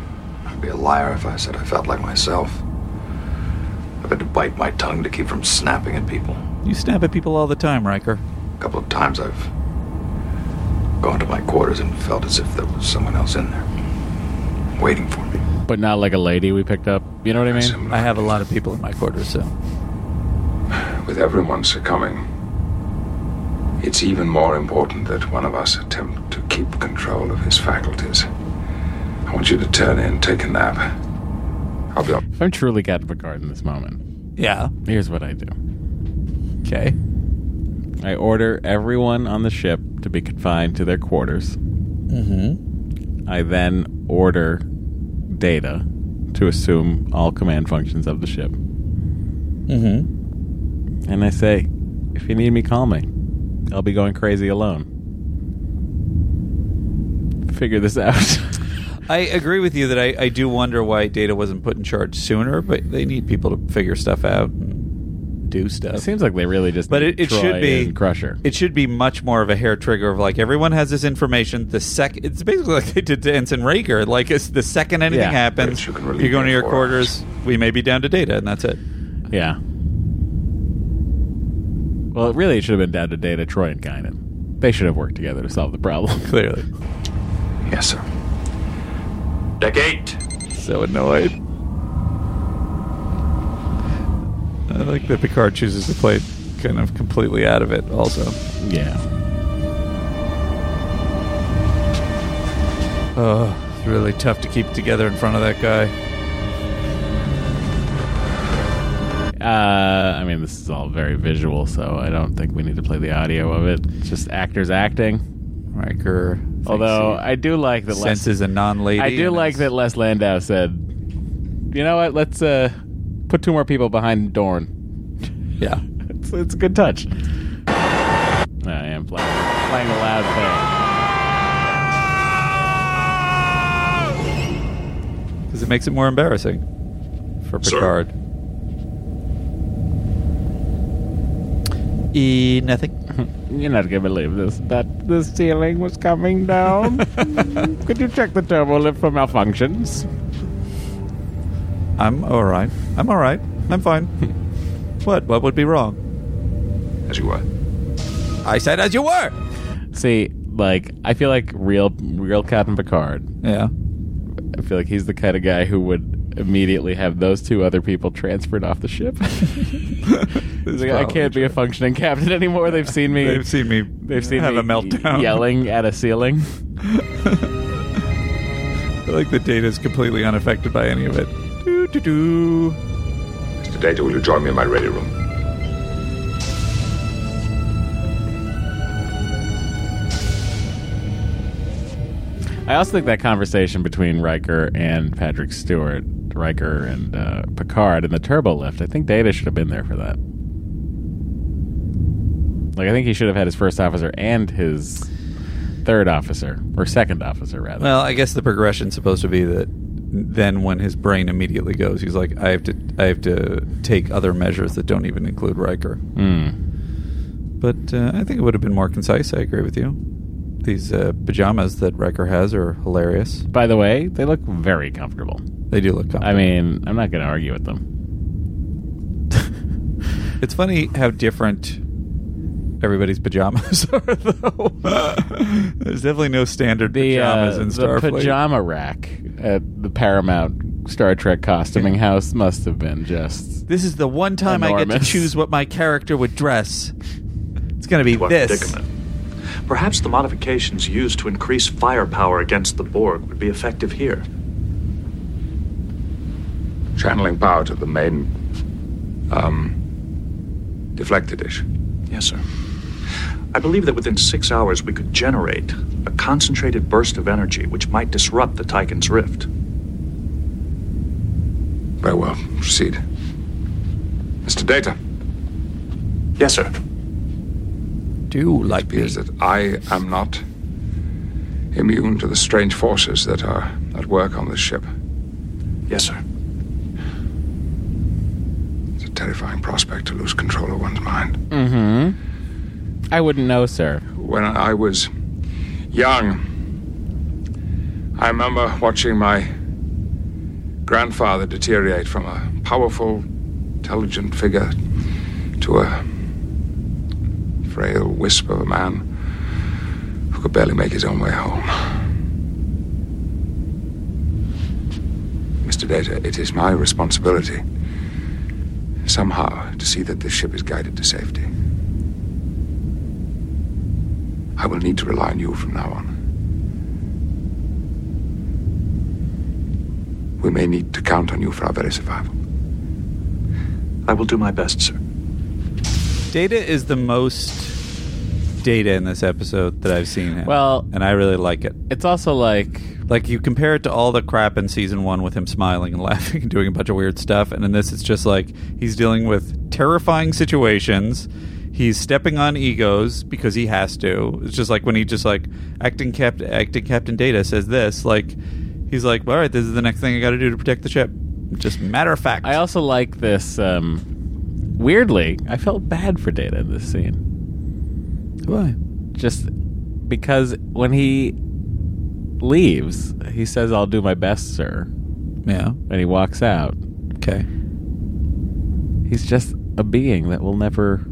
[SPEAKER 5] I'd be a liar if I said I felt like myself. I've had to bite my tongue to keep from snapping at people.
[SPEAKER 2] You snap at people all the time, Riker.
[SPEAKER 5] A couple of times I've gone to my quarters and felt as if there was someone else in there, waiting for me.
[SPEAKER 1] But not like a lady we picked up. You know what I mean?
[SPEAKER 2] I have a lot of people in my quarters, so.
[SPEAKER 5] With everyone succumbing, it's even more important that one of us attempt to keep control of his faculties. I want you to turn in, take a nap. I'll be up.
[SPEAKER 1] If I'm truly Captain Picard in this moment,
[SPEAKER 2] yeah.
[SPEAKER 1] Here's what I do.
[SPEAKER 2] Okay.
[SPEAKER 1] I order everyone on the ship to be confined to their quarters.
[SPEAKER 2] Mm-hmm.
[SPEAKER 1] I then order data to assume all command functions of the ship.
[SPEAKER 2] Mm-hmm.
[SPEAKER 1] And I say, if you need me, call me. I'll be going crazy alone. Figure this out.
[SPEAKER 2] I agree with you that I, I do wonder why Data wasn't put in charge sooner, but they need people to figure stuff out and do stuff.
[SPEAKER 1] it seems like they really just
[SPEAKER 2] but
[SPEAKER 1] need
[SPEAKER 2] it, it
[SPEAKER 1] Troy
[SPEAKER 2] should be
[SPEAKER 1] and Crusher.
[SPEAKER 2] It should be much more of a hair trigger of like everyone has this information. The sec, it's basically like they did to Ensign Rager. Like it's the second anything
[SPEAKER 1] Yeah.
[SPEAKER 2] happens, you
[SPEAKER 1] Yes, you can
[SPEAKER 2] are
[SPEAKER 1] relieve
[SPEAKER 2] going to
[SPEAKER 1] your
[SPEAKER 2] your quarters. We may be down to data, and that's it.
[SPEAKER 1] Yeah. Well, it really should have been down to data, Troy and Guinan. They should have worked together to solve the problem.
[SPEAKER 2] Clearly.
[SPEAKER 5] Yes, sir.
[SPEAKER 2] Deck eight. So annoyed. I like that Picard chooses to play kind of completely out of it. Also.
[SPEAKER 1] Yeah.
[SPEAKER 2] Oh, it's really tough to keep together in front of that guy.
[SPEAKER 1] Uh, I mean, this is all very visual, so I don't think we need to play the audio of it. It's just actors acting.
[SPEAKER 2] Riker.
[SPEAKER 1] Although I do like that Les-
[SPEAKER 2] Senses a non-lady
[SPEAKER 1] I do
[SPEAKER 2] and
[SPEAKER 1] like that Les Landau said, "You know what? Let's uh, put two more people behind Dorn."
[SPEAKER 2] Yeah,
[SPEAKER 1] it's, it's a good touch. I am playing, playing a loud
[SPEAKER 2] Because it makes it more embarrassing for
[SPEAKER 1] Sir.
[SPEAKER 2] Picard. E nothing.
[SPEAKER 1] thing. You're not gonna believe this, but the ceiling was coming down. Could you check the turbo lift for malfunctions?
[SPEAKER 2] I'm all right. I'm all right. I'm fine. what? What would be wrong?
[SPEAKER 5] As you were.
[SPEAKER 2] I said as you were.
[SPEAKER 1] See, like I feel like real, real Captain Picard.
[SPEAKER 2] Yeah.
[SPEAKER 1] I feel like he's the kind of guy who would immediately have those two other people transferred off the ship. He's like, I
[SPEAKER 2] probably
[SPEAKER 1] can't be a functioning captain anymore. They've seen me.
[SPEAKER 2] They've seen me
[SPEAKER 1] They've seen
[SPEAKER 2] have
[SPEAKER 1] me
[SPEAKER 2] a meltdown.
[SPEAKER 1] yelling at a ceiling.
[SPEAKER 2] I feel like the data is completely unaffected by any of it. Doo, doo, doo.
[SPEAKER 5] Mr. Data, will you join me in my ready room?
[SPEAKER 1] I also think that conversation between Riker and Patrick Stewart, Riker and uh, Picard, and the turbo lift. I think Data should have been there for that. Like, I think he should have had his first officer and his third officer, or second officer, rather.
[SPEAKER 2] Well, I guess the progression's supposed to be that then when his brain immediately goes, he's like, I have to, I have to take other measures that don't even include Riker.
[SPEAKER 1] Hmm.
[SPEAKER 2] But uh, I think it would have been more concise. I agree with you. These uh, pajamas that Riker has are hilarious.
[SPEAKER 1] By the way, they look very comfortable.
[SPEAKER 2] They do look comfortable.
[SPEAKER 1] I mean, I'm not going to argue with them.
[SPEAKER 2] It's funny how different everybody's pajamas are, though. There's definitely no standard
[SPEAKER 1] The,
[SPEAKER 2] pajamas
[SPEAKER 1] uh,
[SPEAKER 2] in
[SPEAKER 1] the
[SPEAKER 2] Starfleet.
[SPEAKER 1] pajama rack at the Paramount Star Trek costuming house must have been just.
[SPEAKER 2] This is the one time I get to
[SPEAKER 1] Enormous.
[SPEAKER 2] choose what my character would dress. It's going to be
[SPEAKER 23] To our
[SPEAKER 2] this.
[SPEAKER 23] predicament. Perhaps the modifications used to increase firepower against the Borg would be effective here.
[SPEAKER 5] channeling power to the main um, deflector dish.
[SPEAKER 23] Yes, sir. I believe that within six hours we could generate a concentrated burst of energy which might disrupt the Tychon's rift.
[SPEAKER 5] Very well. Proceed. Mr. Data.
[SPEAKER 23] Yes, sir.
[SPEAKER 5] Do you like it appears that I am not immune to the strange forces that are at work on this ship.
[SPEAKER 23] Yes, sir.
[SPEAKER 5] It's a terrifying prospect to lose control of one's mind.
[SPEAKER 2] Mm-hmm.
[SPEAKER 1] Mm hmm. I wouldn't know, sir.
[SPEAKER 5] When I was young, I remember watching my grandfather deteriorate from a powerful, intelligent figure to a frail wisp of a man who could barely make his own way home. Mr. Data, it is my responsibility somehow to see that this ship is guided to safety. I will need to rely on you from now on. We may need to count on you for our very survival.
[SPEAKER 23] I will do my best, sir.
[SPEAKER 2] Data is the most data in this episode that I've seen him.
[SPEAKER 1] Well-
[SPEAKER 2] and I really like it.
[SPEAKER 1] It's also like
[SPEAKER 2] like you compare it to all the crap in season one with him smiling and laughing and doing a bunch of weird stuff, and in this it's just like he's dealing with terrifying situations. He's stepping on egos because he has to. It's just like when he just like acting cap acting Captain Data says this, like he's like, all right, this is the next thing I got to do to protect the ship. Just matter of fact.
[SPEAKER 1] I also like this. Um, weirdly, I felt bad for Data in this scene.
[SPEAKER 2] Why?
[SPEAKER 1] Just because when he leaves, he says, "I'll do my best, sir."
[SPEAKER 2] Yeah.
[SPEAKER 1] And he walks out.
[SPEAKER 2] Okay.
[SPEAKER 1] He's just a being that will never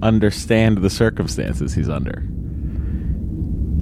[SPEAKER 1] understand the circumstances he's under.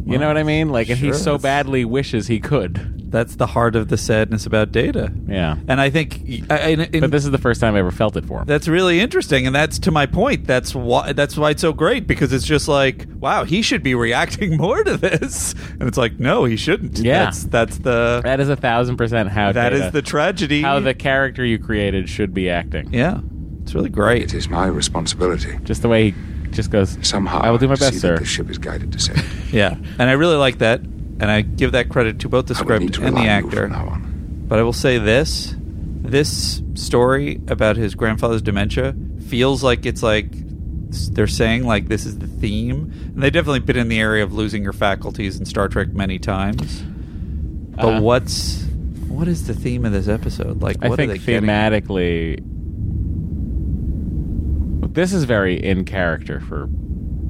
[SPEAKER 1] you know what I mean? Like, and he
[SPEAKER 2] sure,
[SPEAKER 1] so
[SPEAKER 2] that's-
[SPEAKER 1] badly wishes he could.
[SPEAKER 2] That's the heart of the sadness about Data.
[SPEAKER 1] Yeah.
[SPEAKER 2] And I think,
[SPEAKER 1] but this is the first time I ever felt it for him.
[SPEAKER 2] That's really interesting, and that's to my point. That's why that's why it's so great because it's just like, wow, he should be reacting more to this, and it's like, no, he shouldn't.
[SPEAKER 1] Yeah.
[SPEAKER 2] that's, that's the
[SPEAKER 1] that is a thousand percent how
[SPEAKER 2] That
[SPEAKER 1] that is
[SPEAKER 2] is the tragedy.
[SPEAKER 1] How the character you created should be acting.
[SPEAKER 2] Yeah, it's really great.
[SPEAKER 5] It is my responsibility.
[SPEAKER 1] Just the way he just goes.
[SPEAKER 5] Somehow,
[SPEAKER 1] I will do my
[SPEAKER 5] to
[SPEAKER 1] best,
[SPEAKER 5] see
[SPEAKER 1] sir.
[SPEAKER 5] That this ship is guided to safety.
[SPEAKER 2] yeah, and I really like that, and I give that credit to both the script and the actor. But I will say this: this story about his grandfather's dementia feels like it's like s- they're saying like this is the theme, and they've definitely been in the area of losing your faculties in Star Trek many times. But
[SPEAKER 1] Uh-huh.
[SPEAKER 2] what's what is the theme of this episode? Like,
[SPEAKER 1] I
[SPEAKER 2] what
[SPEAKER 1] think
[SPEAKER 2] are they getting at?
[SPEAKER 1] thematically, this is very in character for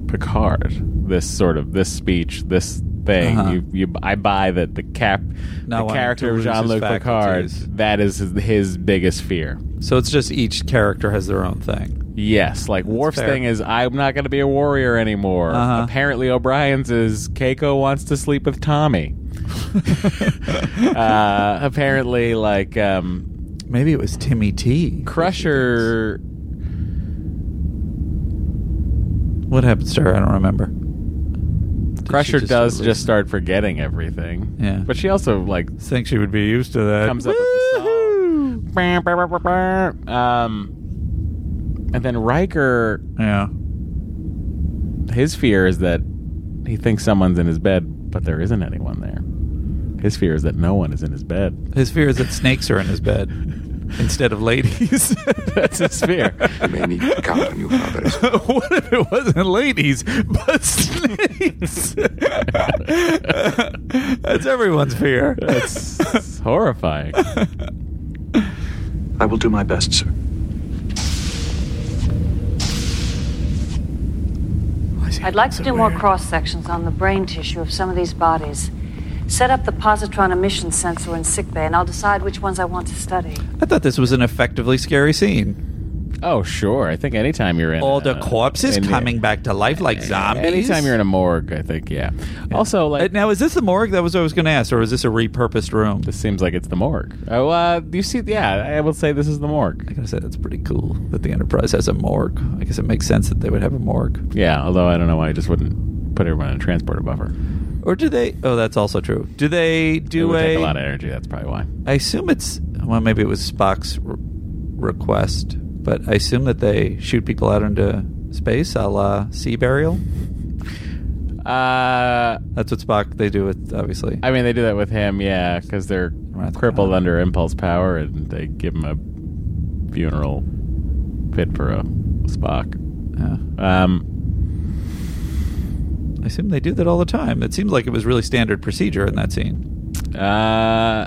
[SPEAKER 1] Picard. This sort of this speech, this thing.
[SPEAKER 2] Uh-huh.
[SPEAKER 1] You, you, I buy that the cap,
[SPEAKER 2] Not
[SPEAKER 1] the
[SPEAKER 2] wanting to
[SPEAKER 1] character of
[SPEAKER 2] lose his
[SPEAKER 1] Jean Luc Picard.
[SPEAKER 2] faculties.
[SPEAKER 1] That is his, his biggest fear.
[SPEAKER 2] So it's just each character has their own thing.
[SPEAKER 1] Yes, like Worf's
[SPEAKER 2] fair.
[SPEAKER 1] thing is I'm not going to be a warrior anymore.
[SPEAKER 2] Uh-huh.
[SPEAKER 1] Apparently, O'Brien's is Keiko wants to sleep with Tommy. uh, apparently, like um,
[SPEAKER 2] Maybe it was Timmy T.
[SPEAKER 1] Crusher.
[SPEAKER 2] What happens to her? I don't remember.
[SPEAKER 1] Crusher
[SPEAKER 2] just
[SPEAKER 1] does
[SPEAKER 2] sort of
[SPEAKER 1] just start forgetting everything.
[SPEAKER 2] Yeah.
[SPEAKER 1] But she also like
[SPEAKER 2] I think she would be used to that.
[SPEAKER 1] comes up with the song. Bah, bah, bah, bah, bah. Um and then Riker
[SPEAKER 2] Yeah.
[SPEAKER 1] his fear is that he thinks someone's in his bed, but there isn't anyone there. His fear is that no one is in his bed.
[SPEAKER 2] His fear is that snakes are in his bed instead of ladies.
[SPEAKER 1] That's his fear.
[SPEAKER 5] You may need to count on you for our very survival.
[SPEAKER 2] what if it wasn't ladies, but snakes? That's everyone's fear.
[SPEAKER 1] That's horrifying.
[SPEAKER 23] I will do my best, sir.
[SPEAKER 11] I'd like to do more cross sections on the brain tissue of some of these bodies. Set up the positron emission sensor in sickbay, and I'll decide which ones I want to study.
[SPEAKER 2] I thought this was an effectively scary scene.
[SPEAKER 1] Oh, sure. I think anytime you're in
[SPEAKER 2] All the
[SPEAKER 1] uh,
[SPEAKER 2] corpses
[SPEAKER 1] in the-
[SPEAKER 2] coming back to life like zombies.
[SPEAKER 1] Anytime you're in a morgue, I think, yeah. Also,
[SPEAKER 2] Uh,
[SPEAKER 1] like
[SPEAKER 2] now, is this the morgue? That was what I was going to ask, or is this a repurposed room?
[SPEAKER 1] this seems like it's the morgue. Oh, uh, you see, yeah, I would say this is the morgue.
[SPEAKER 2] I gotta say that's pretty cool that the Enterprise has a morgue. I guess it makes sense that they would have a morgue.
[SPEAKER 1] Yeah, although I don't know why I just wouldn't put everyone in a transporter buffer.
[SPEAKER 2] Or do they? Oh, that's also true. Do they
[SPEAKER 1] it
[SPEAKER 2] do
[SPEAKER 1] would
[SPEAKER 2] a?
[SPEAKER 1] take a lot of energy. That's probably why.
[SPEAKER 2] I assume it's. well, maybe it was Spock's re- request, but I assume that they shoot people out into space, a la sea burial.
[SPEAKER 1] Uh,
[SPEAKER 2] That's what Spock they do with obviously.
[SPEAKER 1] I mean, they do that with him, yeah, because they're crippled under impulse power, and they give him a funeral pit for a Spock. Um,
[SPEAKER 2] I assume they do that all the time. It seems like it was really standard procedure in that scene.
[SPEAKER 1] uh,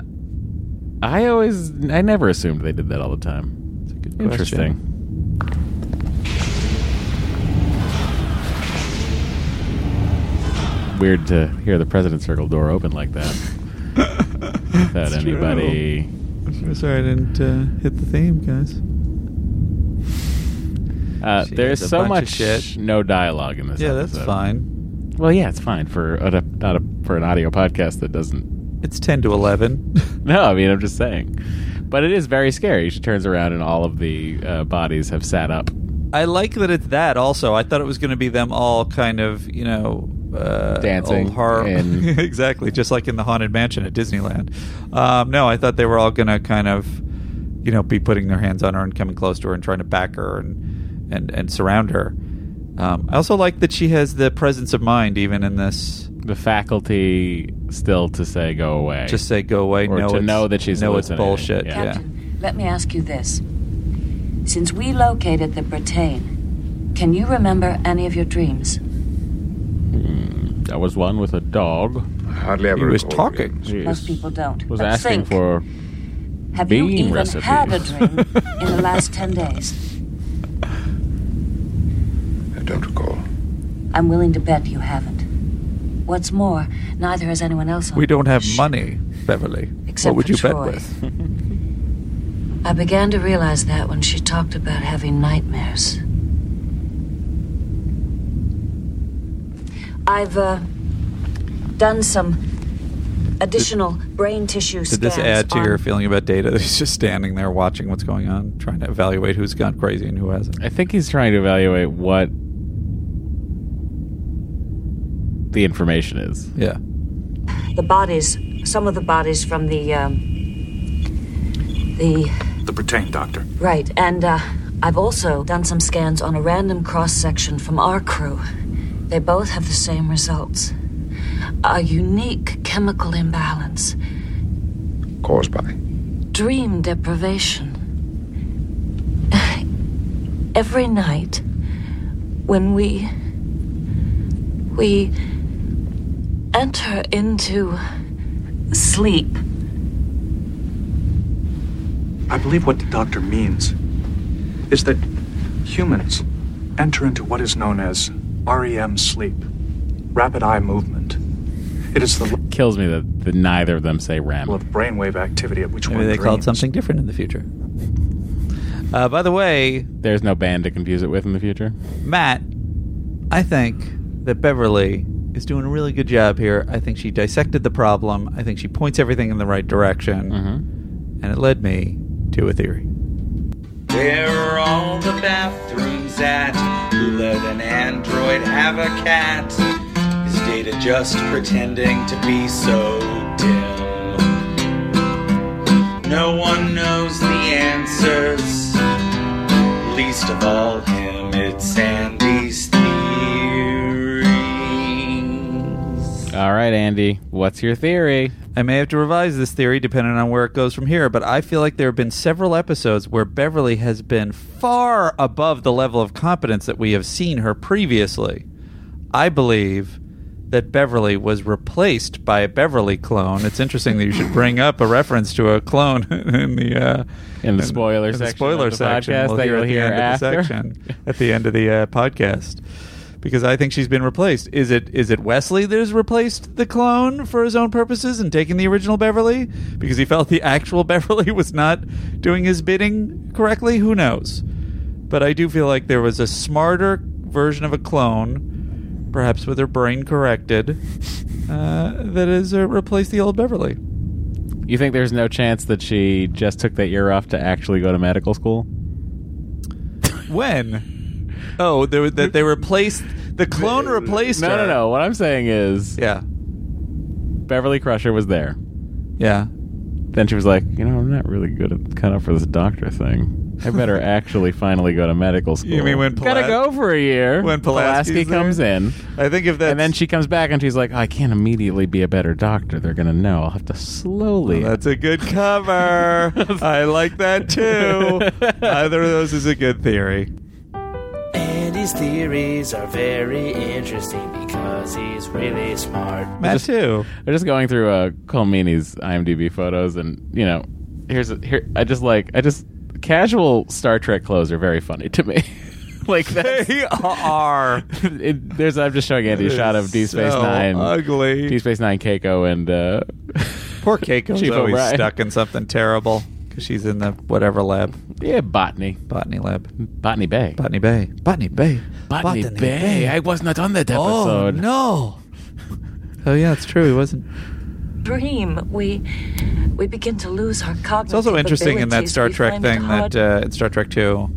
[SPEAKER 1] I always, I never assumed they did that all the time. It's a good
[SPEAKER 2] question.
[SPEAKER 1] Interesting. Weird to hear the president's circle door open like that. Without
[SPEAKER 2] It's true.
[SPEAKER 1] anybody.
[SPEAKER 2] I'm sorry I didn't uh, hit the theme, guys.
[SPEAKER 1] Uh,
[SPEAKER 2] She
[SPEAKER 1] there's
[SPEAKER 2] has a
[SPEAKER 1] so
[SPEAKER 2] bunch of
[SPEAKER 1] much
[SPEAKER 2] shit.
[SPEAKER 1] no dialogue in this.
[SPEAKER 2] Yeah, that's
[SPEAKER 1] episode.
[SPEAKER 2] fine.
[SPEAKER 1] Well, yeah, it's fine for a, not a, for an audio podcast that doesn't.
[SPEAKER 2] It's ten to eleven.
[SPEAKER 1] no, I mean I'm just saying, but it is very scary. She turns around and all of the uh, bodies have sat up.
[SPEAKER 2] I like that it's that. Also, I thought it was going to be them all kind of you know uh,
[SPEAKER 1] Dancing
[SPEAKER 2] old horror.
[SPEAKER 1] and-
[SPEAKER 2] exactly, just like in the haunted mansion at Disneyland. Um, no, I thought they were all going to kind of you know be putting their hands on her and coming close to her and trying to back her and and and surround her. Um, I also like that she has the presence of mind even in this.
[SPEAKER 1] The faculty still to say go away,
[SPEAKER 2] Just say go away.
[SPEAKER 1] or
[SPEAKER 2] no,
[SPEAKER 1] to
[SPEAKER 2] it's-
[SPEAKER 1] know that she's
[SPEAKER 2] no, it's bullshit.
[SPEAKER 1] hallucinating. Yeah.
[SPEAKER 2] Yeah.
[SPEAKER 11] Let me ask you this. Since we located the Bretagne, can you remember any of your dreams?
[SPEAKER 1] That Mm, was one with a dog.
[SPEAKER 5] Hardly
[SPEAKER 1] ever.
[SPEAKER 5] He was recall
[SPEAKER 1] talking.
[SPEAKER 11] Most people don't.
[SPEAKER 1] Was
[SPEAKER 11] But
[SPEAKER 1] asking
[SPEAKER 11] think,
[SPEAKER 1] for
[SPEAKER 11] have
[SPEAKER 1] bean
[SPEAKER 11] you even
[SPEAKER 1] recipes.
[SPEAKER 11] had a dream in the last 10 days?
[SPEAKER 5] I don't recall.
[SPEAKER 11] I'm willing to bet you haven't. What's more, neither has anyone else on
[SPEAKER 2] We don't have money, Beverly.
[SPEAKER 11] Except
[SPEAKER 2] what would
[SPEAKER 11] for
[SPEAKER 2] you
[SPEAKER 11] Troy.
[SPEAKER 2] bet with?
[SPEAKER 11] I began to realize that when she talked about having nightmares. I've uh, done some additional brain tissue
[SPEAKER 2] Did this
[SPEAKER 11] scans
[SPEAKER 2] add to
[SPEAKER 11] on-
[SPEAKER 2] your feeling about data? That he's just standing there watching what's going on, trying to evaluate who's gone crazy and who hasn't.
[SPEAKER 1] I think he's trying to evaluate what the information is.
[SPEAKER 2] Yeah.
[SPEAKER 11] the bodies, some of the bodies from the um, the
[SPEAKER 23] The Bretagne doctor.
[SPEAKER 11] right, and uh, I've also done some scans on a random cross section from our crew. They both have the same results: a unique chemical imbalance,
[SPEAKER 5] Caused by.
[SPEAKER 11] dream deprivation. Every night, when we we enter into sleep.
[SPEAKER 23] I believe what the doctor means is that humans enter into what is known as REM sleep, rapid eye movement. It is the level
[SPEAKER 1] Kills me that, that neither of them say REM.
[SPEAKER 23] of brainwave activity at which
[SPEAKER 2] Maybe
[SPEAKER 23] one
[SPEAKER 2] they call it
[SPEAKER 23] dreams.
[SPEAKER 2] something different in the future. Uh, by the way,
[SPEAKER 1] there's no band to confuse it with in the future.
[SPEAKER 2] Matt, I think that Beverly is doing a really good job here. I think she dissected the problem. I think she points everything in the right direction, and it led me to a theory.
[SPEAKER 4] Where are all the bathrooms at? Who let an android have a cat? Is data just pretending to be so dim? No one knows the answers, least of all him. It's Sandy's theory.
[SPEAKER 1] All right, Andy, what's your theory?
[SPEAKER 2] I may have to revise this theory depending on where it goes from here, but I feel like there have been several episodes where Beverly has been far above the level of competence that we have seen her previously. I believe that Beverly was replaced by a Beverly clone. It's interesting that you should bring up a reference to a clone in the uh,
[SPEAKER 1] In the spoiler
[SPEAKER 2] in the
[SPEAKER 1] section
[SPEAKER 2] spoiler
[SPEAKER 1] of the
[SPEAKER 2] section.
[SPEAKER 1] podcast that
[SPEAKER 2] at
[SPEAKER 1] you'll
[SPEAKER 2] the
[SPEAKER 1] hear
[SPEAKER 2] end Of
[SPEAKER 1] after.
[SPEAKER 2] the section at the end of the uh, podcast because I think she's been replaced. Is it is it Wesley that has replaced the clone for his own purposes and taken the original Beverly because he felt the actual Beverly was not doing his bidding correctly? Who knows? But I do feel like there was a smarter version of a clone, perhaps with her brain corrected, uh, that has uh, replaced the old Beverly.
[SPEAKER 1] You think there's no chance that she just took that year off to actually go to medical school?
[SPEAKER 2] When? Oh, they, were- that they replaced the clone replaced
[SPEAKER 1] No,
[SPEAKER 2] her.
[SPEAKER 1] no, no. What I'm saying is,
[SPEAKER 2] yeah,
[SPEAKER 1] Beverly Crusher was there.
[SPEAKER 2] Yeah.
[SPEAKER 1] then she was like, you know, I'm not really good at cut out for this doctor thing. I better actually finally go to medical school.
[SPEAKER 2] You mean when Pula-
[SPEAKER 1] gotta go for a year?
[SPEAKER 2] When
[SPEAKER 1] Pulaski
[SPEAKER 2] Pulaski's there?
[SPEAKER 1] comes in,
[SPEAKER 2] I think if that,
[SPEAKER 1] and then she comes back and she's like, I can't immediately be a better doctor. They're gonna know. I'll have to slowly.
[SPEAKER 2] that's a good cover. I like that too. Either of those is a good theory.
[SPEAKER 7] Andy's theories are very interesting because he's really smart.
[SPEAKER 1] That too. They're just going through uh, Colmeany's IMDb photos, and you know, here's a, here. I just like I just casual Star Trek clothes are very funny to me. like
[SPEAKER 2] they are.
[SPEAKER 1] it, there's I'm just showing Andy a
[SPEAKER 2] It
[SPEAKER 1] shot
[SPEAKER 2] is
[SPEAKER 1] of D Space
[SPEAKER 2] so
[SPEAKER 1] Nine,
[SPEAKER 2] ugly.
[SPEAKER 1] D Space Nine Keiko, and uh,
[SPEAKER 2] poor Keiko. She's
[SPEAKER 1] Chief
[SPEAKER 2] always
[SPEAKER 1] O'Brien.
[SPEAKER 2] stuck in something terrible because she's in the whatever lab.
[SPEAKER 1] Yeah, botany.
[SPEAKER 2] Botany lab.
[SPEAKER 1] Botany Bay.
[SPEAKER 2] Botany Bay. Botany Bay.
[SPEAKER 1] Botany, Bay. I was not on that episode.
[SPEAKER 2] Oh, no. Oh yeah, it's true. He wasn't.
[SPEAKER 11] Dream, we we begin to lose our cognitive
[SPEAKER 2] It's also interesting in that
[SPEAKER 11] abilities.
[SPEAKER 2] Star
[SPEAKER 11] We
[SPEAKER 2] Trek
[SPEAKER 11] find it
[SPEAKER 2] thing
[SPEAKER 11] hard-
[SPEAKER 2] that uh, in Star Trek Two,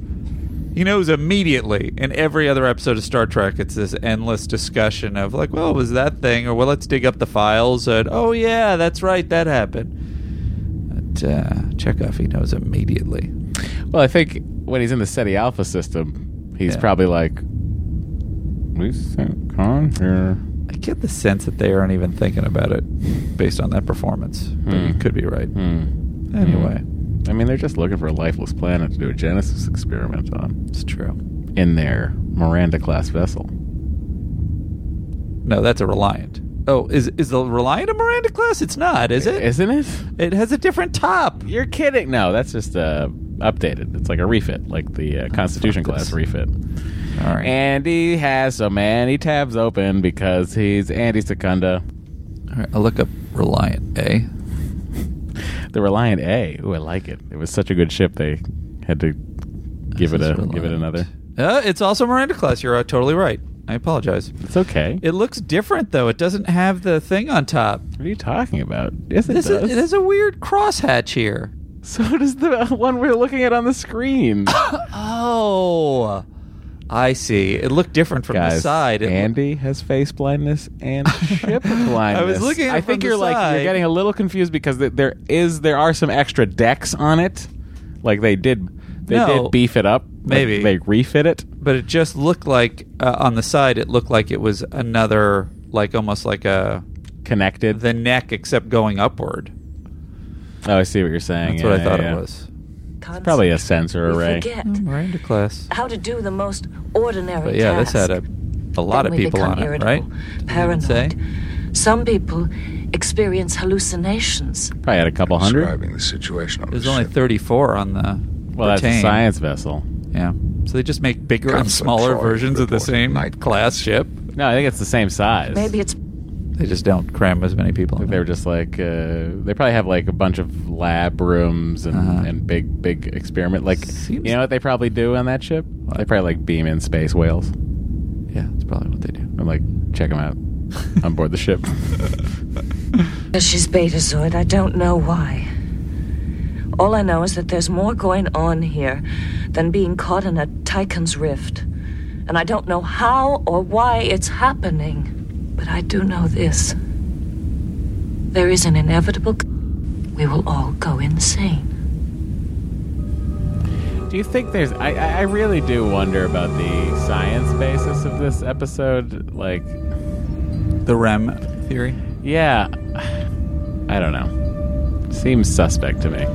[SPEAKER 2] he knows immediately. In every other episode of Star Trek, it's this endless discussion of like, well, it was that thing, or well, let's dig up the files, and oh yeah, that's right, that happened. But uh, Chekhov, he knows immediately.
[SPEAKER 1] Well, I think when he's in the SETI Alpha system, he's
[SPEAKER 2] Yeah.
[SPEAKER 1] probably like, we sent Khan here.
[SPEAKER 2] I get the sense that they aren't even thinking about it based on that performance. But you
[SPEAKER 1] Hmm.
[SPEAKER 2] could be right.
[SPEAKER 1] Hmm.
[SPEAKER 2] Anyway.
[SPEAKER 1] Hmm. I mean, they're just looking for a lifeless planet to do a Genesis experiment on.
[SPEAKER 2] It's true.
[SPEAKER 1] In their Miranda class vessel.
[SPEAKER 2] No, that's a Reliant. Oh, is is the Reliant a Miranda class? It's not, is it?
[SPEAKER 1] Isn't it?
[SPEAKER 2] It has a different top.
[SPEAKER 1] You're kidding. No, that's just uh, updated. It's like a refit, like the uh, Constitution
[SPEAKER 2] Oh, fuck
[SPEAKER 1] class
[SPEAKER 2] this.
[SPEAKER 1] refit.
[SPEAKER 2] All right.
[SPEAKER 1] Andy has so many tabs open because he's Andy Secunda.
[SPEAKER 2] All right, I'll look up Reliant A.
[SPEAKER 1] The Reliant A. Ooh, I like it. It was such a good ship. They had to give it
[SPEAKER 2] This
[SPEAKER 1] a
[SPEAKER 2] is
[SPEAKER 1] give it
[SPEAKER 2] Reliant.
[SPEAKER 1] another.
[SPEAKER 2] Uh, it's also Miranda class. You're uh, totally right. I apologize.
[SPEAKER 1] It's okay.
[SPEAKER 2] It looks different though. It doesn't have the thing on top.
[SPEAKER 1] What are you talking about? Yes, it
[SPEAKER 2] this
[SPEAKER 1] does.
[SPEAKER 2] Is, it has a weird crosshatch here.
[SPEAKER 1] So does the one we're looking at on the screen.
[SPEAKER 2] Oh, I see. It looked different from the
[SPEAKER 1] Guys,
[SPEAKER 2] side. It
[SPEAKER 1] Andy has face blindness and ship blindness.
[SPEAKER 2] I was looking at
[SPEAKER 1] I
[SPEAKER 2] it
[SPEAKER 1] think
[SPEAKER 2] from
[SPEAKER 1] you're
[SPEAKER 2] the
[SPEAKER 1] like
[SPEAKER 2] side.
[SPEAKER 1] you're getting a little confused because th- there is there are some extra decks on it. Like they did, they
[SPEAKER 2] No.
[SPEAKER 1] did beef it up. Like,
[SPEAKER 2] Maybe.
[SPEAKER 1] they refit it.
[SPEAKER 2] but it just looked like uh, on the side it looked like it was another like almost like a
[SPEAKER 1] connected
[SPEAKER 2] the neck except going upward
[SPEAKER 1] Oh, I see what you're saying.
[SPEAKER 2] that's what i
[SPEAKER 1] Yeah,
[SPEAKER 2] thought
[SPEAKER 1] yeah,
[SPEAKER 2] it
[SPEAKER 1] yeah.
[SPEAKER 2] was
[SPEAKER 1] It's probably a sensor
[SPEAKER 11] We
[SPEAKER 1] array.
[SPEAKER 11] forget
[SPEAKER 2] miranda class
[SPEAKER 11] how to do the most ordinary
[SPEAKER 2] but yeah
[SPEAKER 11] task.
[SPEAKER 2] this had a a lot
[SPEAKER 11] Then
[SPEAKER 2] of
[SPEAKER 11] we
[SPEAKER 2] people
[SPEAKER 11] become
[SPEAKER 2] on it
[SPEAKER 11] irritable,
[SPEAKER 2] right
[SPEAKER 11] paranoid.
[SPEAKER 2] say
[SPEAKER 11] Some people experience hallucinations.
[SPEAKER 1] Probably had a couple hundred.
[SPEAKER 5] Describing the situation on
[SPEAKER 2] there's
[SPEAKER 5] the
[SPEAKER 2] only
[SPEAKER 5] ship.
[SPEAKER 2] 34 on the
[SPEAKER 1] Well, that's a
[SPEAKER 2] Britain.
[SPEAKER 1] science vessel.
[SPEAKER 2] yeah so they just make bigger and
[SPEAKER 5] Concept
[SPEAKER 2] smaller
[SPEAKER 5] Troy
[SPEAKER 2] versions of the same class ship
[SPEAKER 1] No, I think it's the same size.
[SPEAKER 11] Maybe it's
[SPEAKER 2] they just don't cram as many people in
[SPEAKER 1] They were just like uh, they probably have like a bunch of lab rooms and,
[SPEAKER 2] Uh-huh.
[SPEAKER 1] and big big experiment. Like
[SPEAKER 2] Seems-
[SPEAKER 1] you know what they probably do on that ship? They probably like beam in space whales
[SPEAKER 2] yeah that's probably what they do
[SPEAKER 1] and like check them out on board the ship.
[SPEAKER 11] because she's Betazoid. I don't know why. All I know is that there's more going on here than being caught in a Tychon's rift. And I don't know how or why it's happening, but I do know this. There is an inevitable. We will all go insane.
[SPEAKER 1] Do you think there's? I, I I really do wonder about the science basis of this episode. Like,
[SPEAKER 2] the rem theory
[SPEAKER 1] yeah, I don't know. Seems suspect to me.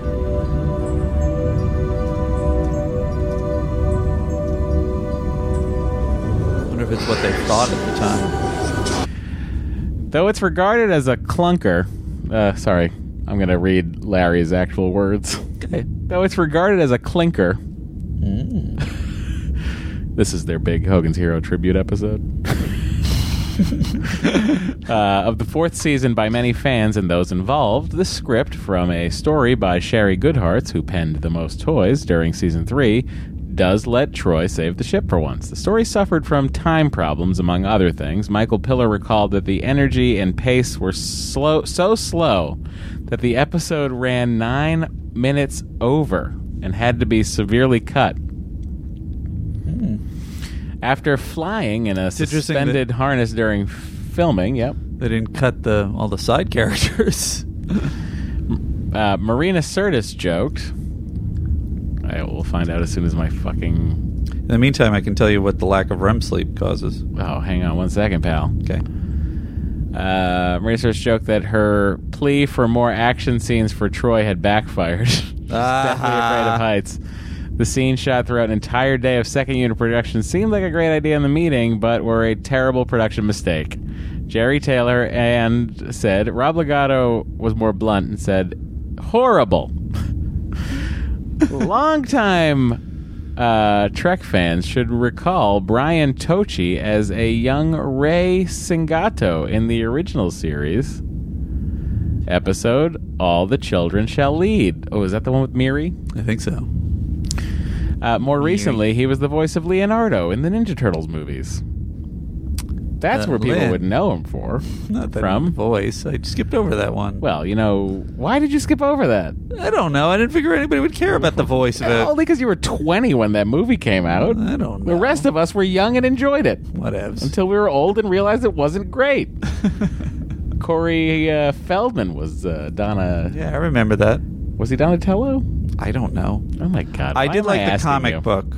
[SPEAKER 2] i wonder if it's what they thought at the time
[SPEAKER 1] Though it's regarded as a clunker. Uh, sorry, I'm gonna read Larry's actual words.
[SPEAKER 2] okay
[SPEAKER 1] Though it's regarded as a clinker. this is their big Hogan's Hero tribute episode. uh, of the fourth season by many fans and those involved, this script from a story by Sherry Goodhart's, who penned The Most Toys during season three, does let Troy save the ship for once. The story suffered from time problems, among other things. Michael Pillar recalled that the energy and pace were slow, so slow that the episode ran nine minutes over and had to be severely cut. After flying in a
[SPEAKER 2] interesting that-
[SPEAKER 1] suspended harness during filming, yep.
[SPEAKER 2] they didn't cut the all the side characters
[SPEAKER 1] Uh, Marina Sirtis joked. I will find out as soon as my fucking.
[SPEAKER 2] In the meantime, I can tell you what the lack of REM sleep causes.
[SPEAKER 1] Oh, hang on one second, pal.
[SPEAKER 2] Okay.
[SPEAKER 1] Uh, Marina Sirtis joked that her plea for more action scenes for Troy had backfired. She's definitely afraid of heights. The scene shot throughout an entire day of second unit production seemed like a great idea in the meeting, but were a terrible production mistake. Jerry Taylor and said Rob Legato was more blunt and said horrible. Longtime uh, Trek fans should recall Brian Tochi as a young Ray Singato in the original series episode "All the Children Shall Lead." Oh, is that the one with Miri?
[SPEAKER 2] I think so.
[SPEAKER 1] Uh, more recently, he was the voice of Leonardo in the Ninja Turtles movies. That's
[SPEAKER 2] Uh,
[SPEAKER 1] where people
[SPEAKER 2] Lin.
[SPEAKER 1] would know him for.
[SPEAKER 2] Not that
[SPEAKER 1] from
[SPEAKER 2] voice. I skipped over that one. Uh,
[SPEAKER 1] Well, you know, why did you skip over that?
[SPEAKER 2] I don't know. I didn't figure anybody would care about the voice of it.
[SPEAKER 1] Only because you were 20 when that movie came out. I
[SPEAKER 2] don't
[SPEAKER 1] The rest of us were young and enjoyed it.
[SPEAKER 2] Whatevs.
[SPEAKER 1] Until we were old and realized it wasn't great. Corey uh, Feldman was uh, Donna.
[SPEAKER 2] Yeah, I remember that.
[SPEAKER 1] Was he Donatello?
[SPEAKER 2] I don't know.
[SPEAKER 1] Oh my god!
[SPEAKER 2] I
[SPEAKER 1] why
[SPEAKER 2] did
[SPEAKER 1] am
[SPEAKER 2] like the
[SPEAKER 1] asking
[SPEAKER 2] comic
[SPEAKER 1] you?
[SPEAKER 2] book.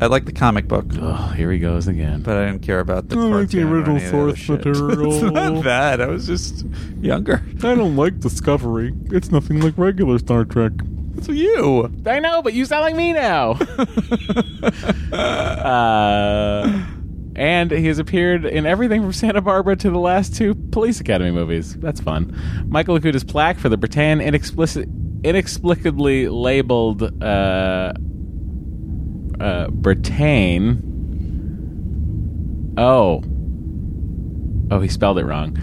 [SPEAKER 2] I like the comic book.
[SPEAKER 1] Oh, here he goes again.
[SPEAKER 2] But I didn't care about the
[SPEAKER 1] I
[SPEAKER 2] cartoon
[SPEAKER 1] like the
[SPEAKER 2] or
[SPEAKER 1] original
[SPEAKER 2] any of the other
[SPEAKER 1] source
[SPEAKER 2] shit.
[SPEAKER 1] material.
[SPEAKER 2] it's not that. I was just younger.
[SPEAKER 1] I don't like Discovery. It's nothing like regular Star Trek.
[SPEAKER 2] It's you.
[SPEAKER 1] I know, but you sound like me now. uh, and he has appeared in everything from Santa Barbara to the last two Police Academy movies. That's fun. Michael Lacuda's plaque for the Britann inexplic- inexplicably labeled uh, uh, Britain. Oh. Oh, he spelled it wrong.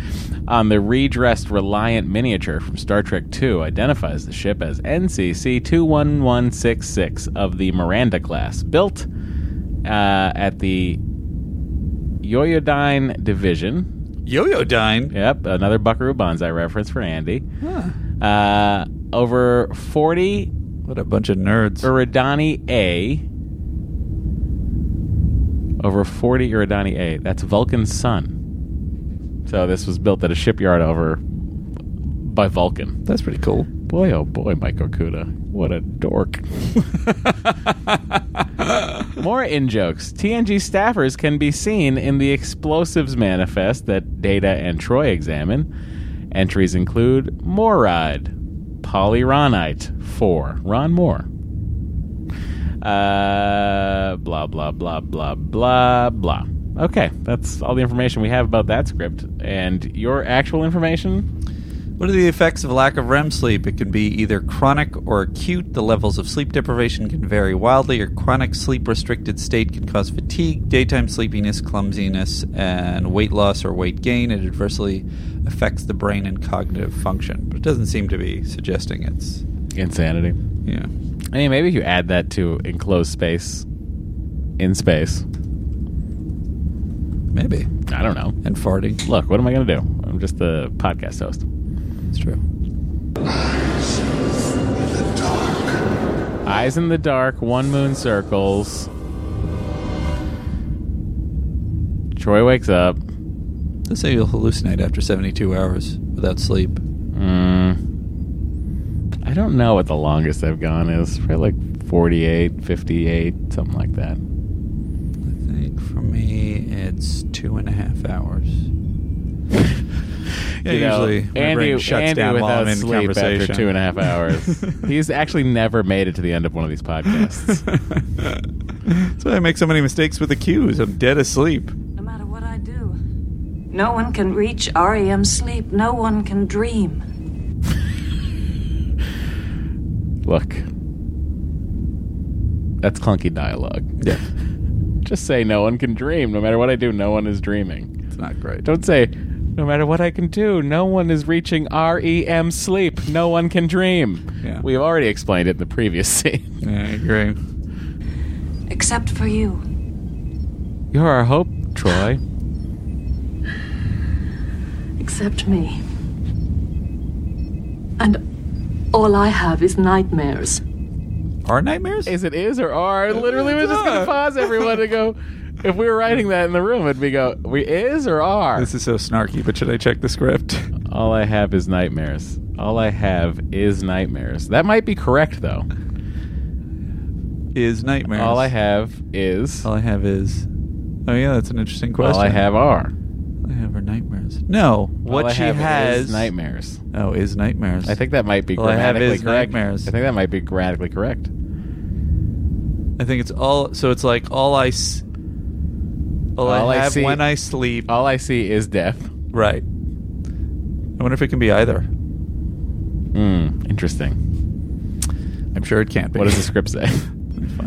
[SPEAKER 1] On the redressed Reliant miniature from Star Trek II, identifies the ship as NCC 21166 of the Miranda class, built uh, at the Yoyodyne Division.
[SPEAKER 2] Yoyodyne?
[SPEAKER 1] Yep, another Buckaroo Banzai reference for Andy. Uh, over 40. What
[SPEAKER 2] a bunch of nerds.
[SPEAKER 1] Iridani A. Over 40 Iridani A. That's Vulcan's son. So this was built at a shipyard over by Vulcan.
[SPEAKER 2] That's pretty cool.
[SPEAKER 1] Boy, oh boy, Mike Okuda. What a dork. More in jokes. TNG staffers can be seen in the explosives manifest that Data and Troy examine. Entries include Moride, Polyronite 4, Ron Moore. Uh, blah, blah, blah, blah, blah, blah. Okay, that's all the information we have about that script. And your actual information?
[SPEAKER 2] What are the effects of lack of REM sleep? It can be either chronic or acute. The levels of sleep deprivation can vary wildly. Your chronic sleep restricted state can cause fatigue, daytime sleepiness, clumsiness, and weight loss or weight gain. It adversely affects the brain and cognitive function. But it doesn't seem to be suggesting it's.
[SPEAKER 1] Insanity.
[SPEAKER 2] Yeah.
[SPEAKER 1] I mean, maybe if you add that to enclosed space, in space.
[SPEAKER 2] Maybe.
[SPEAKER 1] I don't know.
[SPEAKER 2] And farting.
[SPEAKER 1] Look, what am I going to do? I'm just the podcast host.
[SPEAKER 2] It's true.
[SPEAKER 1] Eyes in the dark, one moon circles. Troy wakes up.
[SPEAKER 2] They say you'll hallucinate after 72 hours without sleep.
[SPEAKER 1] Mm, I don't know what the longest I've gone is. Probably like 48, 58, something like that.
[SPEAKER 2] I think for me, it's two and a half hours. yeah,
[SPEAKER 1] You know,
[SPEAKER 2] usually my
[SPEAKER 1] Andy,
[SPEAKER 2] brain shuts
[SPEAKER 1] Andy
[SPEAKER 2] down while
[SPEAKER 1] without
[SPEAKER 2] I'm in
[SPEAKER 1] sleep
[SPEAKER 2] conversation.
[SPEAKER 1] after two and a half hours. He's actually never made it to the end of one of these podcasts.
[SPEAKER 2] That's why I make so many mistakes with the cues. I'm dead asleep.
[SPEAKER 11] No matter what I do, no one can reach REM sleep. No one can dream.
[SPEAKER 1] Look, that's clunky dialogue.
[SPEAKER 2] Yeah.
[SPEAKER 1] Just say no one can dream. No matter what I do, no one is dreaming.
[SPEAKER 2] It's not great.
[SPEAKER 1] Don't say no matter what I can do, no one is reaching REM sleep. No one can dream.
[SPEAKER 2] Yeah.
[SPEAKER 1] We've already explained it in the previous scene.
[SPEAKER 2] Yeah, I agree.
[SPEAKER 11] Except for you.
[SPEAKER 1] You're our hope, Troy.
[SPEAKER 13] Except me. And all I have is nightmares.
[SPEAKER 2] Are nightmares?
[SPEAKER 1] Is it is or are? Literally, we're just going to pause everyone to go. If we were writing that in the room, it'd be go, we is or are?
[SPEAKER 2] This is so snarky, but should I check the script?
[SPEAKER 1] All I have is nightmares. All I have is nightmares. That might be correct though.
[SPEAKER 2] Is nightmares.
[SPEAKER 1] All I have is.
[SPEAKER 2] All I have is. Oh yeah, that's an interesting question.
[SPEAKER 1] All I have are.
[SPEAKER 2] I have her nightmares. No, what
[SPEAKER 1] I
[SPEAKER 2] she
[SPEAKER 1] have is
[SPEAKER 2] has
[SPEAKER 1] nightmares.
[SPEAKER 2] Oh, is nightmares.
[SPEAKER 1] I think that might be
[SPEAKER 2] All I have
[SPEAKER 1] grammatically
[SPEAKER 2] is
[SPEAKER 1] correct.
[SPEAKER 2] nightmares.
[SPEAKER 1] I think that might be grammatically correct.
[SPEAKER 2] I think it's all. So it's like all I. S- all, I, have
[SPEAKER 1] see,
[SPEAKER 2] when I sleep.
[SPEAKER 1] All I see is death.
[SPEAKER 2] Right. I wonder if it can be either.
[SPEAKER 1] Hmm. Interesting.
[SPEAKER 2] I'm sure it can't be.
[SPEAKER 1] What does the script say?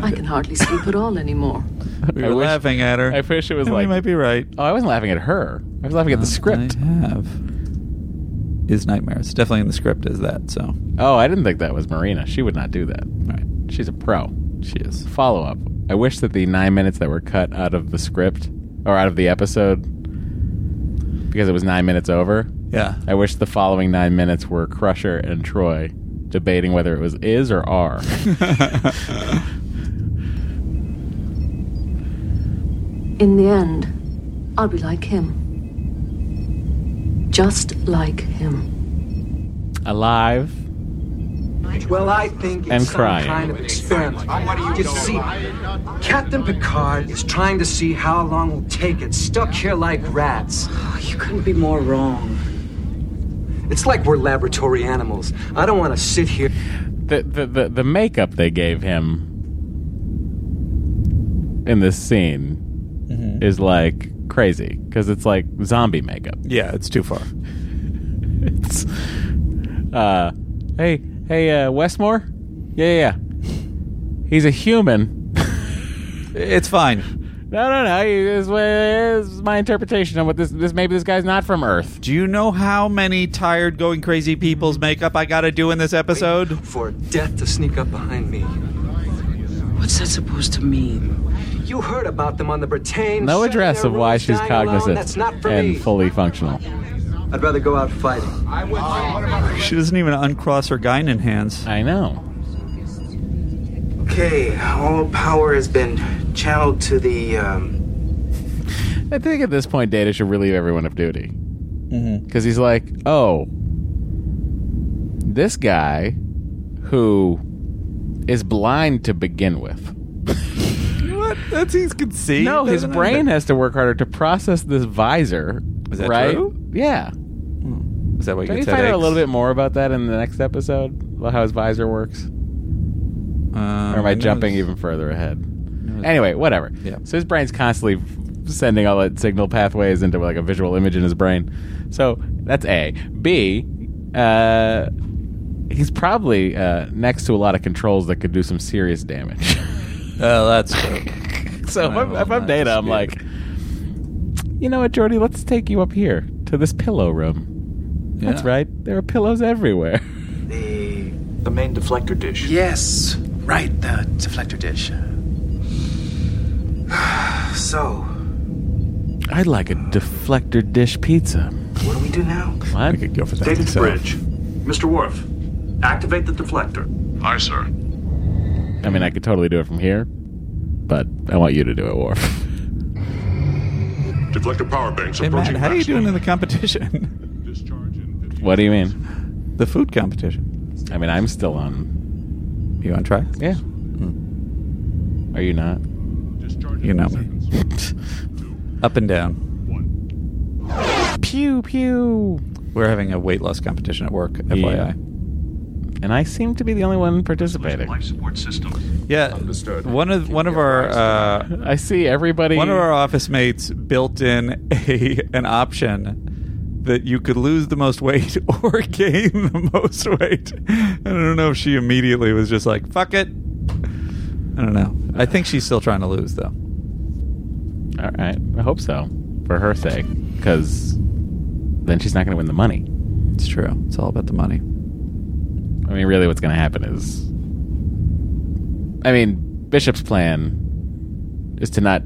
[SPEAKER 13] I can hardly sleep at all anymore.
[SPEAKER 2] We
[SPEAKER 1] I
[SPEAKER 2] were
[SPEAKER 1] wish-
[SPEAKER 2] laughing at her.
[SPEAKER 1] I wish it was
[SPEAKER 2] And we
[SPEAKER 1] like.
[SPEAKER 2] might be right.
[SPEAKER 1] Oh, I wasn't laughing at her. I was laughing at the script.
[SPEAKER 2] I have is nightmares. Definitely in the script is that. So
[SPEAKER 1] Oh, I didn't think that was Marina. She would not do that.
[SPEAKER 2] Right.
[SPEAKER 1] She's a pro.
[SPEAKER 2] She is.
[SPEAKER 1] Follow up. I wish that the nine minutes that were cut out of the script or out of the episode because it was nine minutes over.
[SPEAKER 2] Yeah.
[SPEAKER 1] I wish the following nine minutes were Crusher and Troy debating whether it was is or are.
[SPEAKER 13] In the end, I'll be like him. Just like him.
[SPEAKER 1] Alive.
[SPEAKER 3] Well, I think
[SPEAKER 1] And
[SPEAKER 3] it's some
[SPEAKER 1] crying.
[SPEAKER 3] kind of experiment. You see, Captain Picard is trying to see how long we'll take it, stuck here like rats. Oh, you couldn't be more wrong. It's like we're laboratory animals. I don't want to sit here.
[SPEAKER 1] The, the the the makeup they gave him in this scene
[SPEAKER 2] Mm-hmm.
[SPEAKER 1] is like crazy because it's like zombie makeup.
[SPEAKER 2] yeah, it's too far.
[SPEAKER 1] it's uh hey hey uh Westmore? Yeah, yeah, yeah. He's a human.
[SPEAKER 2] it's fine.
[SPEAKER 1] No, no, no. you- This wa- this is my interpretation of what this this maybe this guy's not from Earth.
[SPEAKER 2] Do you know how many tired, going crazy people's makeup I got to do in this episode?
[SPEAKER 3] For death to sneak up behind me. What's that supposed to mean? You heard about them on the Britannia.
[SPEAKER 1] No address of why she's cognizant
[SPEAKER 3] That's not for
[SPEAKER 1] and
[SPEAKER 3] me.
[SPEAKER 1] fully functional.
[SPEAKER 3] I'd rather go out fighting.
[SPEAKER 2] She doesn't even uncross her Guinan hands.
[SPEAKER 1] I know.
[SPEAKER 14] Okay, all power has been channeled to the. Um,
[SPEAKER 1] I think at this point, Data should relieve everyone of duty. Because he's like, oh, this guy who is blind to begin with.
[SPEAKER 2] what? That's he's can see.
[SPEAKER 1] no, his
[SPEAKER 2] doesn't
[SPEAKER 1] brain
[SPEAKER 2] it?
[SPEAKER 1] has to work harder to process this visor.
[SPEAKER 2] Is that
[SPEAKER 1] right?
[SPEAKER 2] true?
[SPEAKER 1] Yeah.
[SPEAKER 2] Is that why
[SPEAKER 1] Can
[SPEAKER 2] he gets
[SPEAKER 1] we find out a
[SPEAKER 2] headaches?
[SPEAKER 1] little bit more about that in the next episode? About how his visor works?
[SPEAKER 2] Um,
[SPEAKER 1] or am I
[SPEAKER 2] no,
[SPEAKER 1] jumping
[SPEAKER 2] it's-
[SPEAKER 1] even further ahead?
[SPEAKER 2] it's-
[SPEAKER 1] Anyway, whatever.
[SPEAKER 2] Yeah.
[SPEAKER 1] So his brain's constantly f- sending all that signal pathways into like a visual image in his brain. So that's A. B. Uh, he's probably uh, next to a lot of controls that could do some serious damage.
[SPEAKER 2] Oh, that's true.
[SPEAKER 1] so if I'm, if I'm Data, I'm like, you know what, Jordy? Let's take you up here to this pillow room. That's
[SPEAKER 14] Yeah.
[SPEAKER 1] right. There are pillows everywhere.
[SPEAKER 3] The main deflector dish.
[SPEAKER 14] yes, right, the deflector dish. So,
[SPEAKER 1] I'd like a deflector dish pizza.
[SPEAKER 3] What do we do now?
[SPEAKER 1] What? I could go for that.
[SPEAKER 3] David's
[SPEAKER 1] myself.
[SPEAKER 3] bridge.
[SPEAKER 12] Mr. Worf, activate the deflector. Aye, sir.
[SPEAKER 1] I mean, I could totally do it from here, but I want you to do it, Worf.
[SPEAKER 12] Deflector power banks
[SPEAKER 2] Hey, Matt,
[SPEAKER 12] approaching.
[SPEAKER 2] how are you
[SPEAKER 12] maximum.
[SPEAKER 2] doing in the competition?
[SPEAKER 1] What do you mean?
[SPEAKER 2] The food competition.
[SPEAKER 1] I mean, I'm still on.
[SPEAKER 2] You want to try?
[SPEAKER 1] Yeah. Are you not?
[SPEAKER 2] You know me. Up and down.
[SPEAKER 1] Pew pew.
[SPEAKER 2] We're having a weight loss competition at work, FYI.
[SPEAKER 1] And I seem to be the only one participating.
[SPEAKER 12] Support system.
[SPEAKER 2] Yeah. One of one of our uh,
[SPEAKER 1] I see everybody.
[SPEAKER 2] One of our office mates built in a an option that you could lose the most weight or gain the most weight. And I don't know if she immediately was just like, "Fuck it." I don't know. I think she's still trying to lose though.
[SPEAKER 1] All right. I hope so, for her sake, because then she's not going to win the money.
[SPEAKER 2] It's true. It's all about the money.
[SPEAKER 1] I mean, really, what's going to happen is, I mean, Bishop's plan is to not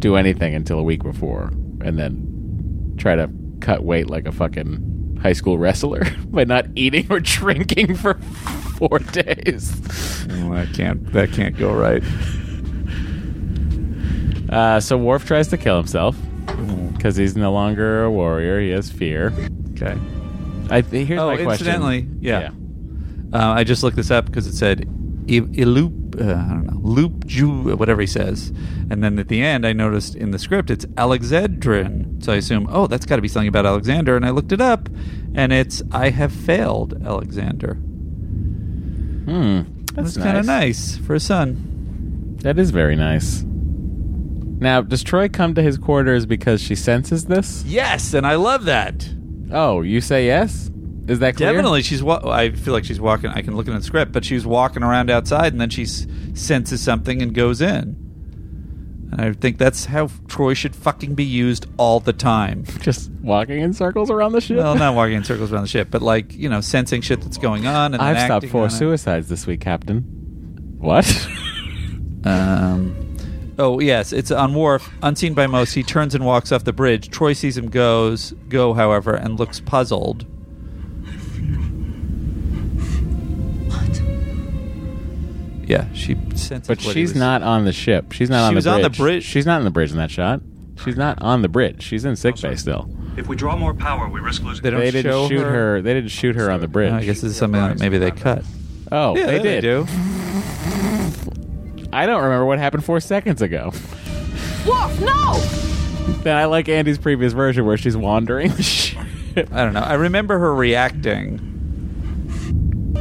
[SPEAKER 1] do anything until a week before, and then try to cut weight like a fucking high school wrestler by not eating or drinking for four days.
[SPEAKER 2] Oh, I can't. That can't go right.
[SPEAKER 1] Uh, so Worf tries to kill himself because he's no longer a warrior; he has fear.
[SPEAKER 2] Mm. Okay.
[SPEAKER 1] I, here's
[SPEAKER 2] oh,
[SPEAKER 1] my question.
[SPEAKER 2] incidentally, yeah. Uh, I just looked this up because it said I- Iloop, uh, I don't know, Loop Ju, whatever he says. And then at the end, I noticed in the script it's Alexandrin. So I assume, oh, that's got to be something about Alexander. And I looked it up, and it's I have failed, Alexander.
[SPEAKER 1] Hmm.
[SPEAKER 2] That's, kind of nice for a son.
[SPEAKER 1] That is very nice. Now, does Troy come to his quarters because she senses this?
[SPEAKER 2] Yes, and I love that.
[SPEAKER 1] Oh, you say yes? Is that clear?
[SPEAKER 2] Definitely, she's. Wa- I feel like she's walking. I can look in the script, but she's walking around outside, and then she s- senses something and goes in. And I think that's how Troy should fucking be used all the time.
[SPEAKER 1] Just walking in circles around the ship.
[SPEAKER 2] Well, not walking in circles around the ship, but like you know, sensing shit that's going on. And then
[SPEAKER 1] I've stopped
[SPEAKER 2] acting on
[SPEAKER 1] four
[SPEAKER 2] it.
[SPEAKER 1] suicides this week, Captain. What?
[SPEAKER 2] um. Oh yes, it's on Wharf, unseen by most. He turns and walks off the bridge. Troy sees him goes go, however, and looks puzzled. What? Yeah, she senses.
[SPEAKER 1] But
[SPEAKER 2] what he
[SPEAKER 1] she's
[SPEAKER 2] was-
[SPEAKER 1] not on the ship. She's not
[SPEAKER 2] She
[SPEAKER 1] on
[SPEAKER 2] was
[SPEAKER 1] the bridge.
[SPEAKER 2] on the bridge.
[SPEAKER 1] She's not on the bridge in that shot. She's not on the bridge. She's in sick bay still.
[SPEAKER 23] If we draw more power, we risk losing.
[SPEAKER 1] didn't shoot her. They didn't shoot her on the bridge. I guess
[SPEAKER 2] this is something that maybe they cut.
[SPEAKER 1] Oh,
[SPEAKER 2] Yeah,
[SPEAKER 1] they
[SPEAKER 2] they do.
[SPEAKER 1] did. I don't remember what happened four seconds ago.
[SPEAKER 6] Wolf, no!
[SPEAKER 1] Then I like Andy's previous version where she's wandering.
[SPEAKER 2] I don't know. I remember her reacting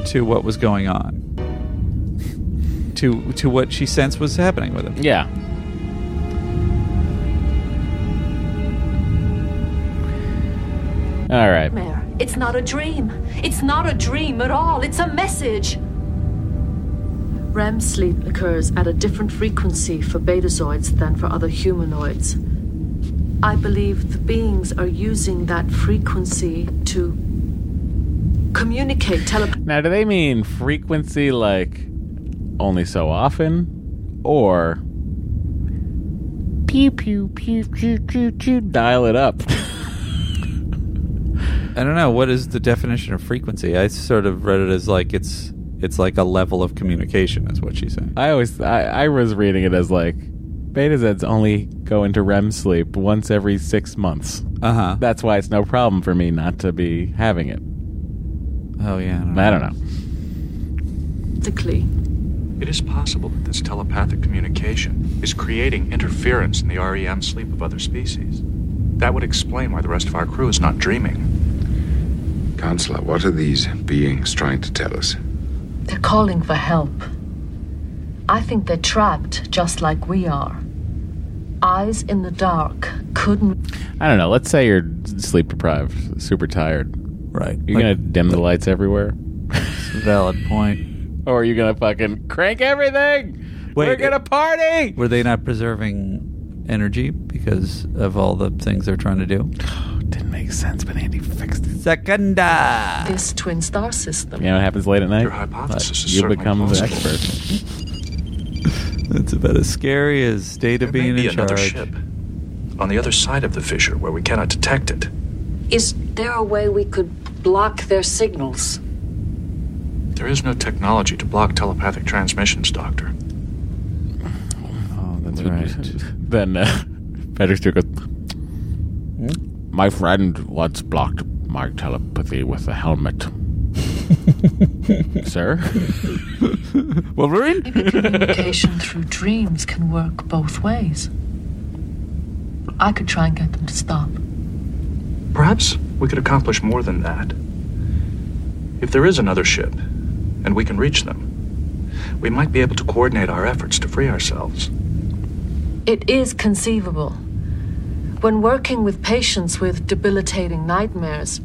[SPEAKER 2] to what was going on. To to what she sensed was happening with him.
[SPEAKER 1] Yeah. All right.
[SPEAKER 13] Nightmare. It's not a dream. It's not a dream at all. It's a message. REM sleep occurs at a different frequency for betazoids than for other humanoids. I believe the beings are using that frequency to communicate telepathically.
[SPEAKER 1] Now, do they mean frequency like only so often, or pew pew pew pew pew pew? Dial it up.
[SPEAKER 2] I don't know what is the definition of frequency. I sort of read it as like it's it's like a level of communication is what she's saying.
[SPEAKER 1] I always I, I was reading it as like beta zeds only go into REM sleep once every six months.
[SPEAKER 2] Uh huh.
[SPEAKER 1] That's why it's no problem for me not to be having it.
[SPEAKER 2] Oh yeah.
[SPEAKER 1] I don't know.
[SPEAKER 23] It is possible that this telepathic communication is creating interference in the REM sleep of other species. That would explain why the rest of our crew is not dreaming.
[SPEAKER 5] Counselor, what are these beings trying to tell us?
[SPEAKER 13] They're calling for help. I think they're trapped just like we are. Eyes in the dark couldn't.
[SPEAKER 1] I don't know. Let's say you're sleep deprived, super tired.
[SPEAKER 2] Right.
[SPEAKER 1] You're gonna dim the lights everywhere.
[SPEAKER 2] Valid point.
[SPEAKER 1] Or are you gonna fucking crank everything? We're gonna party.
[SPEAKER 2] Were they not preserving energy because of all the things they're trying to do?
[SPEAKER 1] Didn't make sense, but Andy fixed it.
[SPEAKER 2] Secunda.
[SPEAKER 13] This twin star system.
[SPEAKER 1] You know what happens late at night?
[SPEAKER 13] Your hypothesis is
[SPEAKER 1] you
[SPEAKER 13] certainly
[SPEAKER 1] become the
[SPEAKER 13] plausible.
[SPEAKER 1] expert.
[SPEAKER 2] That's about as scary as data
[SPEAKER 23] May
[SPEAKER 2] being
[SPEAKER 23] be
[SPEAKER 2] in
[SPEAKER 23] another
[SPEAKER 2] charge.
[SPEAKER 23] ship on the other side of the fissure where we cannot detect it.
[SPEAKER 11] Is there a way we could block their signals?
[SPEAKER 23] There is no technology to block telepathic transmissions, Doctor.
[SPEAKER 1] Oh, that's right. then uh, Patrick Stewart goes,
[SPEAKER 2] Hmm?
[SPEAKER 1] My friend once blocked my telepathy with a helmet. Sir?
[SPEAKER 13] Maybe
[SPEAKER 1] Wolverine?
[SPEAKER 13] communication through dreams can work both ways. I could try and get them to stop.
[SPEAKER 23] Perhaps we could accomplish more than that. If there is another ship, and we can reach them, we might be able to coordinate our efforts to free ourselves.
[SPEAKER 13] It is conceivable. When working with patients with debilitating nightmares,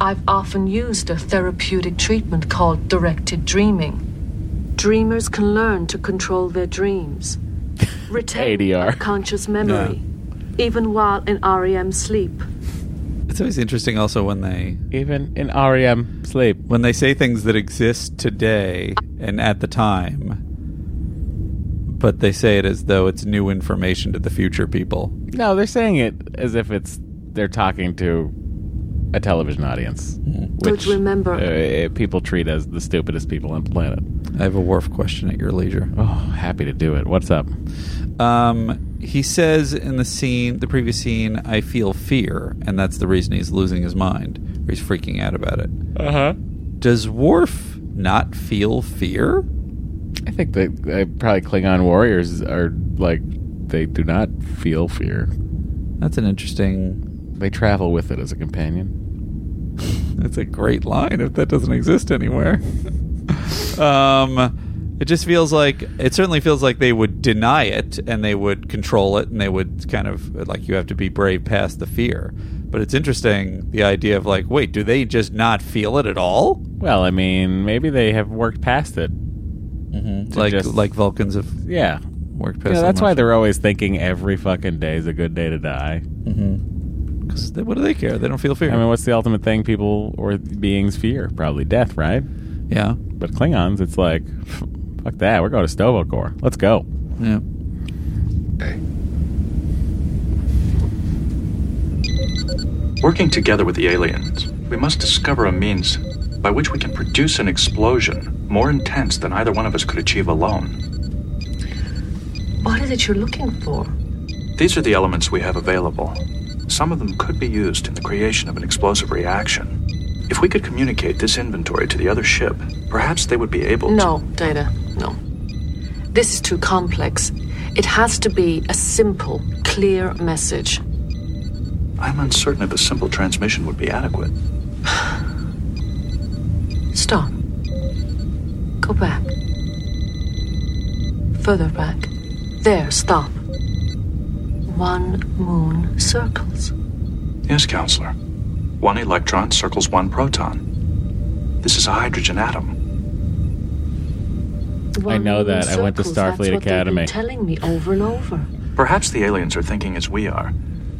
[SPEAKER 13] I've often used a therapeutic treatment called directed dreaming. Dreamers can learn to control their dreams, retain
[SPEAKER 1] ADR.
[SPEAKER 13] conscious memory, even while in REM sleep.
[SPEAKER 2] It's always interesting also when they
[SPEAKER 1] even in REM sleep
[SPEAKER 2] when they say things that exist today and at the time but they say it as though it's new information to the future people.
[SPEAKER 1] No, they're saying it as if it's they're talking to a television audience,
[SPEAKER 2] Hmm.
[SPEAKER 1] which
[SPEAKER 13] Don't remember.
[SPEAKER 1] uh, people treat as the stupidest people on the planet.
[SPEAKER 2] I have a wharf question at your leisure.
[SPEAKER 1] Oh, happy to do it. What's up?
[SPEAKER 2] Um, he says in the scene, the previous scene, I feel fear, and that's the reason he's losing his mind. where he's freaking out about it.
[SPEAKER 1] Uh huh.
[SPEAKER 2] Does Worf not feel fear?
[SPEAKER 1] I think that uh, probably Klingon warriors are like they do not feel fear.
[SPEAKER 2] That's an interesting.
[SPEAKER 1] They travel with it as a companion.
[SPEAKER 2] That's a great line if that doesn't exist anywhere. um, it just feels like it certainly feels like they would deny it and they would control it and they would kind of like you have to be brave past the fear. But it's interesting the idea of like, wait, do they just not feel it at all?
[SPEAKER 1] Well, I mean, maybe they have worked past it. To
[SPEAKER 2] Like
[SPEAKER 1] just-
[SPEAKER 2] like Vulcans have
[SPEAKER 1] yeah
[SPEAKER 2] worked past.
[SPEAKER 1] Yeah, that's
[SPEAKER 2] emotion.
[SPEAKER 1] why they're always thinking every fucking day is a good day to die.
[SPEAKER 2] Mhm. 'Cause they- what do they care? They don't feel fear.
[SPEAKER 1] I mean, what's the ultimate thing people or beings fear? Probably death, right?
[SPEAKER 2] Yeah.
[SPEAKER 1] But Klingons, it's like, fuck that. We're going to Stovokor. Let's go.
[SPEAKER 2] Yeah.
[SPEAKER 23] Working together with the aliens, we must discover a means by which we can produce an explosion more intense than either one of us could achieve alone.
[SPEAKER 13] What is it you're looking for?
[SPEAKER 23] These are the elements we have available. Some of them could be used in the creation of an explosive reaction. If we could communicate this inventory to the other ship, perhaps they would be able to.
[SPEAKER 13] No, Data, no. This is too complex. It has to be a simple, clear message.
[SPEAKER 23] I'm uncertain if a simple transmission would be adequate.
[SPEAKER 13] Stop. Go back. Further back. There, stop. One moon circles.
[SPEAKER 23] Yes, Counselor. One electron circles one proton. This is a hydrogen atom.
[SPEAKER 1] I know
[SPEAKER 13] One moon
[SPEAKER 1] that. I went to
[SPEAKER 13] circles. That's
[SPEAKER 1] Starfleet
[SPEAKER 13] what they've been
[SPEAKER 1] Academy.
[SPEAKER 13] telling me over and over.
[SPEAKER 23] Perhaps the aliens are thinking as we are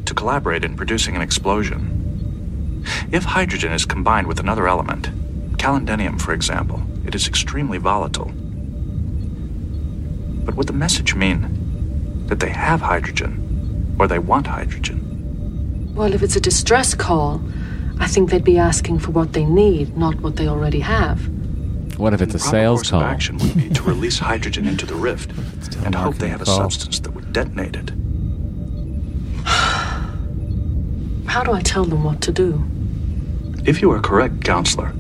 [SPEAKER 23] to collaborate in producing an explosion. If hydrogen is combined with another element, calendenium, for example, it is extremely volatile. But would the message mean that they have hydrogen or they want hydrogen?
[SPEAKER 13] Well, if it's a distress call, I think they'd be asking for what they need, not what they already have.
[SPEAKER 1] What if it's a sales
[SPEAKER 23] The
[SPEAKER 1] call?
[SPEAKER 23] action would be to release hydrogen into the rift and hope they have a
[SPEAKER 1] call.
[SPEAKER 23] substance that would detonate it.
[SPEAKER 13] How do I tell them what to do?
[SPEAKER 23] If you are correct, Counselor,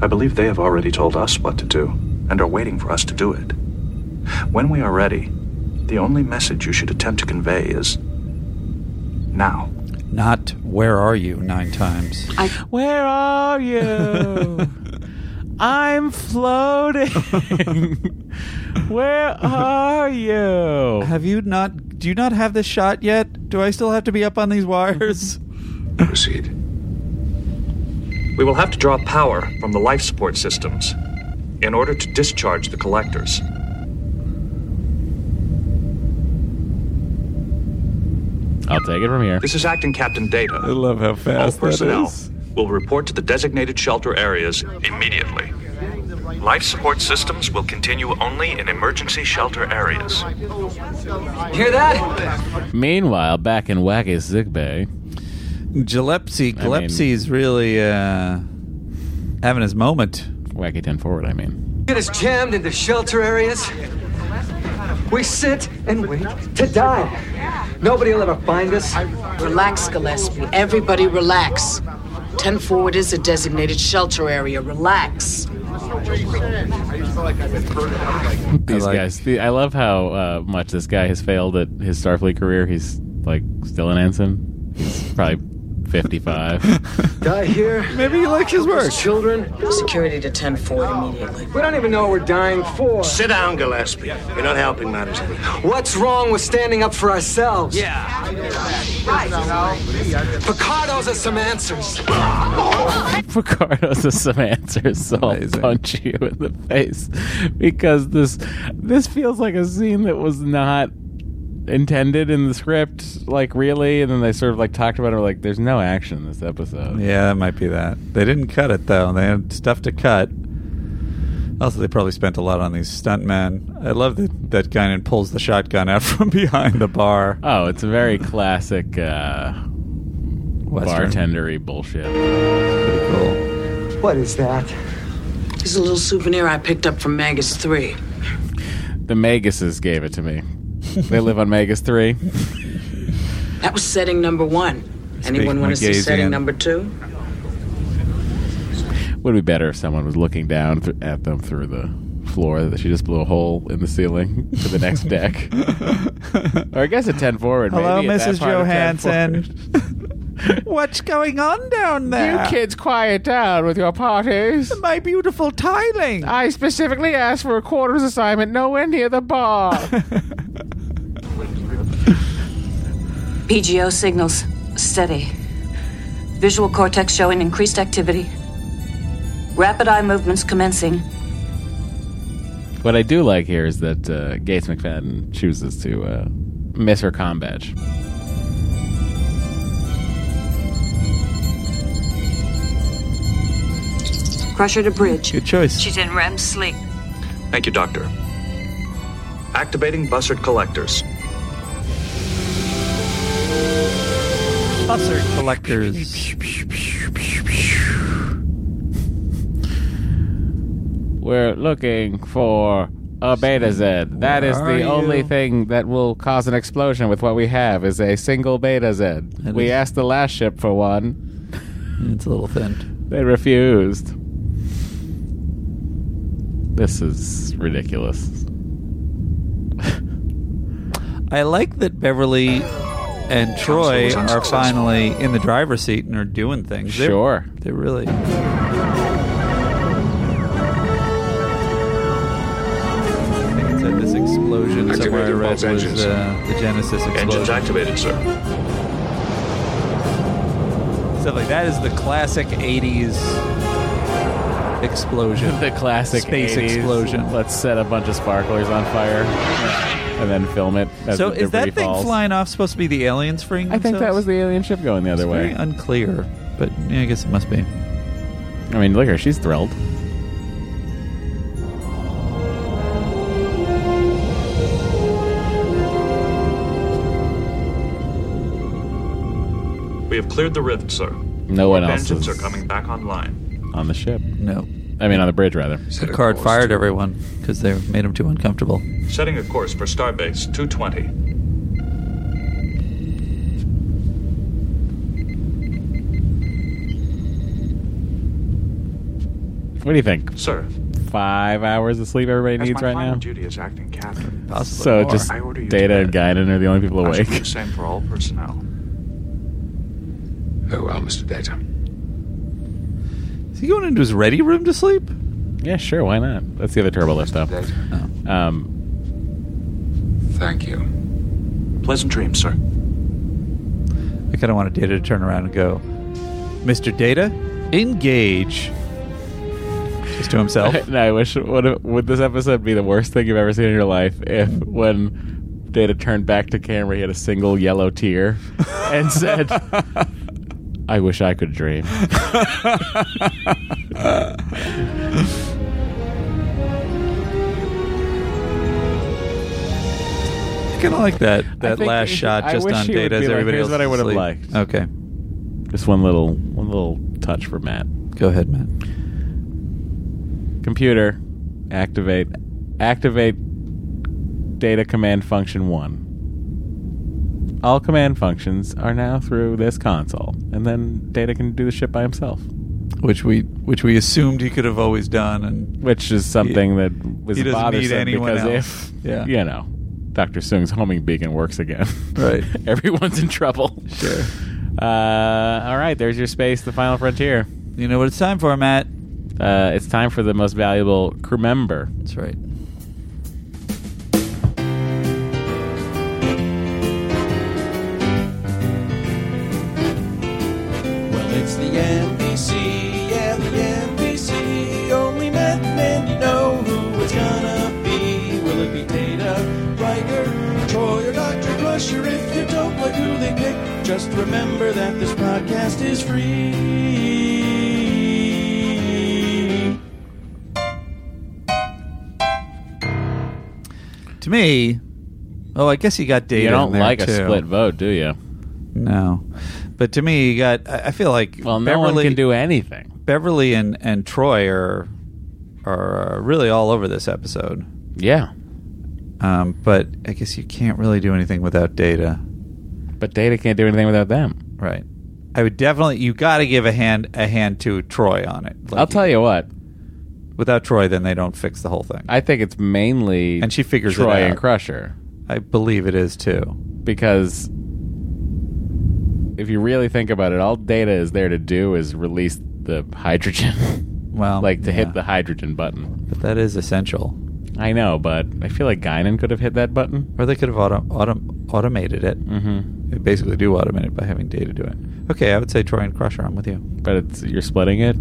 [SPEAKER 23] I believe they have already told us what to do and are waiting for us to do it. When we are ready, the only message you should attempt to convey is now.
[SPEAKER 2] Not where are you nine times.
[SPEAKER 1] Where are you? I'm floating. Where are you?
[SPEAKER 2] Have you not? Do you not have this shot yet? Do I still have to be up on these wires?
[SPEAKER 5] Proceed.
[SPEAKER 23] We will have to draw power from the life support systems in order to discharge the collectors.
[SPEAKER 1] I'll take it from here.
[SPEAKER 23] This is Acting Captain Data. I
[SPEAKER 2] love how
[SPEAKER 23] All
[SPEAKER 2] fast that
[SPEAKER 23] personnel
[SPEAKER 2] is.
[SPEAKER 23] will report to the designated shelter areas immediately. Life support systems will continue only in emergency shelter areas.
[SPEAKER 3] Hear that?
[SPEAKER 1] Meanwhile, back in wacky sick bay,
[SPEAKER 2] Gillespie, Gillespie's really uh, having his moment.
[SPEAKER 1] wacky ten forward. I mean,
[SPEAKER 3] Get us jammed into shelter areas. We sit and wait to die. Nobody will ever find us.
[SPEAKER 8] Relax, Gillespie. Everybody relax. 10 forward is a designated shelter area. Relax.
[SPEAKER 1] these
[SPEAKER 2] like-
[SPEAKER 1] guys. The, I love how uh, much this guy has failed at his Starfleet career. He's like still an ensign. He's probably fifty-five.
[SPEAKER 3] Die here.
[SPEAKER 2] Maybe you like his work.
[SPEAKER 3] Children.
[SPEAKER 8] Security to 10 forward immediately.
[SPEAKER 3] We don't even know what we're dying for.
[SPEAKER 19] Sit down, Gillespie. You're not helping matters any.
[SPEAKER 3] What's wrong with standing up for ourselves? Yeah. Picard owes us some answers.
[SPEAKER 1] Ricardo's has some answers, so I'll punch you in the face because this this feels like a scene that was not intended in the script, like really. And then they sort of like talked about it, like there's no action in this episode.
[SPEAKER 2] Yeah, that might be that. They didn't cut it though. They had stuff to cut. Also, they probably spent a lot on these stuntmen. I love that that Guinan pulls the shotgun out from behind the bar.
[SPEAKER 1] Oh, it's a very classic uh,
[SPEAKER 2] Western.
[SPEAKER 1] bartendery bullshit.
[SPEAKER 2] Pretty cool.
[SPEAKER 3] What is that?
[SPEAKER 8] Here's a little souvenir I picked up from Magus 3.
[SPEAKER 1] The Maguses gave it to me. they live on Magus Three.
[SPEAKER 8] That was setting number one.
[SPEAKER 1] Speaking
[SPEAKER 8] Anyone want to
[SPEAKER 1] of
[SPEAKER 8] see
[SPEAKER 1] gazing
[SPEAKER 8] setting
[SPEAKER 1] in.
[SPEAKER 8] number two?
[SPEAKER 1] Would be better if someone was looking down th- at them through the floor that she just blew a hole in the ceiling to the next deck. or I guess a 10 forward.
[SPEAKER 2] Hello,
[SPEAKER 1] maybe, at that
[SPEAKER 2] Mrs.
[SPEAKER 1] part of 10 forward.
[SPEAKER 2] Johansson. What's going on down there?
[SPEAKER 1] You kids quiet down with your parties.
[SPEAKER 2] My beautiful tiling.
[SPEAKER 1] I specifically asked for a quarters assignment nowhere near the bar.
[SPEAKER 11] PGO signals. Steady. Visual cortex showing increased activity. Rapid eye movements commencing.
[SPEAKER 1] What I do like here is that uh, Gates McFadden chooses to uh, miss her com badge.
[SPEAKER 11] Crusher to bridge.
[SPEAKER 2] Good choice.
[SPEAKER 11] She's in REM sleep.
[SPEAKER 23] Thank you, Doctor. Activating Bussard collectors.
[SPEAKER 2] Bussard collectors.
[SPEAKER 1] We're looking for a beta Z. That is
[SPEAKER 2] Where
[SPEAKER 1] the
[SPEAKER 2] are
[SPEAKER 1] only
[SPEAKER 2] you?
[SPEAKER 1] thing that will cause an explosion with what we have is a single beta Z. we
[SPEAKER 2] is-
[SPEAKER 1] asked the last ship for one.
[SPEAKER 2] It's a little thin.
[SPEAKER 1] They refused. This is ridiculous.
[SPEAKER 2] I like that Beverly and Troy are finally in the driver's seat and are doing things. They're-
[SPEAKER 1] Sure.
[SPEAKER 2] They're really. It said this explosion somewhere I
[SPEAKER 23] Activated
[SPEAKER 2] read
[SPEAKER 23] both
[SPEAKER 2] was
[SPEAKER 23] engines.
[SPEAKER 2] uh, the Genesis explosion.
[SPEAKER 23] Engines activated, sir.
[SPEAKER 2] Stuff like that is the classic 80s explosion.
[SPEAKER 1] The classic
[SPEAKER 2] space
[SPEAKER 1] 80s.
[SPEAKER 2] explosion.
[SPEAKER 1] Let's set a bunch of sparklers on fire and then film it. As
[SPEAKER 2] So
[SPEAKER 1] the
[SPEAKER 2] is that
[SPEAKER 1] debris
[SPEAKER 2] thing
[SPEAKER 1] falls.
[SPEAKER 2] flying off supposed to be the aliens freeing
[SPEAKER 1] I think that was the alien ship going the other
[SPEAKER 2] it's
[SPEAKER 1] way.
[SPEAKER 2] very unclear, but yeah, I guess it must be.
[SPEAKER 1] I mean, look at her. She's thrilled.
[SPEAKER 23] We have cleared the rift, sir.
[SPEAKER 1] No one else is
[SPEAKER 23] Engines are coming back online.
[SPEAKER 1] on the ship.
[SPEAKER 2] No.
[SPEAKER 1] I mean, on the bridge, rather.
[SPEAKER 2] Picard fired everyone because they made him too uncomfortable.
[SPEAKER 23] Setting a course for Starbase 220.
[SPEAKER 1] What do you think?
[SPEAKER 23] Sir.
[SPEAKER 1] Five hours of sleep everybody needs right now?
[SPEAKER 23] duty as acting captain.
[SPEAKER 1] So just Data and Guinan are the only people awake.
[SPEAKER 23] the same for all personnel.
[SPEAKER 5] Oh, well, Mr. Data.
[SPEAKER 2] Is he going into his ready room to sleep?
[SPEAKER 1] Yeah, sure. Why not? That's the other turbo lift stuff.
[SPEAKER 2] Oh.
[SPEAKER 1] Um,
[SPEAKER 5] Thank you.
[SPEAKER 23] Pleasant dreams, sir.
[SPEAKER 2] I kind of wanted Data to turn around and go, Mr. Data, engage. Just to himself.
[SPEAKER 1] no, I wish would, would this episode be the worst thing you've ever seen in your life if when Data turned back to camera, he had a single yellow tear and said, "I wish I could dream."
[SPEAKER 2] kind of like that, that
[SPEAKER 1] think
[SPEAKER 2] last
[SPEAKER 1] if-
[SPEAKER 2] shot
[SPEAKER 1] I
[SPEAKER 2] just
[SPEAKER 1] wish
[SPEAKER 2] on
[SPEAKER 1] he would
[SPEAKER 2] Data
[SPEAKER 1] be
[SPEAKER 2] as
[SPEAKER 1] like,
[SPEAKER 2] everybody
[SPEAKER 1] "Here's
[SPEAKER 2] else
[SPEAKER 1] what I
[SPEAKER 2] is
[SPEAKER 1] would've
[SPEAKER 2] asleep."
[SPEAKER 1] liked.
[SPEAKER 2] Okay.
[SPEAKER 1] Just one little one little touch for Matt.
[SPEAKER 2] Go ahead, Matt.
[SPEAKER 1] Computer, activate activate data command function 1. All command functions are now through this console, and then data can do the shit by himself,
[SPEAKER 2] Which we which we assumed he could have always done and
[SPEAKER 1] which is something that was
[SPEAKER 2] he doesn't need
[SPEAKER 1] bothersome
[SPEAKER 2] anyone
[SPEAKER 1] because
[SPEAKER 2] else.
[SPEAKER 1] if
[SPEAKER 2] Yeah.
[SPEAKER 1] you know, Dr. Sung's homing beacon works again.
[SPEAKER 2] Right.
[SPEAKER 1] Everyone's in trouble. Sure. Uh, all right, there's your space, the final frontier.
[SPEAKER 2] You know what it's time for, Matt.
[SPEAKER 1] Uh, it's time for the most valuable crew member.
[SPEAKER 2] That's right.
[SPEAKER 7] Well, it's the NBC, yeah, the NBC. Only Matt and Andy know who it's gonna be. Will it be Data, Riker, Troy, or Dr. Crusher? If you don't like who they pick, just remember that this podcast is free.
[SPEAKER 2] To me, oh, I guess you got Data.
[SPEAKER 1] you don't
[SPEAKER 2] in there,
[SPEAKER 1] like
[SPEAKER 2] too.
[SPEAKER 1] a split vote, do you?
[SPEAKER 2] No, but to me, you got. I I feel like
[SPEAKER 1] Well, no
[SPEAKER 2] Beverly,
[SPEAKER 1] one can do anything.
[SPEAKER 2] Beverly and and Troy are are uh, really all over this episode.
[SPEAKER 1] Yeah,
[SPEAKER 2] Um, but I guess you can't really do anything without data,
[SPEAKER 1] but data can't do anything without them.
[SPEAKER 2] right? I would definitely you got to give a hand a hand to Troy on it.
[SPEAKER 1] I'll tell you what.
[SPEAKER 2] Without Troy, then they don't fix the whole thing.
[SPEAKER 1] I think it's mainly
[SPEAKER 2] and she figures
[SPEAKER 1] Troy
[SPEAKER 2] it out.
[SPEAKER 1] and Crusher
[SPEAKER 2] I believe it is too.
[SPEAKER 1] because if you really think about it, all Data is there to do is release the hydrogen.
[SPEAKER 2] Well,
[SPEAKER 1] like to
[SPEAKER 2] yeah.
[SPEAKER 1] hit the hydrogen button.
[SPEAKER 2] But that is essential.
[SPEAKER 1] I know, but I feel like Guinan could have hit that button.
[SPEAKER 2] Or they could have auto, autom- automated it. Mm-hmm. They basically do automate it by having data do it. Okay, I would say Troy and Crusher. I'm with you.
[SPEAKER 1] But it's you're splitting it.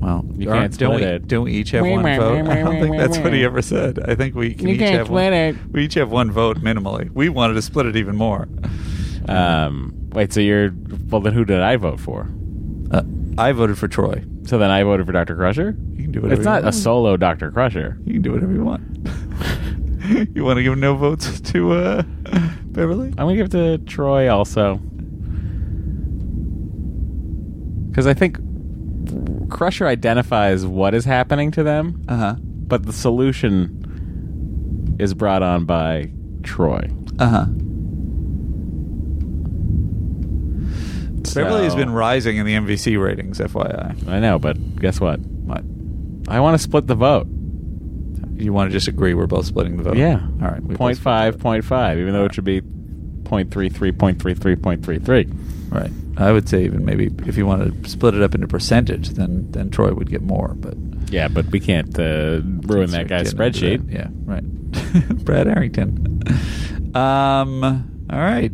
[SPEAKER 2] Well,
[SPEAKER 1] you
[SPEAKER 2] aren't-
[SPEAKER 1] can't
[SPEAKER 2] don't
[SPEAKER 1] split
[SPEAKER 2] we,
[SPEAKER 1] it.
[SPEAKER 2] Don't we each have one vote? I don't think that's what he ever said. I think we can
[SPEAKER 1] You
[SPEAKER 2] each
[SPEAKER 1] can't
[SPEAKER 2] have one.
[SPEAKER 1] split it.
[SPEAKER 2] We each have one vote minimally. We wanted to split it even more.
[SPEAKER 1] Um, wait, so you're well? Then who did I vote for?
[SPEAKER 2] Uh, I voted for Troy.
[SPEAKER 1] So then I voted for Doctor Crusher.
[SPEAKER 2] You can do whatever
[SPEAKER 1] It's
[SPEAKER 2] you
[SPEAKER 1] not a
[SPEAKER 2] want.
[SPEAKER 1] solo Doctor Crusher.
[SPEAKER 2] You can do whatever you want. you want to give no votes to uh, Beverly?
[SPEAKER 1] I'm gonna give it to Troy also, because I think Crusher identifies what is happening to them,
[SPEAKER 2] uh-huh.
[SPEAKER 1] but the solution is brought on by Troy.
[SPEAKER 2] Uh huh. Beverly has
[SPEAKER 1] So-
[SPEAKER 2] been rising in the MVC ratings, FYI.
[SPEAKER 1] I know, but guess what?
[SPEAKER 2] What?
[SPEAKER 1] I want to split the vote.
[SPEAKER 2] You want to just agree we're both splitting the vote?
[SPEAKER 1] Yeah.
[SPEAKER 2] All right. we
[SPEAKER 1] Point
[SPEAKER 2] both-
[SPEAKER 1] five, point five, even though it should be point three three, point three three, point three three.
[SPEAKER 2] Right. I would say even maybe if you want to split it up into percentage, then then Troy would get more. But
[SPEAKER 1] Yeah, but we can't uh, ruin that guy's
[SPEAKER 2] Getting into
[SPEAKER 1] spreadsheet.
[SPEAKER 2] that. Yeah. Right. Brad Arrington. Um. All right.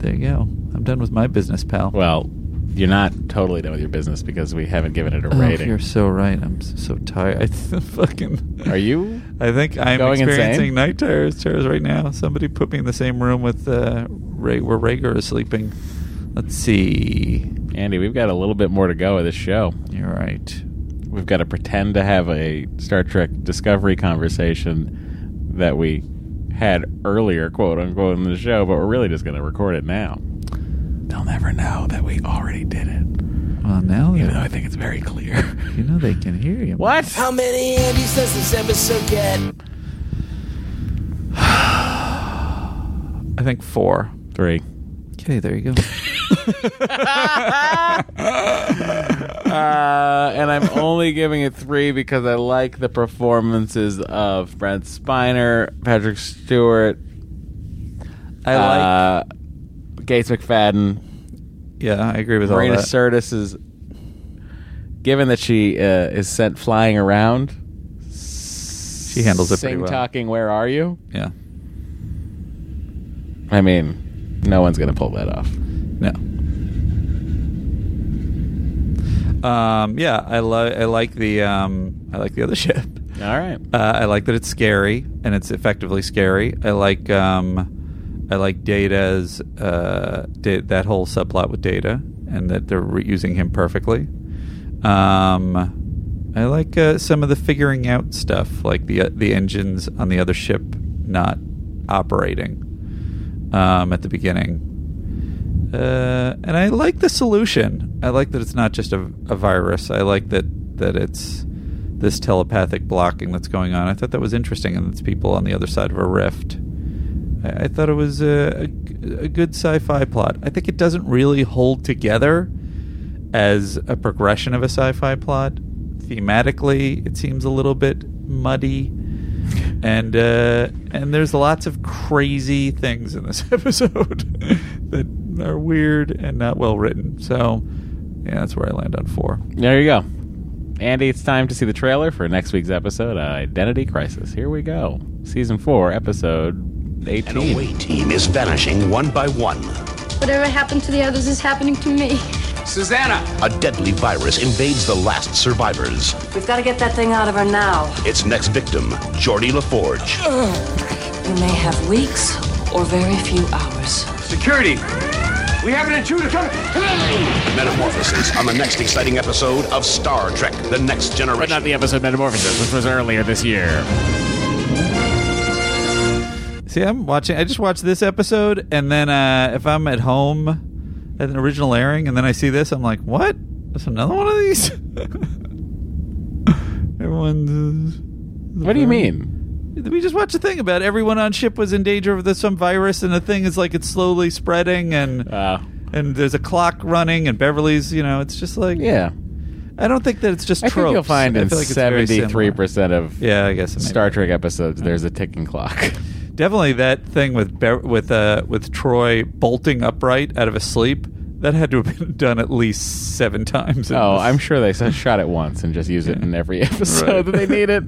[SPEAKER 2] There you go. I'm done with my business, pal.
[SPEAKER 1] Well, you're not totally done with your business because we haven't given it a
[SPEAKER 2] Oh,
[SPEAKER 1] rating.
[SPEAKER 2] you're so right. I'm s- so tired. I th- fucking.
[SPEAKER 1] Are you?
[SPEAKER 2] I think I'm
[SPEAKER 1] Going insane?
[SPEAKER 2] experiencing night terrors, terrors right now. Somebody put me in the same room with uh, Ray, where Rager is sleeping. Let's see.
[SPEAKER 1] Andy, we've got a little bit more to go of this show.
[SPEAKER 2] You're right.
[SPEAKER 1] We've got to pretend to have a Star Trek Discovery conversation that we had earlier, quote unquote, in the show, but we're really just going to record it now. They'll never know that we already did it,
[SPEAKER 2] Well, now
[SPEAKER 1] even though
[SPEAKER 2] they,
[SPEAKER 1] I think it's very clear.
[SPEAKER 2] you know they can hear you.
[SPEAKER 1] What?
[SPEAKER 9] How many Andys does this episode get?
[SPEAKER 2] I think four.
[SPEAKER 1] Three.
[SPEAKER 2] Okay, there you go.
[SPEAKER 1] uh, and I'm only giving it three because I like the performances of Brent Spiner, Patrick Stewart.
[SPEAKER 2] I like-
[SPEAKER 1] uh, Gates McFadden.
[SPEAKER 2] yeah, I agree with all
[SPEAKER 1] Marina
[SPEAKER 2] that.
[SPEAKER 1] Sirtis is, given that she uh, is sent flying around, she
[SPEAKER 2] handles it pretty
[SPEAKER 1] Sing
[SPEAKER 2] well.
[SPEAKER 1] talking, where are you?
[SPEAKER 2] yeah.
[SPEAKER 1] I mean, no one's gonna pull that off.
[SPEAKER 2] No. Um, yeah, I love. I like the. Um, I like the other ship.
[SPEAKER 1] All right.
[SPEAKER 2] Uh, I like that it's scary and it's effectively scary. I like. Um, I like Data's uh, da- that whole subplot with Data and that they're re- using him perfectly. Um, I like uh, some of the figuring out stuff, like the uh, the engines on the other ship not operating um, at the beginning. Uh, and I like the solution. I like that it's not just a, a virus. I like that that it's this telepathic blocking that's going on. I thought that was interesting, and it's people on the other side of a rift. I, I thought it was a, a, a good sci-fi plot. I think it doesn't really hold together as a progression of a sci-fi plot. Thematically, it seems a little bit muddy. And uh, and there's lots of crazy things in this episode that are weird and not well written. So yeah, that's where I land on four.
[SPEAKER 1] There you go. Andy, it's time to see the trailer for next week's episode, Identity Crisis. Here we go. Season 4, episode 18.
[SPEAKER 19] An away team is vanishing one by one.
[SPEAKER 6] Whatever happened to the others is happening to me.
[SPEAKER 19] Susanna! A deadly virus invades the last survivors.
[SPEAKER 11] We've got to get that thing out of her now.
[SPEAKER 19] Its next victim, Geordie LaForge.
[SPEAKER 11] We may have weeks or very few hours.
[SPEAKER 19] Security! We have an intruder coming! Metamorphosis on the next exciting episode of Star Trek The Next Generation.
[SPEAKER 1] But not the episode Metamorphosis, which was earlier this year.
[SPEAKER 2] See, I'm watching. I just watched this episode, and then uh, if I'm at home at an original airing, and then I see this, I'm like, "What? There's another one of these." Everyone's.
[SPEAKER 1] What do you mean?
[SPEAKER 2] We just watched a thing about everyone on ship was in danger of this some virus, and the thing is like it's slowly spreading, and
[SPEAKER 1] Uh,
[SPEAKER 2] and there's a clock running, and Beverly's. You know, it's just like
[SPEAKER 1] Yeah.
[SPEAKER 2] I don't think that it's just.
[SPEAKER 1] I think you'll
[SPEAKER 2] tropes.
[SPEAKER 1] find
[SPEAKER 2] I
[SPEAKER 1] in
[SPEAKER 2] feel like it's very similar.
[SPEAKER 1] seventy-three percent of
[SPEAKER 2] yeah, I guess
[SPEAKER 1] Star Trek episodes there's a ticking clock.
[SPEAKER 2] Definitely that thing with Be- with uh, with Troy bolting upright out of a sleep. That had to have been done at least seven times. in
[SPEAKER 1] Oh,
[SPEAKER 2] this.
[SPEAKER 1] I'm sure they s- shot it once and just use it in every episode
[SPEAKER 2] Right.
[SPEAKER 1] that they need it.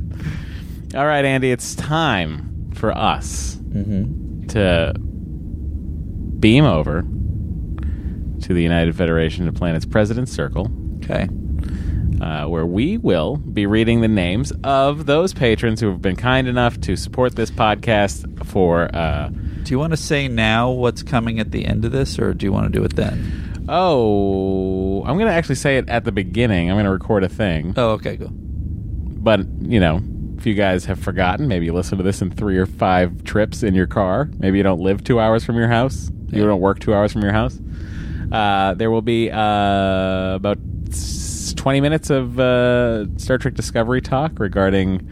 [SPEAKER 1] All right, Andy, it's time for us to beam over to the United Federation of Planets President's Circle.
[SPEAKER 2] Okay.
[SPEAKER 1] Uh, where we will be reading the names of those patrons who have been kind enough to support this podcast for. Uh,
[SPEAKER 2] Do you want to say now what's coming at the end of this, or do you want to do it then?
[SPEAKER 1] oh, I'm going to actually say it at the beginning. I'm going to record a thing.
[SPEAKER 2] Oh, okay, cool.
[SPEAKER 1] But, you know, if you guys have forgotten, maybe you listen to this in three or five trips in your car. Maybe you don't live two hours from your house. You don't work two hours from your house. Uh, there will be uh, about s- 20 minutes of uh, Star Trek Discovery talk regarding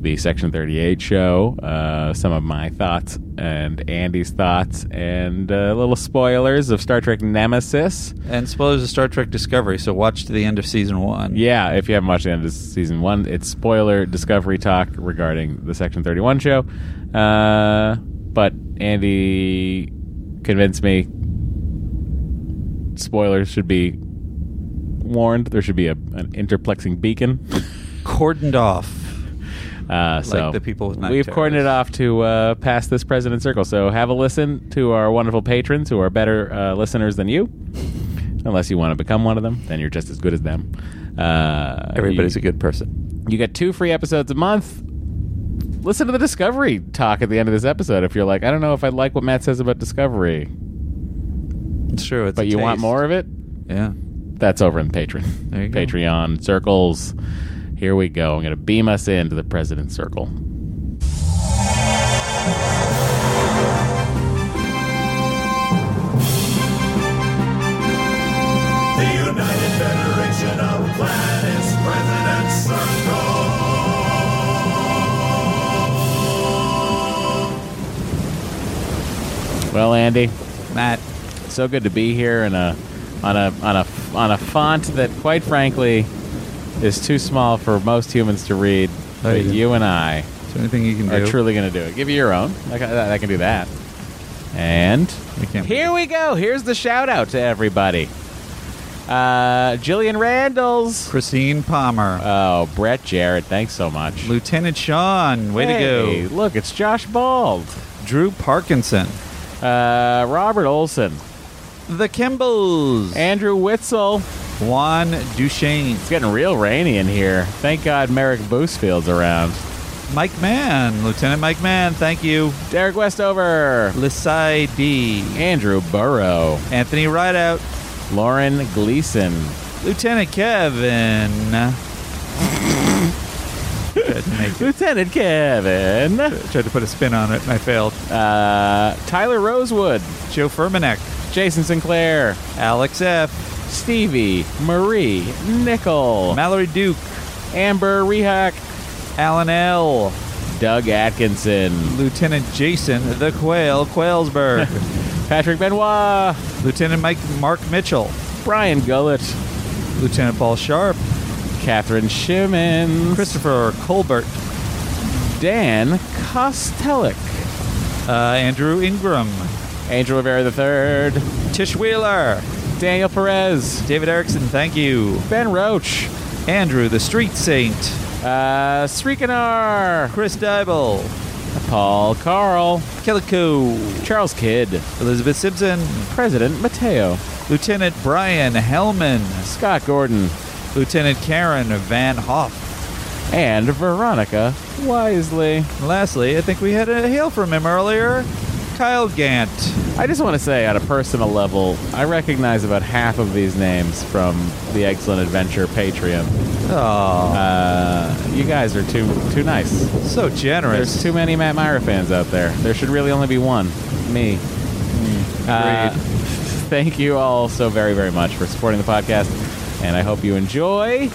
[SPEAKER 1] the Section 38 show, uh, some of my thoughts and Andy's thoughts, and uh, little spoilers of Star Trek Nemesis.
[SPEAKER 2] And spoilers of Star Trek Discovery, so watch to the end of season one.
[SPEAKER 1] Yeah, if you haven't watched the end of season one, it's spoiler discovery talk regarding the Section 31 show. Uh, but Andy convinced me spoilers should be warned. There should be a, an interplexing beacon.
[SPEAKER 2] Cordoned off.
[SPEAKER 1] Uh, so
[SPEAKER 2] Like the people with night
[SPEAKER 1] we've
[SPEAKER 2] terrors.
[SPEAKER 1] coordinated off to uh, pass this president circle. So have a listen to our wonderful patrons who are better uh, listeners than you. Unless you want to become one of them, then you're just as good as them. Uh,
[SPEAKER 2] Everybody's
[SPEAKER 1] you-
[SPEAKER 2] a good person.
[SPEAKER 1] You get two free episodes a month. Listen to the Discovery talk at the end of this episode if you're like, I don't know if I like what Matt says about Discovery.
[SPEAKER 2] It's true. It's
[SPEAKER 1] but
[SPEAKER 2] a
[SPEAKER 1] you want
[SPEAKER 2] taste.
[SPEAKER 1] more of it?
[SPEAKER 2] Yeah.
[SPEAKER 1] That's over in Patreon.
[SPEAKER 2] There you go.
[SPEAKER 1] Patreon circles. Here we go. I'm going to beam us into the President's Circle.
[SPEAKER 10] The United Federation of Planets President's Circle.
[SPEAKER 1] Well, Andy,
[SPEAKER 2] Matt,
[SPEAKER 1] so good to be here in a on a on a on a font that, quite frankly, is too small for most humans to read.
[SPEAKER 2] There
[SPEAKER 1] But
[SPEAKER 2] you go.
[SPEAKER 1] you and I
[SPEAKER 2] Is there anything you can
[SPEAKER 1] are
[SPEAKER 2] do?
[SPEAKER 1] truly going to do it. Give you your own. I can, I can do that. And here we go. Here's the shout out to everybody. Uh, Jillian Randalls,
[SPEAKER 2] Christine Palmer.
[SPEAKER 1] Oh, Brett Jarrett. Thanks so much,
[SPEAKER 2] Lieutenant Sean. Way
[SPEAKER 1] Hey,
[SPEAKER 2] to go.
[SPEAKER 1] Look, it's Josh Bald.
[SPEAKER 2] Drew Parkinson.
[SPEAKER 1] Uh, Robert Olson.
[SPEAKER 2] The Kimballs.
[SPEAKER 1] Andrew Witzel.
[SPEAKER 2] Juan Duchesne. It's
[SPEAKER 1] getting real rainy in here. Thank God Merrick Boosfield's around.
[SPEAKER 2] Mike Mann. Lieutenant Mike Mann. Thank you.
[SPEAKER 1] Derek Westover.
[SPEAKER 2] Lisai D.
[SPEAKER 1] Andrew Burrow.
[SPEAKER 2] Anthony Rideout.
[SPEAKER 1] Lauren Gleason.
[SPEAKER 2] Lieutenant Kevin.
[SPEAKER 1] Lieutenant Kevin.
[SPEAKER 2] Tried to put a spin on it and I failed.
[SPEAKER 1] Uh, Tyler Rosewood.
[SPEAKER 2] Joe Furmanek.
[SPEAKER 1] Jason Sinclair.
[SPEAKER 2] Alex F.
[SPEAKER 1] Stevie. Marie. Nickel.
[SPEAKER 2] Mallory Duke.
[SPEAKER 1] Amber Rehack.
[SPEAKER 2] Alan L.
[SPEAKER 1] Doug Atkinson.
[SPEAKER 2] Lieutenant Jason the Quail Quailsberg.
[SPEAKER 1] Patrick Benoit.
[SPEAKER 2] Lieutenant Mike Mark Mitchell.
[SPEAKER 1] Brian Gullett.
[SPEAKER 2] Lieutenant Paul Sharp.
[SPEAKER 1] Catherine Shimmons.
[SPEAKER 2] Christopher Colbert.
[SPEAKER 1] Dan Kostelik.
[SPEAKER 2] Uh, Andrew Ingram.
[SPEAKER 1] Angel Rivera III.
[SPEAKER 2] Tish Wheeler.
[SPEAKER 1] Daniel Perez.
[SPEAKER 2] David Erickson, thank you.
[SPEAKER 1] Ben Roach.
[SPEAKER 2] Andrew the Street Saint.
[SPEAKER 1] Uh, Srikanar.
[SPEAKER 2] Chris Dybel.
[SPEAKER 1] Paul Carl.
[SPEAKER 2] Killico.
[SPEAKER 1] Charles Kidd.
[SPEAKER 2] Elizabeth Simpson.
[SPEAKER 1] President Mateo.
[SPEAKER 2] Lieutenant Brian Hellman.
[SPEAKER 1] Scott Gordon.
[SPEAKER 2] Lieutenant Karen Van Hoff.
[SPEAKER 1] And Veronica Wisely.
[SPEAKER 2] Lastly, I think we had a hail from him earlier. Kyle Gant.
[SPEAKER 1] I just want to say, on a personal level, I recognize about half of these names from the Excellent Adventure Patreon.
[SPEAKER 2] Oh,
[SPEAKER 1] Uh, you guys are too too nice.
[SPEAKER 2] so generous.
[SPEAKER 1] There's too many Matt Myra fans out there. There should really only be one, me. Uh, thank you all so very very much for supporting the podcast, and I hope you enjoy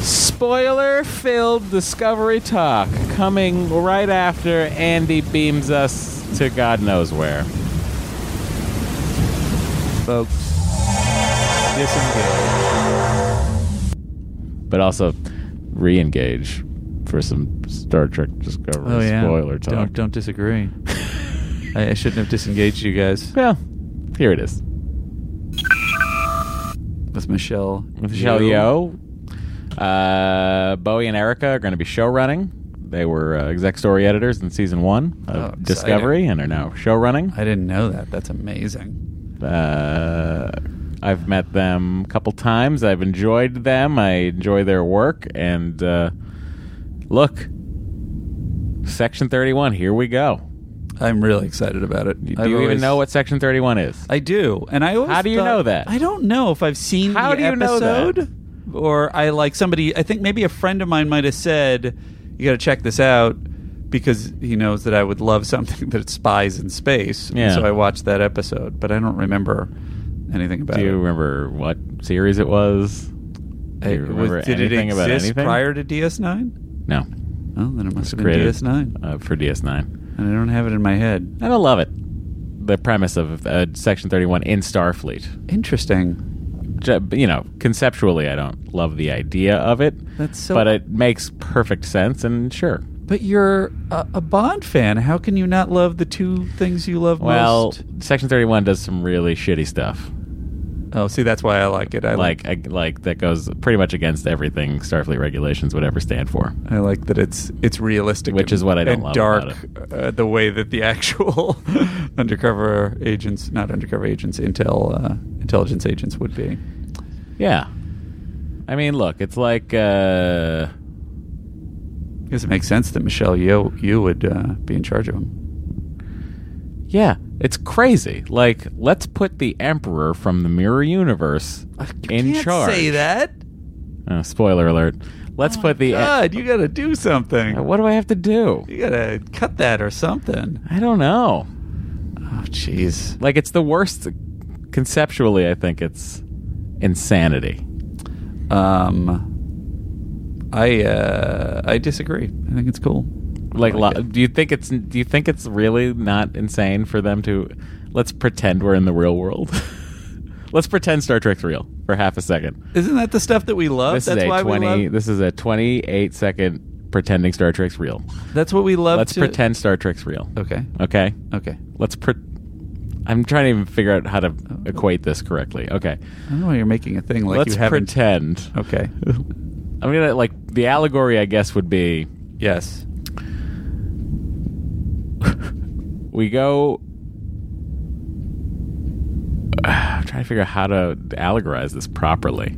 [SPEAKER 1] spoiler-filled discovery talk coming right after Andy beams us to God knows where.
[SPEAKER 2] folks.
[SPEAKER 1] but also re-engage for some Star Trek Discovery
[SPEAKER 2] Oh yeah.
[SPEAKER 1] spoiler talk.
[SPEAKER 2] Don't don't disagree. I, I shouldn't have disengaged you guys.
[SPEAKER 1] Well, here it is.
[SPEAKER 2] With Michelle.
[SPEAKER 1] Michelle Yeoh. Uh, Bowie and Erica are going to be show running. They were uh, exec story editors in season one
[SPEAKER 2] Oh,
[SPEAKER 1] of
[SPEAKER 2] exciting.
[SPEAKER 1] Discovery and are now show running.
[SPEAKER 2] I didn't know that. That's amazing.
[SPEAKER 1] Uh, I've met them a couple times. I've enjoyed them. I enjoy their work. And uh, look, Section 31, here we go.
[SPEAKER 2] I'm really excited about it.
[SPEAKER 1] Do you even know what Section 31 is?
[SPEAKER 2] I do. And I always
[SPEAKER 1] How do you
[SPEAKER 2] thought-
[SPEAKER 1] know that?
[SPEAKER 2] I don't know if I've seen
[SPEAKER 1] How
[SPEAKER 2] the
[SPEAKER 1] do you know that?
[SPEAKER 2] episode or I like somebody I think maybe a friend of mine might have said you got to check this out because he knows that I would love something that spies in space. And
[SPEAKER 1] Yeah.
[SPEAKER 2] So I watched that episode, but I don't remember anything about
[SPEAKER 1] Do
[SPEAKER 2] it.
[SPEAKER 1] you remember what series it was? Do you
[SPEAKER 2] It was-
[SPEAKER 1] remember
[SPEAKER 2] did it
[SPEAKER 1] anything about
[SPEAKER 2] exist
[SPEAKER 1] anything?
[SPEAKER 2] prior to DS9?
[SPEAKER 1] No.
[SPEAKER 2] Oh, then it must have been DS9.
[SPEAKER 1] Uh, for DS9.
[SPEAKER 2] And I don't have it in my head.
[SPEAKER 1] I don't love it. The premise of uh, Section 31 in Starfleet.
[SPEAKER 2] Interesting.
[SPEAKER 1] You know, conceptually, I don't love the idea of it.
[SPEAKER 2] That's so-
[SPEAKER 1] But it makes perfect sense, and sure.
[SPEAKER 2] But you're a, a Bond fan. How can you not love the two things you love
[SPEAKER 1] Well,
[SPEAKER 2] most?
[SPEAKER 1] Section 31 does some really shitty stuff.
[SPEAKER 2] Oh, see, that's why I like it. I
[SPEAKER 1] like, I, like that goes pretty much against everything Starfleet regulations would ever stand for.
[SPEAKER 2] I like that it's it's realistic, and-
[SPEAKER 1] Which is what I don't
[SPEAKER 2] and
[SPEAKER 1] love
[SPEAKER 2] Dark,
[SPEAKER 1] about
[SPEAKER 2] Uh, the way that the actual undercover agents, not undercover agents, intel uh, intelligence agents would be.
[SPEAKER 1] Yeah. I mean, look, it's like uh,
[SPEAKER 2] I guess it makes sense that Michelle you you would uh, be in charge of them.
[SPEAKER 1] Yeah, it's crazy. Like, let's put the Emperor from the Mirror Universe in charge.
[SPEAKER 2] that.
[SPEAKER 1] Oh, spoiler alert. Let's put the.
[SPEAKER 2] Oh God, you got to do something.
[SPEAKER 1] What do I have to do?
[SPEAKER 2] You got to cut that or something.
[SPEAKER 1] I don't know.
[SPEAKER 2] Oh, jeez.
[SPEAKER 1] Like, it's the worst. Conceptually, I think it's insanity.
[SPEAKER 2] Um, I uh, I disagree. I think it's cool.
[SPEAKER 1] Like, lo- do you think it's do you think it's really not insane for them to let's pretend we're in the real world? let's pretend Star Trek's real for half a second.
[SPEAKER 2] Isn't that the stuff that we love?
[SPEAKER 1] this
[SPEAKER 2] That's
[SPEAKER 1] is a
[SPEAKER 2] why we
[SPEAKER 1] twenty.
[SPEAKER 2] love.
[SPEAKER 1] This is a twenty-eight second pretending Star Trek's real.
[SPEAKER 2] That's what we love.
[SPEAKER 1] Let's
[SPEAKER 2] to-
[SPEAKER 1] pretend Star Trek's real.
[SPEAKER 2] Okay.
[SPEAKER 1] Okay.
[SPEAKER 2] Okay.
[SPEAKER 1] Let's pre. I'm trying to even figure out how to equate this correctly. Okay.
[SPEAKER 2] Oh. I don't know why you're making a thing like
[SPEAKER 1] Let's
[SPEAKER 2] you haven't.
[SPEAKER 1] pretend.
[SPEAKER 2] Okay.
[SPEAKER 1] I'm gonna like the allegory. I guess would be
[SPEAKER 2] Yes.
[SPEAKER 1] we go. I'm trying to figure out how to allegorize this properly.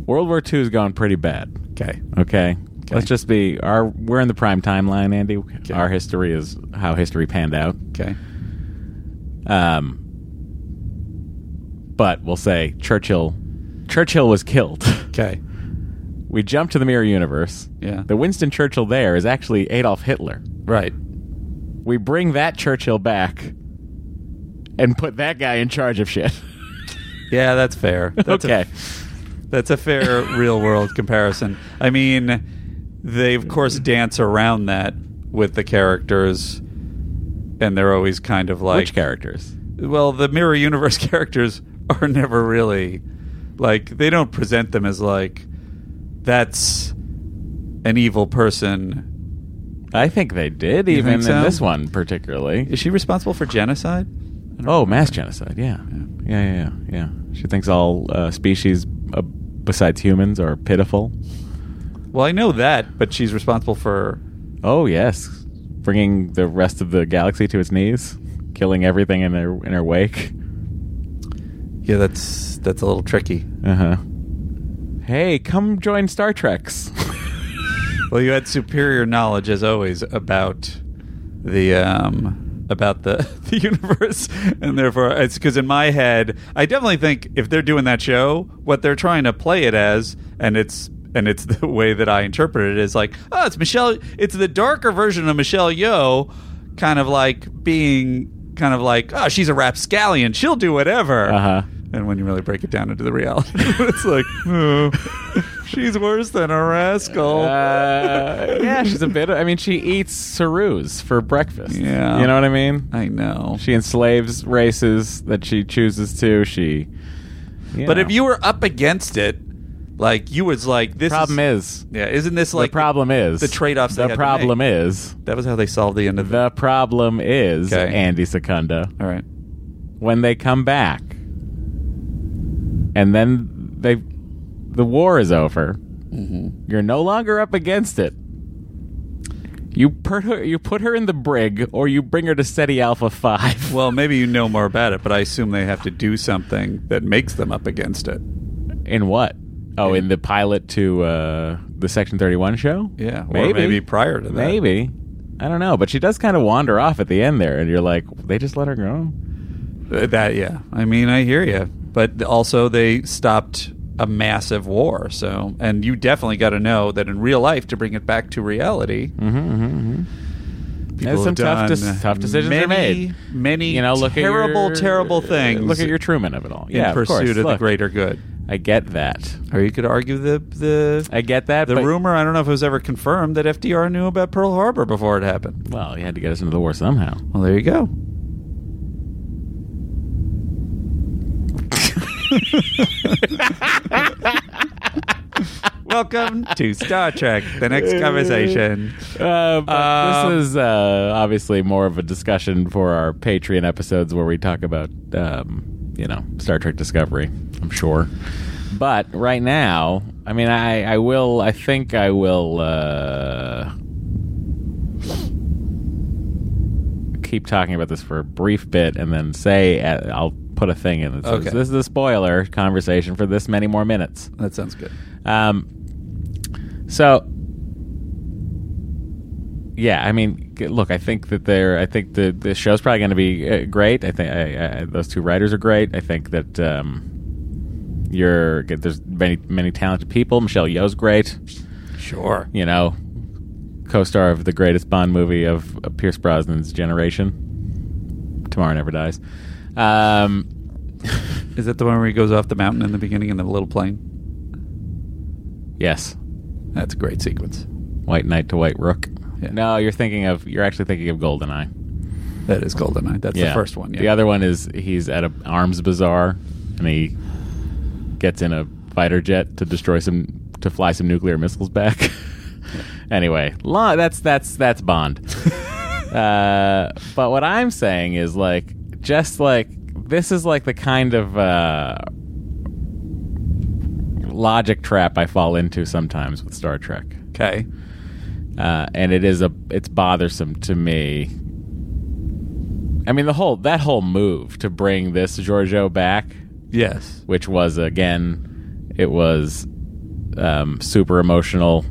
[SPEAKER 1] World War II has gone pretty bad.
[SPEAKER 2] Okay.
[SPEAKER 1] Okay. Let's just be our we're in the prime timeline, Andy. Our history is how history panned out.
[SPEAKER 2] Okay.
[SPEAKER 1] Um but we'll say Churchill Churchill was killed.
[SPEAKER 2] Okay.
[SPEAKER 1] We jump to the mirror universe.
[SPEAKER 2] Yeah.
[SPEAKER 1] The Winston Churchill there is actually Adolf Hitler.
[SPEAKER 2] Right.
[SPEAKER 1] We bring that Churchill back and put that guy in charge of shit.
[SPEAKER 2] Yeah, that's fair. That's
[SPEAKER 1] okay.
[SPEAKER 2] A, that's a fair real world comparison. I mean, they of course dance around that with the characters, and they're always kind of like
[SPEAKER 1] Which characters?
[SPEAKER 2] well, the mirror universe characters are never really like they don't present them as like that's an evil person.
[SPEAKER 1] I think they did,
[SPEAKER 2] You
[SPEAKER 1] even in
[SPEAKER 2] think so?
[SPEAKER 1] this one particularly.
[SPEAKER 2] Is she responsible for genocide?
[SPEAKER 1] Oh, mass genocide. Yeah. Yeah, yeah, yeah. yeah. She thinks all uh, species uh, besides humans are pitiful.
[SPEAKER 2] Well, I know that, but she's responsible for
[SPEAKER 1] Oh, yes. Bringing the rest of the galaxy to its knees, killing everything in her in her wake.
[SPEAKER 2] yeah. That's that's a little tricky.
[SPEAKER 1] Uh-huh. Hey, come join Star Trek's.
[SPEAKER 2] Well, you had superior knowledge as always about the um about the the universe, and therefore it's because in my head, I definitely think if they're doing that show, what they're trying to play it as, and it's and it's the way that I interpret it is like, oh, it's Michelle, it's the darker version of Michelle Yeoh, kind of like being kind of like, oh, she's a rapscallion, she'll do whatever.
[SPEAKER 1] Uh-huh.
[SPEAKER 2] And when you really break it down into the reality, it's like, oh, she's worse than a rascal.
[SPEAKER 1] Uh, yeah, she's a bit. I mean, she eats Sarus for breakfast.
[SPEAKER 2] Yeah.
[SPEAKER 1] you know what I mean.
[SPEAKER 2] I know.
[SPEAKER 1] She enslaves races that she chooses to. She.
[SPEAKER 2] But if you were up against it, like you was like this.
[SPEAKER 1] Problem
[SPEAKER 2] is, yeah, isn't this like
[SPEAKER 1] the problem is
[SPEAKER 2] the trade-offs they
[SPEAKER 1] The
[SPEAKER 2] had to
[SPEAKER 1] problem
[SPEAKER 2] make?
[SPEAKER 1] is
[SPEAKER 2] that was how they solved the end of
[SPEAKER 1] the problem is
[SPEAKER 2] Okay.
[SPEAKER 1] Andy Secunda.
[SPEAKER 2] All right,
[SPEAKER 1] when they come back, and then they the war is over.
[SPEAKER 2] Mm-hmm.
[SPEAKER 1] You're no longer up against it. You put her, you put her in the brig, or you bring her to SETI Alpha Five.
[SPEAKER 2] Well, maybe you know more about it, but I assume they have to do something that makes them up against it.
[SPEAKER 1] In what? Oh, in the pilot to uh, the Section 31 show?
[SPEAKER 2] Yeah, or maybe prior to that.
[SPEAKER 1] Maybe. I don't know, but she does kind of wander off at the end there, and you're like, they just let her go?
[SPEAKER 2] Uh, That yeah, I mean I hear you, but also they stopped a massive war. So, and you definitely got to know that in real life to bring it back to reality.
[SPEAKER 1] Mm-hmm, mm-hmm,
[SPEAKER 2] people have
[SPEAKER 1] some
[SPEAKER 2] done
[SPEAKER 1] tough, dis- tough decisions
[SPEAKER 2] many,
[SPEAKER 1] are made.
[SPEAKER 2] Many,
[SPEAKER 1] you know, look
[SPEAKER 2] terrible,
[SPEAKER 1] at your, uh,
[SPEAKER 2] terrible things.
[SPEAKER 1] Look at your Truman of it all.
[SPEAKER 2] in
[SPEAKER 1] yeah,
[SPEAKER 2] pursuit
[SPEAKER 1] of, course.
[SPEAKER 2] of the
[SPEAKER 1] Look,
[SPEAKER 2] greater good.
[SPEAKER 1] I get that.
[SPEAKER 2] Or you could argue the the
[SPEAKER 1] I get that.
[SPEAKER 2] the
[SPEAKER 1] but-
[SPEAKER 2] rumor. I don't know if it was ever confirmed that FDR knew about Pearl Harbor before it happened.
[SPEAKER 1] Well, he had to get us into the war somehow.
[SPEAKER 2] Well, there you go. Welcome to Star Trek: The Next Conversation.
[SPEAKER 1] Uh, but
[SPEAKER 2] Um,
[SPEAKER 1] this is uh, obviously more of a discussion for our Patreon episodes where we talk about, um, you know, Star Trek Discovery, I'm sure. But right now, I mean, I, I will, I think I will uh, keep talking about this for a brief bit and then say, uh, I'll put a thing in that says,
[SPEAKER 2] Okay.
[SPEAKER 1] this is a spoiler conversation for this many more minutes.
[SPEAKER 2] That sounds good.
[SPEAKER 1] Um, so yeah, I mean, g- look, I think that they're. I think the the show's probably going to be uh, great. I think I, I, those two writers are great. I think that um, you're get- there's many many talented people. Michelle Yeoh's great.
[SPEAKER 2] Sure.
[SPEAKER 1] you know, co-star of the greatest Bond movie of uh, Pierce Brosnan's generation, Tomorrow Never Dies. Um,
[SPEAKER 2] Is that the one where he goes off the mountain in the beginning in the little plane?
[SPEAKER 1] Yes.
[SPEAKER 2] That's a great sequence.
[SPEAKER 1] White Knight to White Rook. No, you're thinking of you're actually thinking of Goldeneye.
[SPEAKER 2] That is Goldeneye. That's the first one, yeah.
[SPEAKER 1] The other one is he's at a arms bazaar and he gets in a fighter jet to destroy some to fly some nuclear missiles back. anyway, lo- that's that's that's Bond. uh, but what I'm saying is like just like this is like the kind of uh, logic trap I fall into sometimes with Star Trek.
[SPEAKER 2] Okay.
[SPEAKER 1] Uh, and it is a it's bothersome to me. I mean the whole that whole move to bring this Giorgio back.
[SPEAKER 2] Yes.
[SPEAKER 1] Which was again it was um, super emotional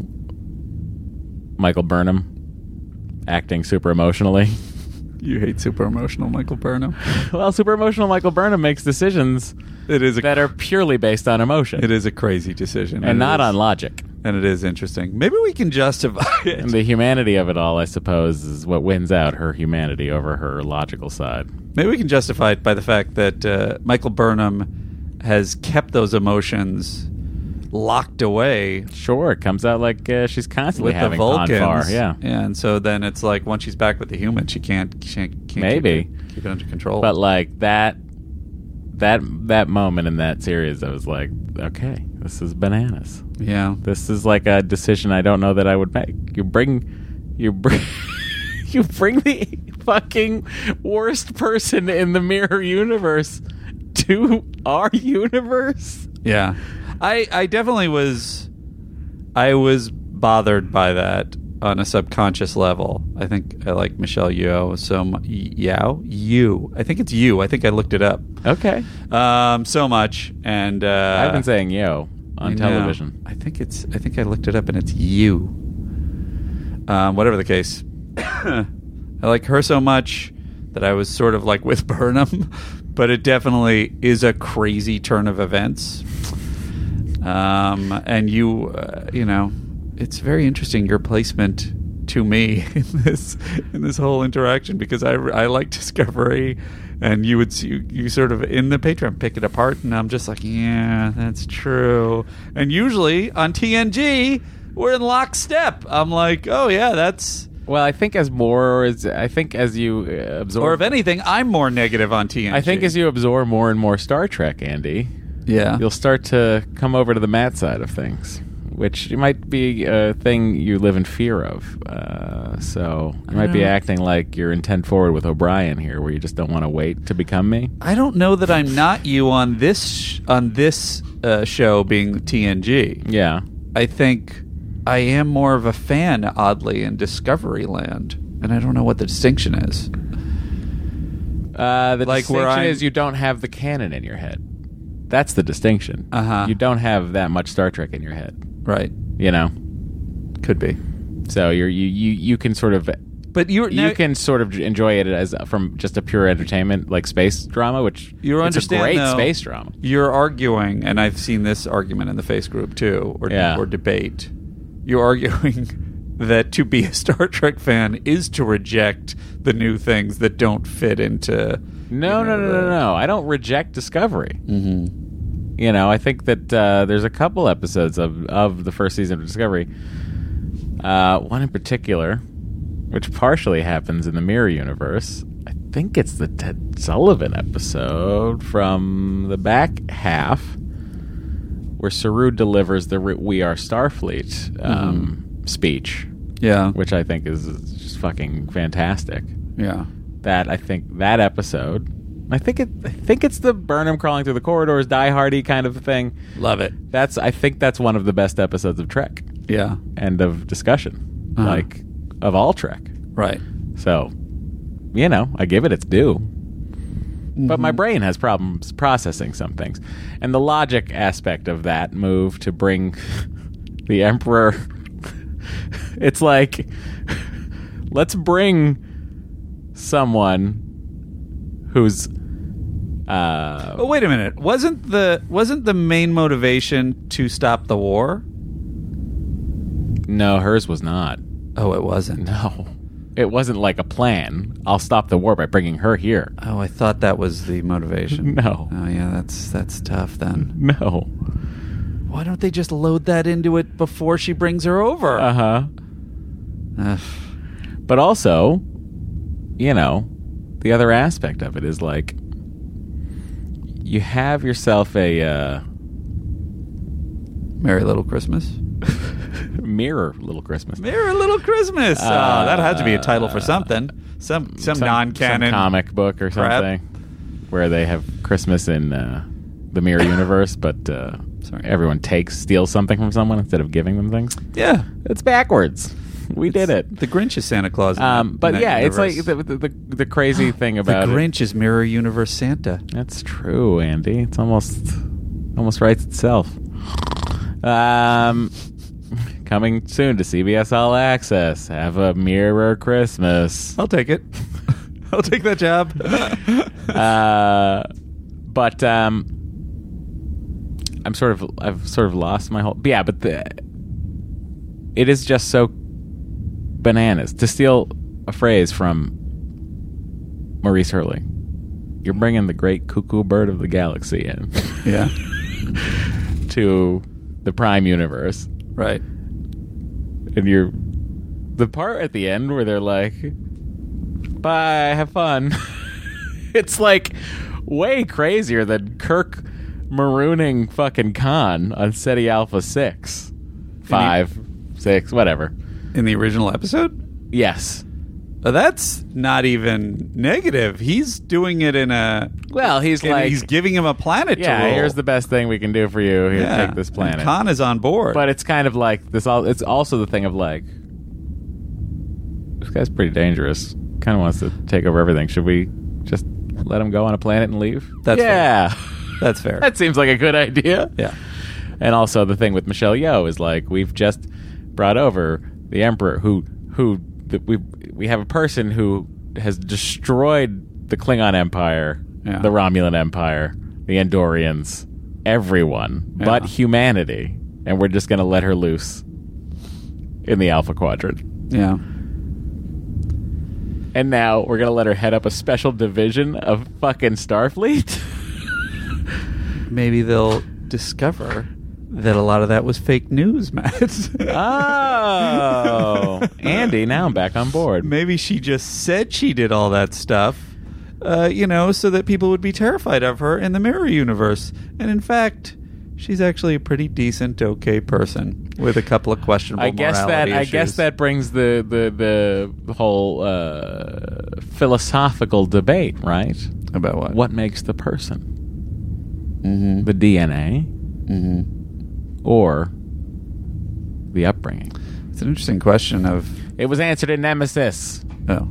[SPEAKER 1] Michael Burnham acting super emotionally.
[SPEAKER 2] You hate super emotional Michael Burnham.
[SPEAKER 1] well, super emotional Michael Burnham makes decisions
[SPEAKER 2] it is
[SPEAKER 1] that are purely based on emotion.
[SPEAKER 2] It is a crazy decision.
[SPEAKER 1] And not
[SPEAKER 2] it is-
[SPEAKER 1] on logic.
[SPEAKER 2] And it is interesting. Maybe we can justify it.
[SPEAKER 1] And the humanity of it all, I suppose, is what wins out her humanity over her logical side.
[SPEAKER 2] Maybe we can justify it by the fact that uh, Michael Burnham has kept those emotions locked away.
[SPEAKER 1] Sure, it comes out like uh, she's constantly
[SPEAKER 2] with the
[SPEAKER 1] having
[SPEAKER 2] Vulcans.
[SPEAKER 1] Ponfar. Yeah,
[SPEAKER 2] and so then it's like once she's back with the human, she can't, she can't, can't keep
[SPEAKER 1] Maybe.
[SPEAKER 2] it- keep it under control.
[SPEAKER 1] but like that, that that moment in that series, I was like, okay, this is bananas.
[SPEAKER 2] Yeah.
[SPEAKER 1] this is like a decision I don't know that I would make. You bring, you bring, you bring the fucking worst person in the mirror universe to our universe.
[SPEAKER 2] Yeah. I I definitely was I was bothered by that on a subconscious level. I think I like Michelle Yeoh so mu- Yao you. I think it's you. I think I looked it up.
[SPEAKER 1] Okay.
[SPEAKER 2] Um so much and uh
[SPEAKER 1] I've been saying yo on
[SPEAKER 2] I know.
[SPEAKER 1] television.
[SPEAKER 2] I think it's I think I looked it up and it's you. Um whatever the case. I like her so much that I was sort of like with Burnham, but it definitely is a crazy turn of events um, and you, uh, you know, it's very interesting your placement to me in this in this whole interaction because I, I like Discovery and you would see, you sort of in the Patreon pick it apart, and I'm just like, yeah, that's true. And usually on TNG, we're in lockstep. I'm like, oh yeah, that's.
[SPEAKER 1] Well, I think as more is, I think as you uh, absorb,
[SPEAKER 2] Or if anything, I'm more negative on TNG.
[SPEAKER 1] I think as you absorb more and more Star Trek, Andy,
[SPEAKER 2] Yeah.
[SPEAKER 1] you'll start to come over to the Matt side of things, which might be a thing you live in fear of. Uh, so you might be
[SPEAKER 2] don't-
[SPEAKER 1] acting like you're intent forward with O'Brien here, where you just don't want to wait to become me.
[SPEAKER 2] I don't know that I'm not you on this sh- on this uh, show being TNG.
[SPEAKER 1] Yeah,
[SPEAKER 2] I think I am more of a fan, oddly, in Discovery Land, and I don't know what the distinction is.
[SPEAKER 1] Uh, the
[SPEAKER 2] Like where
[SPEAKER 1] distinction
[SPEAKER 2] I'm-
[SPEAKER 1] is you don't have the canon in your head. That's the distinction. Uh-huh. You don't have that much Star Trek in your head,
[SPEAKER 2] right?
[SPEAKER 1] You know,
[SPEAKER 2] could be.
[SPEAKER 1] So you're you you you can sort of,
[SPEAKER 2] but you now-
[SPEAKER 1] you can sort of enjoy it as from just a pure entertainment like space drama, which
[SPEAKER 2] You
[SPEAKER 1] it's
[SPEAKER 2] understand?
[SPEAKER 1] a great
[SPEAKER 2] though,
[SPEAKER 1] space drama.
[SPEAKER 2] You're arguing, and I've seen this argument in the face group too, or
[SPEAKER 1] Yeah.
[SPEAKER 2] or debate. You're arguing that to be a Star Trek fan is to reject the new things that don't fit into.
[SPEAKER 1] No, no, no, no, no. I don't reject Discovery. Mm-hmm. You know, I think that uh, there's a couple episodes of, of the first season of Discovery. Uh, one in particular, which partially happens in the Mirror Universe. I think it's the Ted Sullivan episode from the back half, where Saru delivers the re- "We Are Starfleet" um, speech.
[SPEAKER 2] Mm-hmm. Yeah,
[SPEAKER 1] which I think is just fucking fantastic
[SPEAKER 2] Yeah.
[SPEAKER 1] that I think that episode. I think it. I think it's the Burnham crawling through the corridors, Die Hardy kind of thing.
[SPEAKER 2] Love it.
[SPEAKER 1] That's. I think that's one of the best episodes of Trek.
[SPEAKER 2] Yeah.
[SPEAKER 1] And of discussion,
[SPEAKER 2] Uh-huh.
[SPEAKER 1] like of all Trek.
[SPEAKER 2] Right.
[SPEAKER 1] So, you know, I give it its due. But
[SPEAKER 2] Mm-hmm.
[SPEAKER 1] my brain has problems processing some things, and the logic aspect of that move to bring the Emperor. it's like let's bring someone who's uh,
[SPEAKER 2] Oh wait a minute! Wasn't the wasn't the main motivation to stop the war?
[SPEAKER 1] no hers was not
[SPEAKER 2] oh it wasn't
[SPEAKER 1] no it wasn't like a plan i'll stop the war by bringing her here
[SPEAKER 2] oh i thought that was the motivation
[SPEAKER 1] no
[SPEAKER 2] oh yeah that's that's tough then
[SPEAKER 1] no
[SPEAKER 2] Why don't they just load that into it before she brings her over? Uh
[SPEAKER 1] huh.
[SPEAKER 2] Ugh.
[SPEAKER 1] Uh-huh. But also, you know, the other aspect of it is like you have yourself a uh,
[SPEAKER 2] Merry Little Christmas.
[SPEAKER 1] mirror little Christmas.
[SPEAKER 2] Mirror Little Christmas.
[SPEAKER 1] Uh,
[SPEAKER 2] oh, that had to be a title for something. Some some, non-canon
[SPEAKER 1] some comic book or
[SPEAKER 2] crap.
[SPEAKER 1] something where they have Christmas in uh, the mirror universe, but uh, everyone takes steals something from someone instead of giving them things.
[SPEAKER 2] Yeah,
[SPEAKER 1] it's backwards. We did it.
[SPEAKER 2] The Grinch is Santa Claus. in
[SPEAKER 1] Um,
[SPEAKER 2] that-
[SPEAKER 1] but
[SPEAKER 2] in that
[SPEAKER 1] yeah, it's like
[SPEAKER 2] universe.
[SPEAKER 1] the, the, the, the crazy thing about
[SPEAKER 2] the
[SPEAKER 1] it.
[SPEAKER 2] Grinch is Mirror Universe Santa.
[SPEAKER 1] That's true, Andy. It's almost almost writes itself. Um, coming soon to CBS All Access. Have a mirror Christmas.
[SPEAKER 2] I'll take it. I'll take that job.
[SPEAKER 1] uh, but um, I'm sort of I've sort of lost my whole yeah. But the it is just so bananas to steal a phrase from Maurice Hurley. You're bringing the great cuckoo bird of the galaxy in,
[SPEAKER 2] yeah,
[SPEAKER 1] to the prime universe,
[SPEAKER 2] right?
[SPEAKER 1] And you're the part at the end where they're like, "Bye, have fun." it's like way crazier than Kirk marooning fucking Khan on SETI Alpha Six, five, six, whatever.
[SPEAKER 2] In the original episode?
[SPEAKER 1] Yes.
[SPEAKER 2] Uh, that's not even negative. He's doing it in a
[SPEAKER 1] well. He's like-
[SPEAKER 2] he's giving him a planet.
[SPEAKER 1] Yeah,
[SPEAKER 2] to rule.
[SPEAKER 1] here's the best thing we can do for you. Here,
[SPEAKER 2] Yeah,
[SPEAKER 1] take this
[SPEAKER 2] and
[SPEAKER 1] planet.
[SPEAKER 2] Khan is on board.
[SPEAKER 1] but it's kind of like this. All it's also the thing of like, this guy's pretty dangerous. Kind of wants to take over everything. Should we just let him go on a planet and leave?
[SPEAKER 2] That's
[SPEAKER 1] yeah,
[SPEAKER 2] that's fair.
[SPEAKER 1] that seems like a good idea.
[SPEAKER 2] Yeah,
[SPEAKER 1] and also the thing with Michelle Yeoh is like we've just brought over the Emperor who who that we we have a person who has destroyed the Klingon Empire,
[SPEAKER 2] Yeah.
[SPEAKER 1] the Romulan Empire, the Andorians, everyone
[SPEAKER 2] Yeah.
[SPEAKER 1] but humanity, and we're just going to let her loose in the Alpha Quadrant.
[SPEAKER 2] Yeah.
[SPEAKER 1] And now we're gonna let her head up a special division of fucking Starfleet.
[SPEAKER 2] Maybe they'll discover that a lot of that was fake news, Matt.
[SPEAKER 1] oh, Andy, now I'm back on board.
[SPEAKER 2] Maybe she just said she did all that stuff, uh, you know, so that people would be terrified of her in the mirror universe. And in fact, she's actually a pretty decent, okay person with a couple of questionable.
[SPEAKER 1] I guess that
[SPEAKER 2] morality
[SPEAKER 1] I guess
[SPEAKER 2] issues.
[SPEAKER 1] that brings the the the whole uh, philosophical debate, right?
[SPEAKER 2] About what?
[SPEAKER 1] What makes the person?
[SPEAKER 2] Mm-hmm.
[SPEAKER 1] The DNA, or the upbringing?
[SPEAKER 2] It's an interesting question. Of
[SPEAKER 1] It was answered in Nemesis.
[SPEAKER 2] Oh,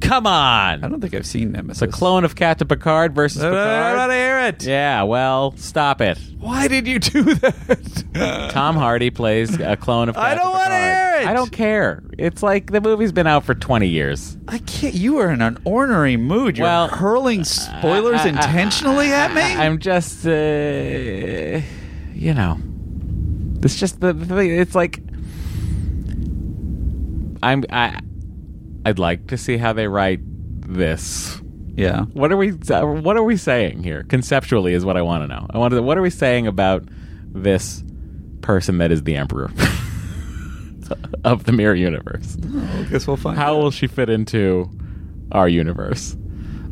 [SPEAKER 1] come on! I
[SPEAKER 2] don't think I've seen Nemesis.
[SPEAKER 1] It's a clone of Captain Picard versus
[SPEAKER 2] No, no, no,
[SPEAKER 1] Picard.
[SPEAKER 2] I wanna hear it.
[SPEAKER 1] Yeah, well, stop it.
[SPEAKER 2] why did you do that?
[SPEAKER 1] Tom Hardy plays a clone of.
[SPEAKER 2] I don't want to hear it.
[SPEAKER 1] I don't care. It's like the movie's been out for twenty years.
[SPEAKER 2] I can't. You are in an ornery mood. You're
[SPEAKER 1] Well,
[SPEAKER 2] hurling spoilers
[SPEAKER 1] I- I-
[SPEAKER 2] intentionally at me.
[SPEAKER 1] I'm just, uh, you know, it's just the, the thing. It's like I'm. I I'd like to see how they write this.
[SPEAKER 2] Yeah.
[SPEAKER 1] What are we? uh, What are we saying here? Conceptually, is what I want to know. I want to. What are we saying about this person that is the emperor of the mirror universe?
[SPEAKER 2] Oh, I guess we'll find.
[SPEAKER 1] How will she fit into our universe?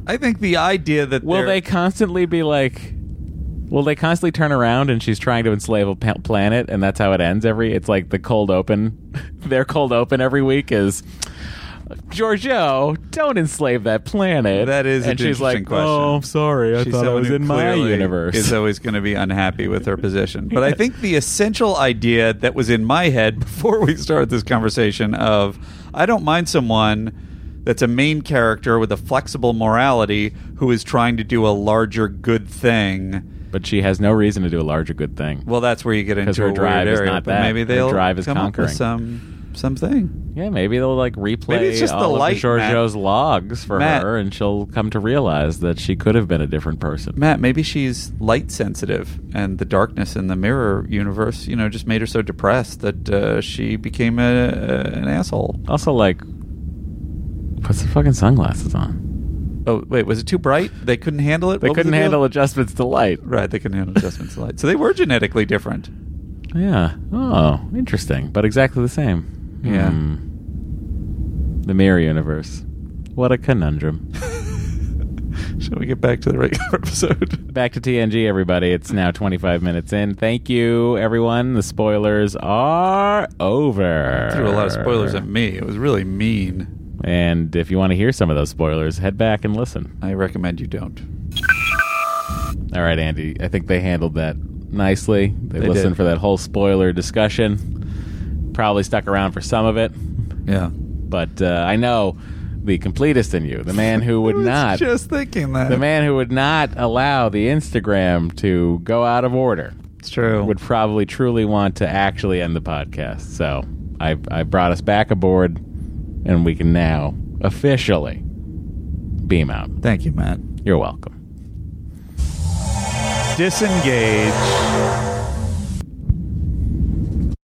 [SPEAKER 2] I think the idea that
[SPEAKER 1] Will
[SPEAKER 2] they're-
[SPEAKER 1] they constantly be like? Will they constantly turn around and she's trying to enslave a pa- planet, and that's how it ends every? It's like the cold open. Their cold open every week is. Giorgio, don't enslave that planet.
[SPEAKER 2] That is,
[SPEAKER 1] and
[SPEAKER 2] an
[SPEAKER 1] she's like,
[SPEAKER 2] interesting question.
[SPEAKER 1] "Oh, I'm sorry, I
[SPEAKER 2] She's
[SPEAKER 1] thought I
[SPEAKER 2] someone
[SPEAKER 1] was
[SPEAKER 2] who
[SPEAKER 1] in my
[SPEAKER 2] clearly
[SPEAKER 1] universe."
[SPEAKER 2] Is always going to be unhappy with her position. But I think the essential idea that was in my head before we started this conversation of I don't mind someone that's a main character with a flexible morality who is trying to do a larger good thing.
[SPEAKER 1] but she has no reason to do a larger good thing.
[SPEAKER 2] Well, that's where you get
[SPEAKER 1] 'Cause
[SPEAKER 2] into
[SPEAKER 1] her
[SPEAKER 2] a weird
[SPEAKER 1] drive is
[SPEAKER 2] area,
[SPEAKER 1] not
[SPEAKER 2] but
[SPEAKER 1] that.
[SPEAKER 2] Maybe
[SPEAKER 1] Her
[SPEAKER 2] they'll
[SPEAKER 1] drive is
[SPEAKER 2] come up with
[SPEAKER 1] conquering.
[SPEAKER 2] some something.
[SPEAKER 1] Yeah, maybe they'll like replay
[SPEAKER 2] Maybe it's just the
[SPEAKER 1] all of
[SPEAKER 2] light,
[SPEAKER 1] Giorgio's
[SPEAKER 2] Matt.
[SPEAKER 1] logs for
[SPEAKER 2] Matt.
[SPEAKER 1] her, and she'll come to realize that she could have been a different person.
[SPEAKER 2] Matt, maybe she's light sensitive, and the darkness in the mirror universe, you know, just made her so depressed that uh, she became a, a, an asshole.
[SPEAKER 1] Also, like, puts the fucking sunglasses on.
[SPEAKER 2] Oh, wait, was it too bright? They couldn't handle it.
[SPEAKER 1] They
[SPEAKER 2] What was
[SPEAKER 1] couldn't
[SPEAKER 2] the deal?
[SPEAKER 1] handle adjustments to light.
[SPEAKER 2] Right, they couldn't handle adjustments to light, so they were genetically different.
[SPEAKER 1] Yeah. Oh, interesting, but exactly the same.
[SPEAKER 2] Yeah.
[SPEAKER 1] Hmm. The mirror universe. What a conundrum.
[SPEAKER 2] Shall we get back to the regular episode?
[SPEAKER 1] Back to TNG, everybody. It's now 25 minutes in. Thank you, everyone. The spoilers are over.
[SPEAKER 2] Threw a lot of spoilers at me. It was really mean.
[SPEAKER 1] And if you want to hear some of those spoilers, head back and listen.
[SPEAKER 2] I recommend you don't.
[SPEAKER 1] All right, Andy. I think they handled that nicely. They,
[SPEAKER 2] They
[SPEAKER 1] listened
[SPEAKER 2] did.
[SPEAKER 1] for that whole spoiler discussion. Probably stuck around for some of it.
[SPEAKER 2] Yeah.
[SPEAKER 1] But uh, I know the completist in you, the man who would not,
[SPEAKER 2] Just thinking that
[SPEAKER 1] the man who would not allow the Instagram to go out of order,
[SPEAKER 2] it's true.
[SPEAKER 1] would probably truly want to actually end the podcast. So I, I brought us back aboard, and we can now officially beam out.
[SPEAKER 2] Thank you, Matt.
[SPEAKER 1] You're welcome.
[SPEAKER 2] Disengage.